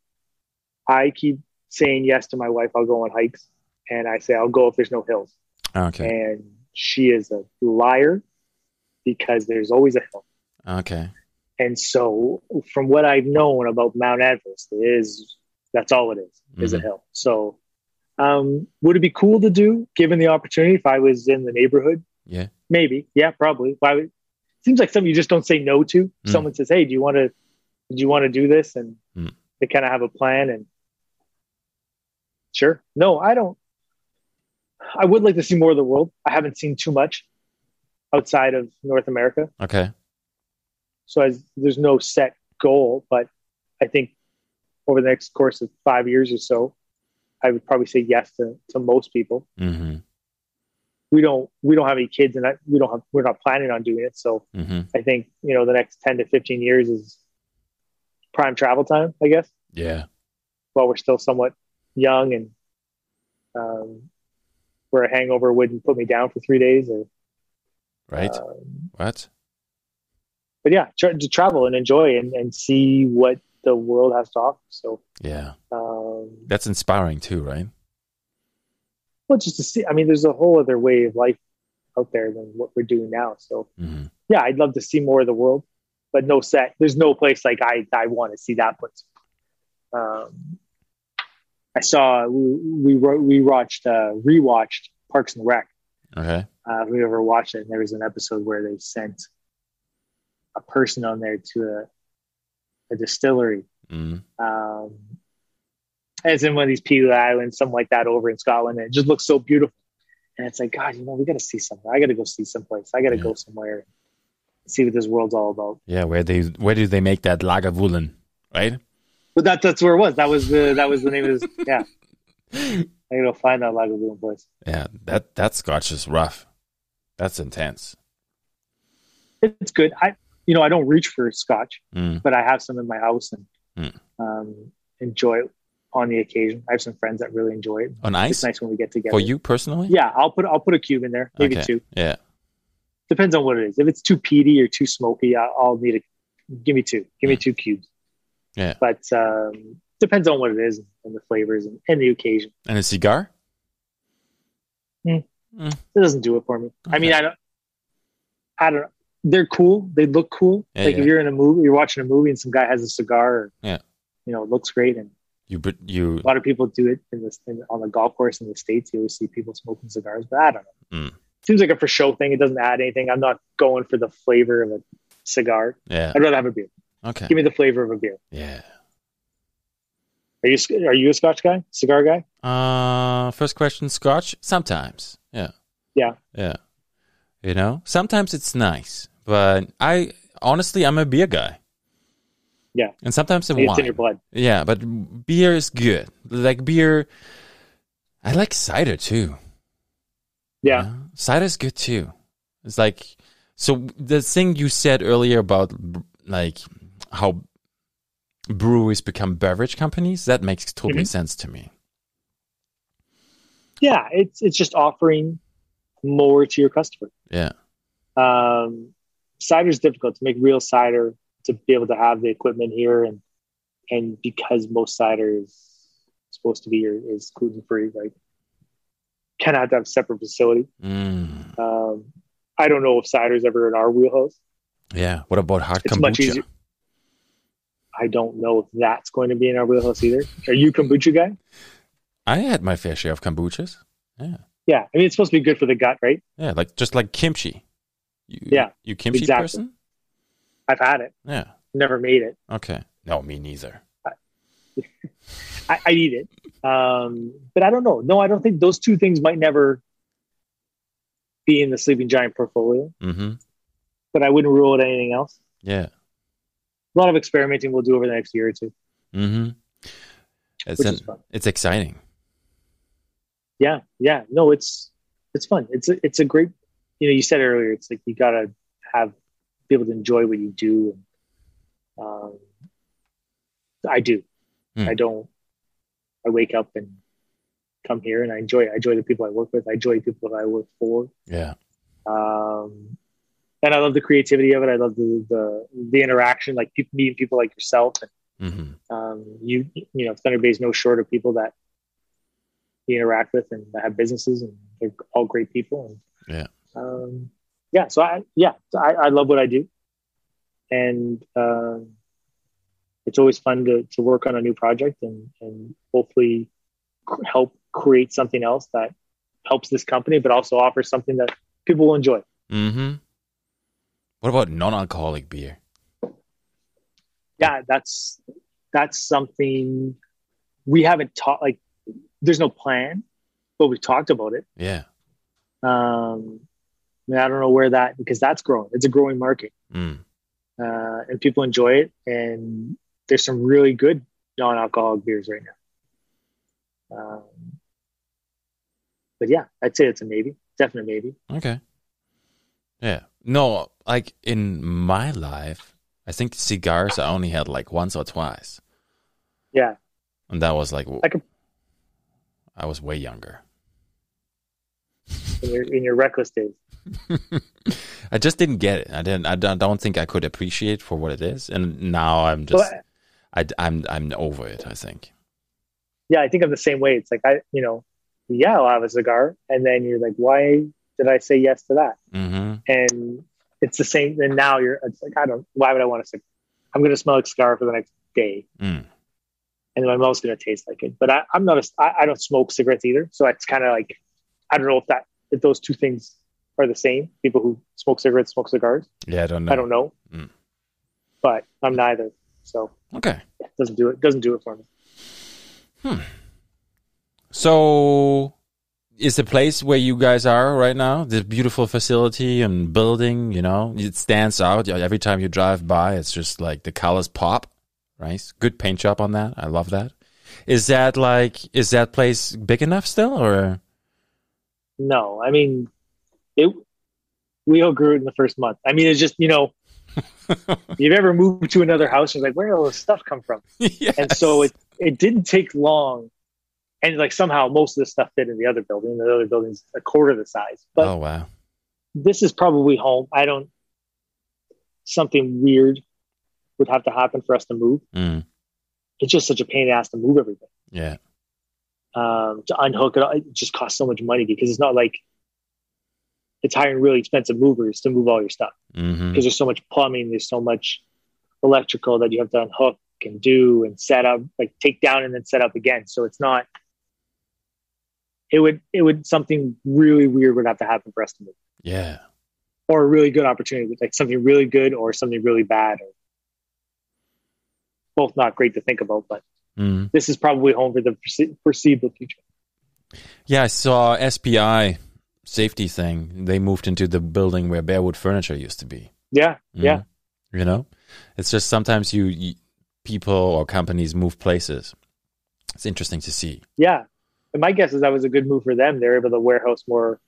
B: I keep saying yes to my wife. I'll go on hikes, and I say I'll go if there's no hills,
A: Okay.
B: and she is a liar because there's always a hill.
A: Okay.
B: And so, from what I've known about Mount Everest, it is that's all it is, is a
A: Mhm.
B: hill. So, um, would it be cool to do given the opportunity if I was in the neighborhood?
A: Yeah.
B: maybe, yeah, probably. Why? Would, seems like something you just don't say no to.
A: Mm.
B: Someone says, "Hey, do you want to? Do you want to do this?" And
A: Mm.
B: they kind of have a plan. And sure, no, I don't. I would like to see more of the world. I haven't seen too much outside of North America
A: Okay.
B: so as there's no set goal but i think over the next course of five years or so i would probably say yes to, to most people
A: Mm
B: we don't we don't have any kids and I, we don't have we're not planning on doing it so
A: hmm. Mm hmm.
B: i think you know the next 10 to 15 years is prime travel time i guess
A: Yeah.
B: while we're still somewhat young and um, where a hangover wouldn't put me down for three days or
A: Right.
B: um,
A: what?
B: but yeah tra- to travel and enjoy and, and see what the world has to offer so
A: Yeah.
B: um,
A: That's inspiring too, right?
B: well just to see i mean there's a whole other way of life out there than what we're doing now so
A: Mm-hmm.
B: yeah i'd love to see more of the world but no set there's no place like i i want to see that place um i saw we we, ro- we watched uh rewatched parks and rec
A: Okay.
B: uh if we ever watched it and there was an episode where they sent a person on there to a, a distillery.
A: Mm.
B: Um, as in one of these Pele Islands, something like that over in Scotland. And it just looks so beautiful. And it's like, God, you know, we got to see somewhere. I got to go see someplace. I got to
A: Yeah.
B: go somewhere and see what this world's all about.
A: Yeah, where they where do they make that Lagavulin, right?
B: But that, that's where it was. That was the, that was the name of this. Yeah. I got to find that Lagavulin place.
A: Yeah, that that scotch is rough. That's intense.
B: It's good. I, you know, I don't reach for scotch,
A: Mm.
B: but I have some in my house and
A: Hmm.
B: um, enjoy it on the occasion. I have some friends that really enjoy it.
A: On
B: It's
A: ice
B: nice when we get together.
A: for you personally?
B: Yeah, I'll put I'll put a cube in there, maybe
A: Okay.
B: two.
A: Yeah.
B: Depends on what it is. If it's too peaty or too smoky, I- I'll need a give me two. Give me two cubes.
A: Hmm. Yeah.
B: But um, depends on what it is and the flavors and, and the occasion.
A: And a cigar?
B: It doesn't do it for me. I mean,
A: Okay.
B: I don't. I don't. They're cool. They look cool.
A: Yeah,
B: like
A: yeah.
B: if you're in a movie, you're watching a movie, and some guy has a cigar. Or,
A: Yeah.
B: You know, it looks great, and
A: You but you
B: a lot of people do it in this in, on the golf course in the states. You always see people smoking cigars, but I don't know.
A: Mm.
B: Seems like a for show thing. It doesn't add anything. I'm not going for the flavor of a cigar.
A: Yeah.
B: I'd rather have a beer.
A: Okay.
B: Give me the flavor of a beer.
A: Yeah.
B: Are you are you a Scotch guy? Cigar guy?
A: Uh first question scotch? Sometimes. Yeah.
B: Yeah.
A: Yeah. You know? Sometimes it's nice. But I honestly I'm a beer guy.
B: Yeah.
A: And sometimes
B: Like,
A: a
B: it's in
A: wine.
B: your blood.
A: Yeah, but beer is good. Like beer, I like cider too.
B: Yeah.
A: you know? cider is good too. It's like so the thing you said earlier about like how breweries become beverage companies that makes
B: Mm-hmm.
A: totally sense to me.
B: yeah it's it's just offering more to your customer
A: Yeah.
B: um cider is difficult to make real cider to be able to have the equipment here and and because most cider is supposed to be or is gluten free like kind of have to have separate facility
A: Mm,
B: um i don't know if cider's ever in our wheelhouse
A: yeah. What about hard
B: It's much
A: kombucha?
B: easier- i don't know if that's going to be in our wheelhouse either are you a kombucha guy
A: I had my fair share of kombuchas. Yeah.
B: yeah i mean it's supposed to be good for the gut right
A: Yeah. Like just like kimchi. You,
B: Yeah,
A: You kimchi
B: exactly.
A: person?
B: i've had it
A: Yeah.
B: never made it
A: Okay. No, me neither.
B: I, I eat it. Um, but I don't know. No, I don't think those two things might never be in the Sleeping Giant portfolio,
A: Mm-hmm.
B: but I wouldn't rule out anything else.
A: Yeah.
B: A lot of experimenting we'll do over the next year or two,
A: Mm-hmm. It's,
B: which
A: an-
B: is fun.
A: it's exciting.
B: Yeah, yeah. No, it's it's fun. It's a, it's a great. You know, you said earlier, it's like you gotta have be able to enjoy what you do. And, um, I do.
A: Hmm.
B: I don't. I wake up and come here, and I enjoy. it. I enjoy the people I work with. I enjoy people that I work for.
A: Yeah.
B: um, and I love the creativity of it. I love the the, the interaction, like peop meeting people like yourself. And,
A: Mm-hmm.
B: um, you you know, Thunder Bay's no short of people that you interact with and that have businesses, and they're all great people. And,
A: Yeah.
B: um, yeah. So I yeah, so I, I love what I do, and um, it's always fun to to work on a new project and and hopefully cr- help create something else that helps this company, but also offers something that people will enjoy.
A: Mm-hmm. What about non-alcoholic beer?
B: yeah that's that's something we haven't taught like there's no plan but we've talked about it
A: Yeah.
B: um I, mean, I don't know where that because that's growing it's a growing market
A: Mm.
B: uh and people enjoy it and there's some really good non-alcoholic beers right now um but yeah i'd say it's a maybe definite maybe
A: Okay. Yeah. No, like in my life, I think cigars I only had like once or twice,
B: yeah
A: and that was like w-
B: Like a-
A: I was way younger.
B: in your, in your reckless days
A: I just didn't get it. I didn't. I don't, don't think I could appreciate for what it is, and now I'm just.
B: But-
A: I, am I'm over it. I think.
B: yeah, I think I'm the same way. It's like I, you know, yeah, I'll have a cigar, and then you're like, why did I say yes to that?
A: Mm-hmm.
B: And it's the same. And now you're it's like, I don't. Why would I want a cigar? I'm gonna smell like cigar for the next day,
A: Mm.
B: and my mouth's gonna taste like it. But I, I'm not. A, I, I don't smoke cigarettes either, so it's kind of like I don't know if that if those two things are the same. People who smoke cigarettes smoke cigars.
A: Yeah, I don't know.
B: I don't know.
A: Mm.
B: but I'm neither. So
A: Okay.
B: yeah, doesn't do it. Doesn't do it for me.
A: So is the place where you guys are right now, this beautiful facility and building, you know, it stands out. Yeah, Every time you drive by, it's just like the colors pop, right? Good paint job on that. I love that. Is that like, is that place big enough still or?
B: No, I mean, it. We all grew it in the first month. I mean, it's just you know, you've ever moved to another house and you're like, where did all this stuff come from?
A: yes.
B: And so it it didn't take long, and like somehow most of the stuff fit in the other building. The other building's a quarter the size, but
A: oh, wow.
B: this is probably home. I don't. Something weird would have to happen for us to move.
A: Mm,
B: It's just such a pain in the ass to move everything.
A: yeah.
B: um, to unhook it. all- It just costs so much money because it's not like it's hiring really expensive movers to move all your stuff
A: hmm
B: because there's so much plumbing, there's so much electrical that you have to unhook and do and set up, like take down and then set up again. So it's not. It would it would something really weird would have to happen for us to move,
A: Yeah.
B: or a really good opportunity, like something really good or something really bad, or both not great to think about. But
A: Mm.
B: this is probably home for the foresee- foreseeable future.
A: Yeah, I saw SPI safety thing. They moved into the building where Bearwood Furniture used to be.
B: Yeah,
A: Mhm.
B: yeah.
A: You know, it's just sometimes you, you people or companies move places. It's interesting to see.
B: yeah and my guess is that was a good move for them they're able to warehouse more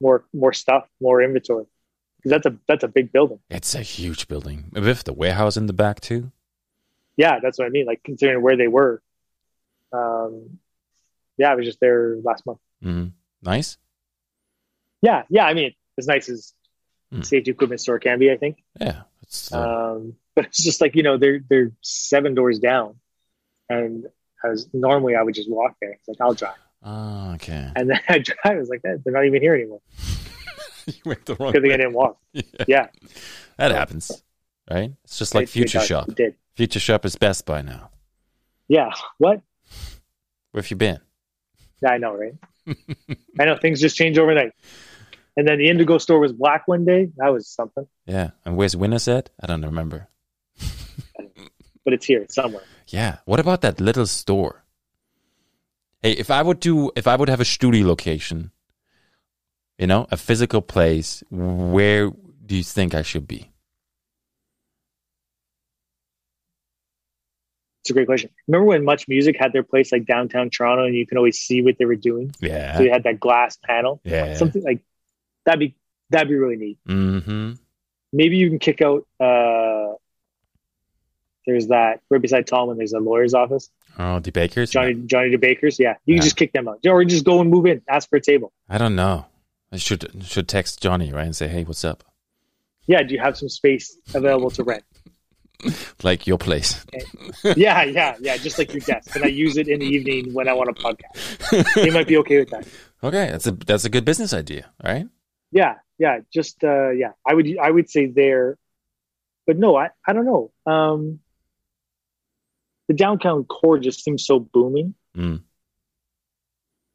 B: more more stuff more inventory because that's a that's a big building
A: It's a huge building with the warehouse in the back too.
B: yeah that's what i mean like considering where they were um yeah i was just there last month
A: Mhm. Nice.
B: yeah yeah i mean as nice as
A: Hmm.
B: safety equipment store can be i think
A: Yeah. It's, uh,
B: um but it's just like you know they're they're seven doors down and as normally i would just walk there it's like i'll drive
A: ah, okay.
B: and then i drive i was like eh, they're not even here anymore
A: you went the wrong
B: because i
A: way.
B: didn't walk
A: Yeah.
B: yeah
A: That happens, right? It's just like
B: They- they
A: Future
B: got-
A: Shop.
B: they did
A: Future Shop is best by now.
B: yeah what
A: Where have you been?
B: Yeah, I know, right? I know things just change overnight. And then the Indigo store was black one day. That was something.
A: Yeah. And where's Winners at? I don't remember.
B: But it's here, it's somewhere.
A: Yeah. What about that little store? Hey, if I would do, if I would have a studio location, you know, a physical place, where do you think I should be?
B: It's a great question. Remember when Much Music had their place like downtown Toronto and you can always see what they were doing? So
A: Yeah.
B: they had that glass panel.
A: Yeah.
B: Something like that'd be that'd be really neat.
A: Mm-hmm.
B: Maybe you can kick out uh there's that right beside Tallman, there's a lawyer's office.
A: Oh, the bakers.
B: Johnny Johnny DeBakers. Yeah. You
A: Yeah.
B: can just kick them out. Or just go and move in, ask for a table.
A: I don't know. I should should text Johnny right and say, hey, what's up?
B: Yeah, do you have some space available to rent?
A: Like your place.
B: yeah, yeah, yeah. Just like your desk, and I use it in the evening when I want to podcast. They might be okay with that.
A: Okay, that's a that's a good business idea, right?
B: Yeah, yeah. Just uh, yeah. I would I would say there, but no, I I don't know. Um, the downtown core just seems so booming.
A: Mm.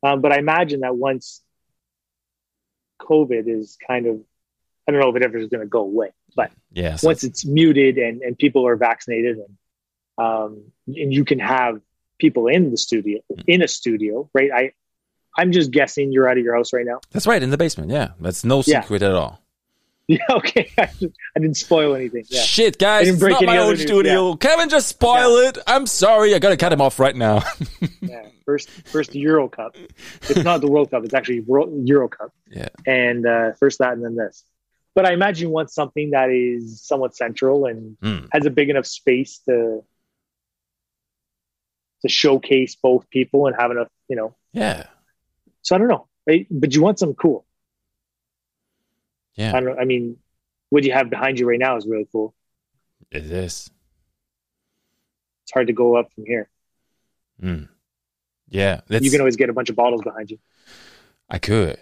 B: Um, but I imagine that once COVID is kind of, I don't know if it ever is going to go away, but
A: Yeah. so-
B: once it's muted and, and people are vaccinated and um, and you can have people in the studio in a studio right i i'm just guessing you're out of your house right now
A: that's right, in the basement. Yeah, that's no
B: Yeah.
A: secret at all.
B: yeah okay i, just- I didn't spoil anything yeah
A: Shit, guys,
B: I didn't
A: it's
B: break
A: not
B: any
A: my
B: other
A: own
B: news,
A: studio. Kevin just spoiled it. I'm sorry. I gotta cut him off right now.
B: yeah first first euro cup it's not the world cup it's actually world euro cup
A: Yeah.
B: and uh, first that and then this but i imagine you want something that is somewhat central and
A: Mm.
B: has a big enough space to to showcase both people and have enough you know
A: Yeah,
B: So I don't know, right? But you want something cool.
A: yeah,
B: I don't. I mean, what you have behind you right now is really cool.
A: it is.
B: It's hard to go up from here.
A: Mm. Yeah, that's,
B: You can always get a bunch of bottles behind you.
A: I could.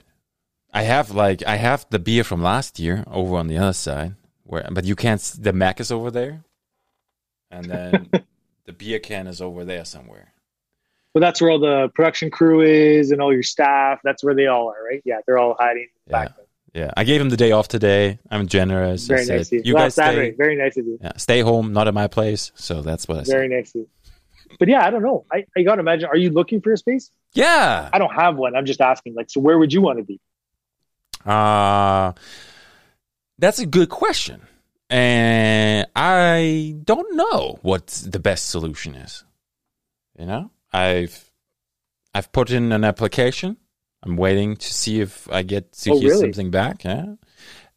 A: I have like I have the beer from last year over on the other side, where but you can't. s- The Mac is over there, and then the beer can is over there somewhere.
B: Well, that's where all the production crew is and all your staff. That's where they all are, right? Yeah, they're all hiding
A: Yeah.
B: back.
A: Yeah, I gave him the day off today. I'm generous. I
B: Very
A: said,
B: nice of you.
A: You guys
B: Last Saturday.
A: stay,
B: Very nice of you.
A: yeah, stay home, not at my place. So that's what I said.
B: Very nice of you. But yeah, I don't know. I, I gotta imagine. Are you looking for a space?
A: Yeah.
B: I don't have one. I'm just asking. Like, so where would you want to be?
A: Uh, that's a good question. And I don't know what the best solution is. You know, I've I've put in an application. I'm waiting to see if I get to
B: Oh,
A: hear
B: really?
A: something back. Yeah.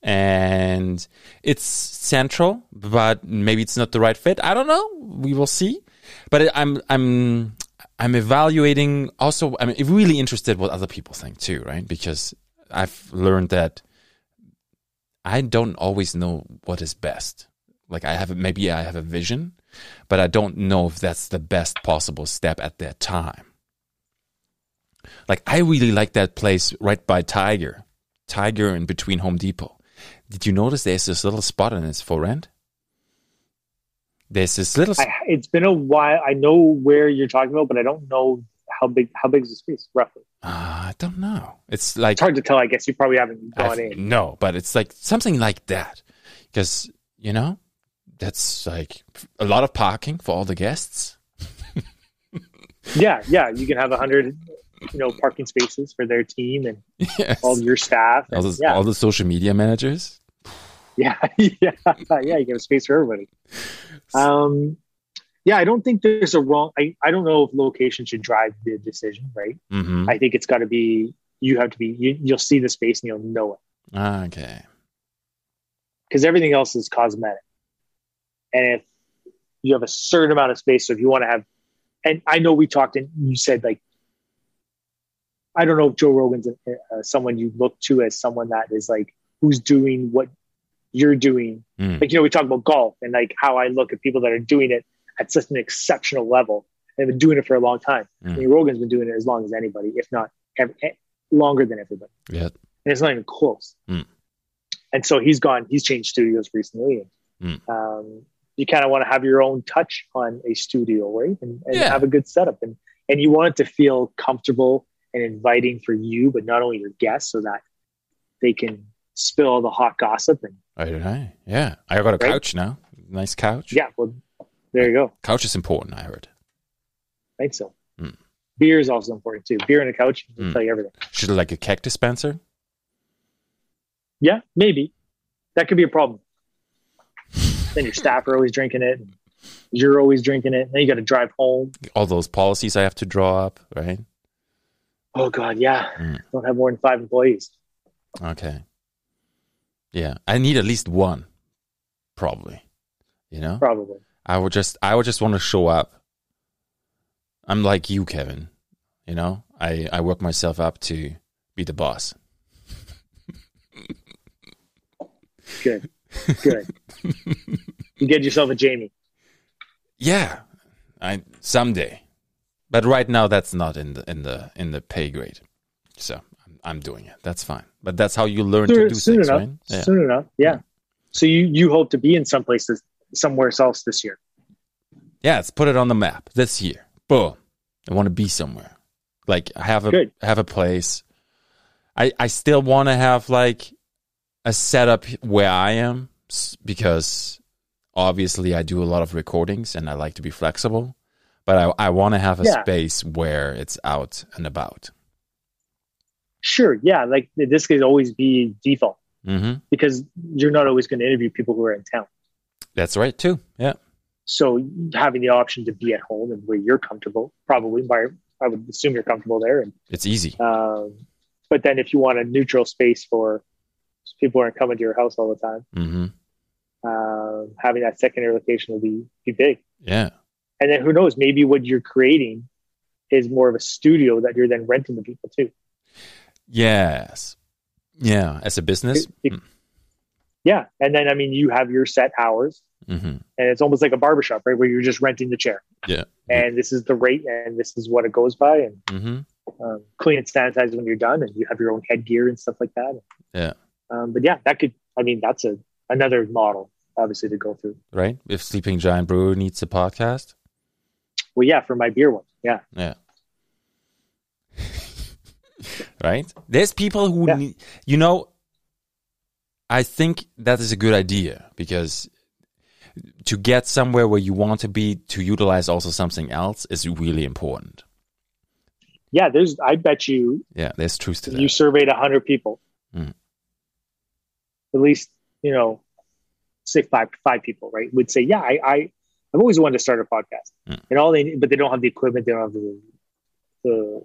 A: And it's central, but maybe it's not the right fit. I don't know. We will see. But I- I'm I'm I'm evaluating also. I'm really interested what other people think too, right? Because I've learned that I don't always know what is best. Like I have maybe I have a vision, but I don't know if that's the best possible step at that time. Like I really like that place right by Tiger, Tiger in between Home Depot. Did you notice there's this little spot and it's for rent? There's this little.
B: I, it's been a while. I know where you're talking about, but I don't know how big how big is the space roughly.
A: Ah, I don't know. It's like
B: It's hard to tell. I guess you probably haven't gone
A: I've-
B: in.
A: No, but it's like something like that. Because, you know, that's like a lot of parking for all the guests.
B: Yeah, yeah. You can have a hundred, you know, parking spaces for their team and
A: Yes.
B: all your staff.
A: All
B: and-
A: the,
B: yeah,
A: all the social media managers.
B: yeah, yeah, yeah. You can have space for everybody. Um, yeah, I don't think there's a wrong. I, I don't know if location should drive the decision, right?
A: hmm
B: I think it's got to be you have to be you, you'll see the space and you'll know it
A: Ah, Okay.
B: because everything else is cosmetic. And if you have a certain amount of space, so if you want to have, and I know we talked and you said like, I don't know if Joe Rogan's uh, uh, someone you look to as someone that is like who's doing what you're doing
A: Mm.
B: like you know we talk about golf and like how i look at people that are doing it at such an exceptional level and have been doing it for a long time i
A: Mm.
B: mean rogan's been doing it as long as anybody if not ev- eh, longer than everybody
A: Yeah.
B: and it's not even close
A: Mm.
B: and so he's gone he's changed studios recently
A: Mm.
B: and, um, you kind of want to have your own touch on a studio right and, and
A: Yeah.
B: have a good setup and and you want it to feel comfortable and inviting for you but not only your guests so that they can spill the hot gossip and
A: All right. Yeah. I got a
B: Right?
A: couch now. Nice couch.
B: yeah well there you go
A: Couch is important, I heard.
B: I think so.
A: Mm.
B: Beer is also important too. Beer and a couch will
A: Mm.
B: tell you everything.
A: Should I like a cactus dispenser?
B: Yeah, maybe that could be a problem. then your staff are always drinking it. And you're always drinking it. Then you got to drive home.
A: All those policies I have to draw up, right?
B: Oh God, yeah.
A: Mm.
B: Don't have more than five employees.
A: Okay. Yeah. I need at least one, probably. You know?
B: Probably.
A: I would just I would just want to show up. I'm like you, Kevin. You know, I I work myself up to be the boss.
B: Good. Good. you get yourself a Jamie.
A: Yeah, I someday, but right now that's not in the in the in the pay grade. So I'm, I'm doing it. That's fine. But that's how you learn to
B: Soon,
A: do
B: soon
A: things,
B: enough.
A: right? Yeah.
B: Soon enough. Yeah. So you you hope to be in some places somewhere else this year.
A: yeah, let's put it on the map this year. Boom. I want to be somewhere. Like I have a
B: Good.
A: have a place. I I still want to have like a setup where I am s- because obviously I do a lot of recordings and I like to be flexible, but I I want to have a
B: Yeah.
A: space where it's out and about.
B: Sure. Yeah. Like this could always be default
A: Mhm.
B: because you're not always going to interview people who are in town.
A: That's right too. Yeah.
B: So having the option to be at home and where you're comfortable, probably by I would assume you're comfortable there. And
A: It's easy.
B: um, but then if you want a neutral space for so people aren't coming to your house all the time,
A: Mhm.
B: um, having that secondary location will be be big.
A: Yeah.
B: And then who knows? Maybe what you're creating is more of a studio that you're then renting to people too.
A: Yes. Yeah, as a business.
B: It- it- Yeah, and then I mean you have your set hours,
A: Mhm.
B: and it's almost like a barbershop, right? Where you're just renting the chair,
A: Yeah.
B: and this is the rate, and this is what it goes by, and
A: Mhm.
B: um, clean and sanitize when you're done, and you have your own headgear and stuff like that.
A: Yeah.
B: Um, but yeah, that could. I mean, that's a another model, obviously, to go through.
A: right? If Sleeping Giant Brewer needs a podcast,
B: Well, yeah, for my beer one, yeah,
A: yeah. right? There's people who
B: Yeah.
A: need, you know, I think that is a good idea because to get somewhere where you want to be to utilize also something else is really important.
B: Yeah, there's. I bet you
A: Yeah, there's truth to that.
B: you surveyed hundred people,
A: Mm.
B: at least you know, six five five people, right? Would say, yeah, I, I I've always wanted to start a podcast,
A: Mm.
B: and all they but they don't have the equipment, they don't have the the,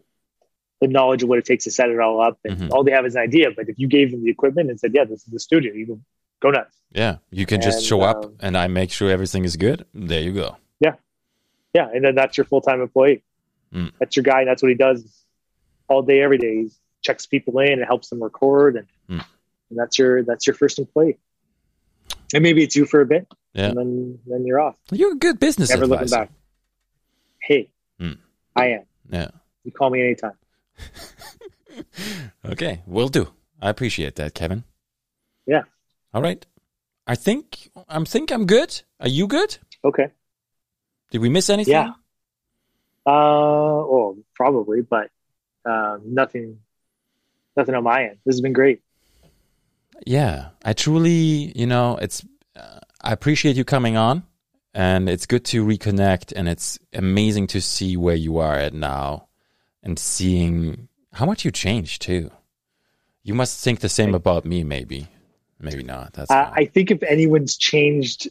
B: the knowledge of what it takes to set it all up, and
A: Mhm.
B: all they have is an idea. But if you gave them the equipment and said, yeah, this is the studio, you can go nuts.
A: yeah, you can just
B: And,
A: show up
B: um,
A: and I make sure everything is good. There you go.
B: Yeah, and then that's your full time employee.
A: Mm.
B: That's your guy. And that's what he does all day, every day. He checks people in and helps them record, and,
A: Mm.
B: and that's your that's your first employee. And maybe it's you for a bit,
A: Yeah.
B: and then then you're off,
A: You're a good business
B: never looking
A: advisor.
B: back. Hey,
A: Mm.
B: I am.
A: Yeah.
B: You call me anytime.
A: Okay, will do. I appreciate that, Kevin.
B: Yeah.
A: All right. I think I'm think I'm good. Are you good?
B: Okay.
A: Did we miss anything?
B: Yeah. Uh, oh, probably, but um, nothing, nothing on my end. This has been great.
A: Yeah. I truly, you know, it's uh, I appreciate you coming on and it's good to reconnect and it's amazing to see where you are at now and seeing how much you changed too. You must think the same about me maybe. Maybe not. That's
B: Uh,
A: fine.
B: I think if anyone's changed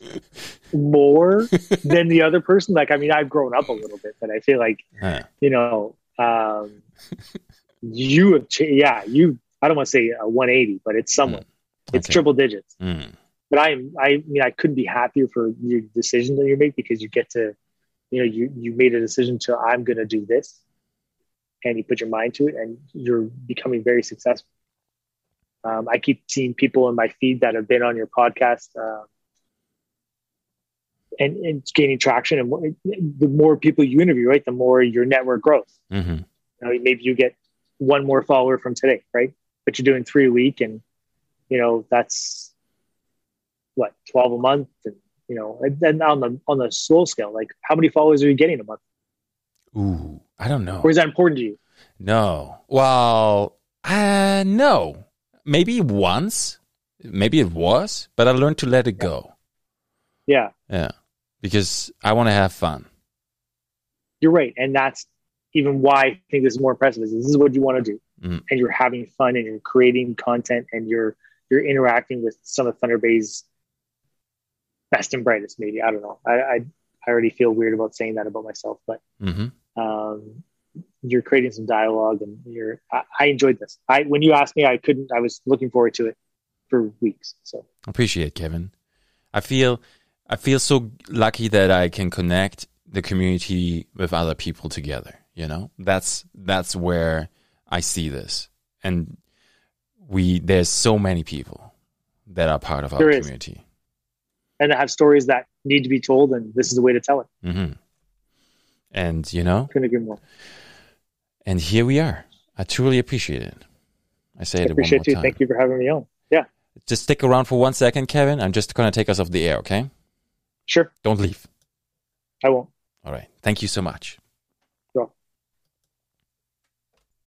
B: more than the other person, like I mean, I've grown up a little bit, but I feel like
A: Yeah.
B: you know, um, you have cha- yeah, you. I don't want to say a 180, but it's somewhat. It's
A: Okay.
B: triple digits.
A: Mm.
B: But I'm, I mean, I couldn't be happier for your decision that you make because you get to, you know, you you made a decision to I'm going to do this, and you put your mind to it, and you're becoming very successful. Um, I keep seeing people in my feed that have been on your podcast. Um, and, and it's gaining traction, and more- the more people you interview, right, the more your network grows
A: Mhm.
B: you know, maybe you get one more follower from today, right? But you're doing three a week, and you know that's what twelve a month, and you know, and then on the on the slow scale, like how many followers are you getting a month?
A: Ooh, I don't know.
B: Or is that important to you?
A: No. Well, uh, no. Maybe once. Maybe it was, but I learned to let it go.
B: Yeah,
A: Yeah. Because I want to have fun.
B: you're right, and that's even why I think this is more impressive. Is this is what you want to do,
A: Mm.
B: and you're having fun, and you're creating content, and you're you're interacting with some of Thunder Bay's best and brightest. Maybe I don't know. I I, I already feel weird about saying that about myself, but.
A: hmm
B: um, you're creating some dialogue and you're I, I enjoyed this i when you asked me i couldn't i was looking forward to it for weeks so
A: Appreciate it, Kevin. I feel I feel so lucky that I can connect the community with other people together, you know? That's that's where I see this. And we there's so many people that are part of our
B: There is.
A: community.
B: and i have stories that need to be told and this is the way to tell it
A: hmm And you know,
B: couldn't agree more
A: And here we are. I truly appreciate it. I say
B: i
A: it one more
B: appreciate you
A: time.
B: thank you for having me on yeah
A: Just stick around for one second, Kevin. I'm just going to take us off the air, okay?
B: sure
A: Don't leave.
B: i won't
A: All right. Thank you so much.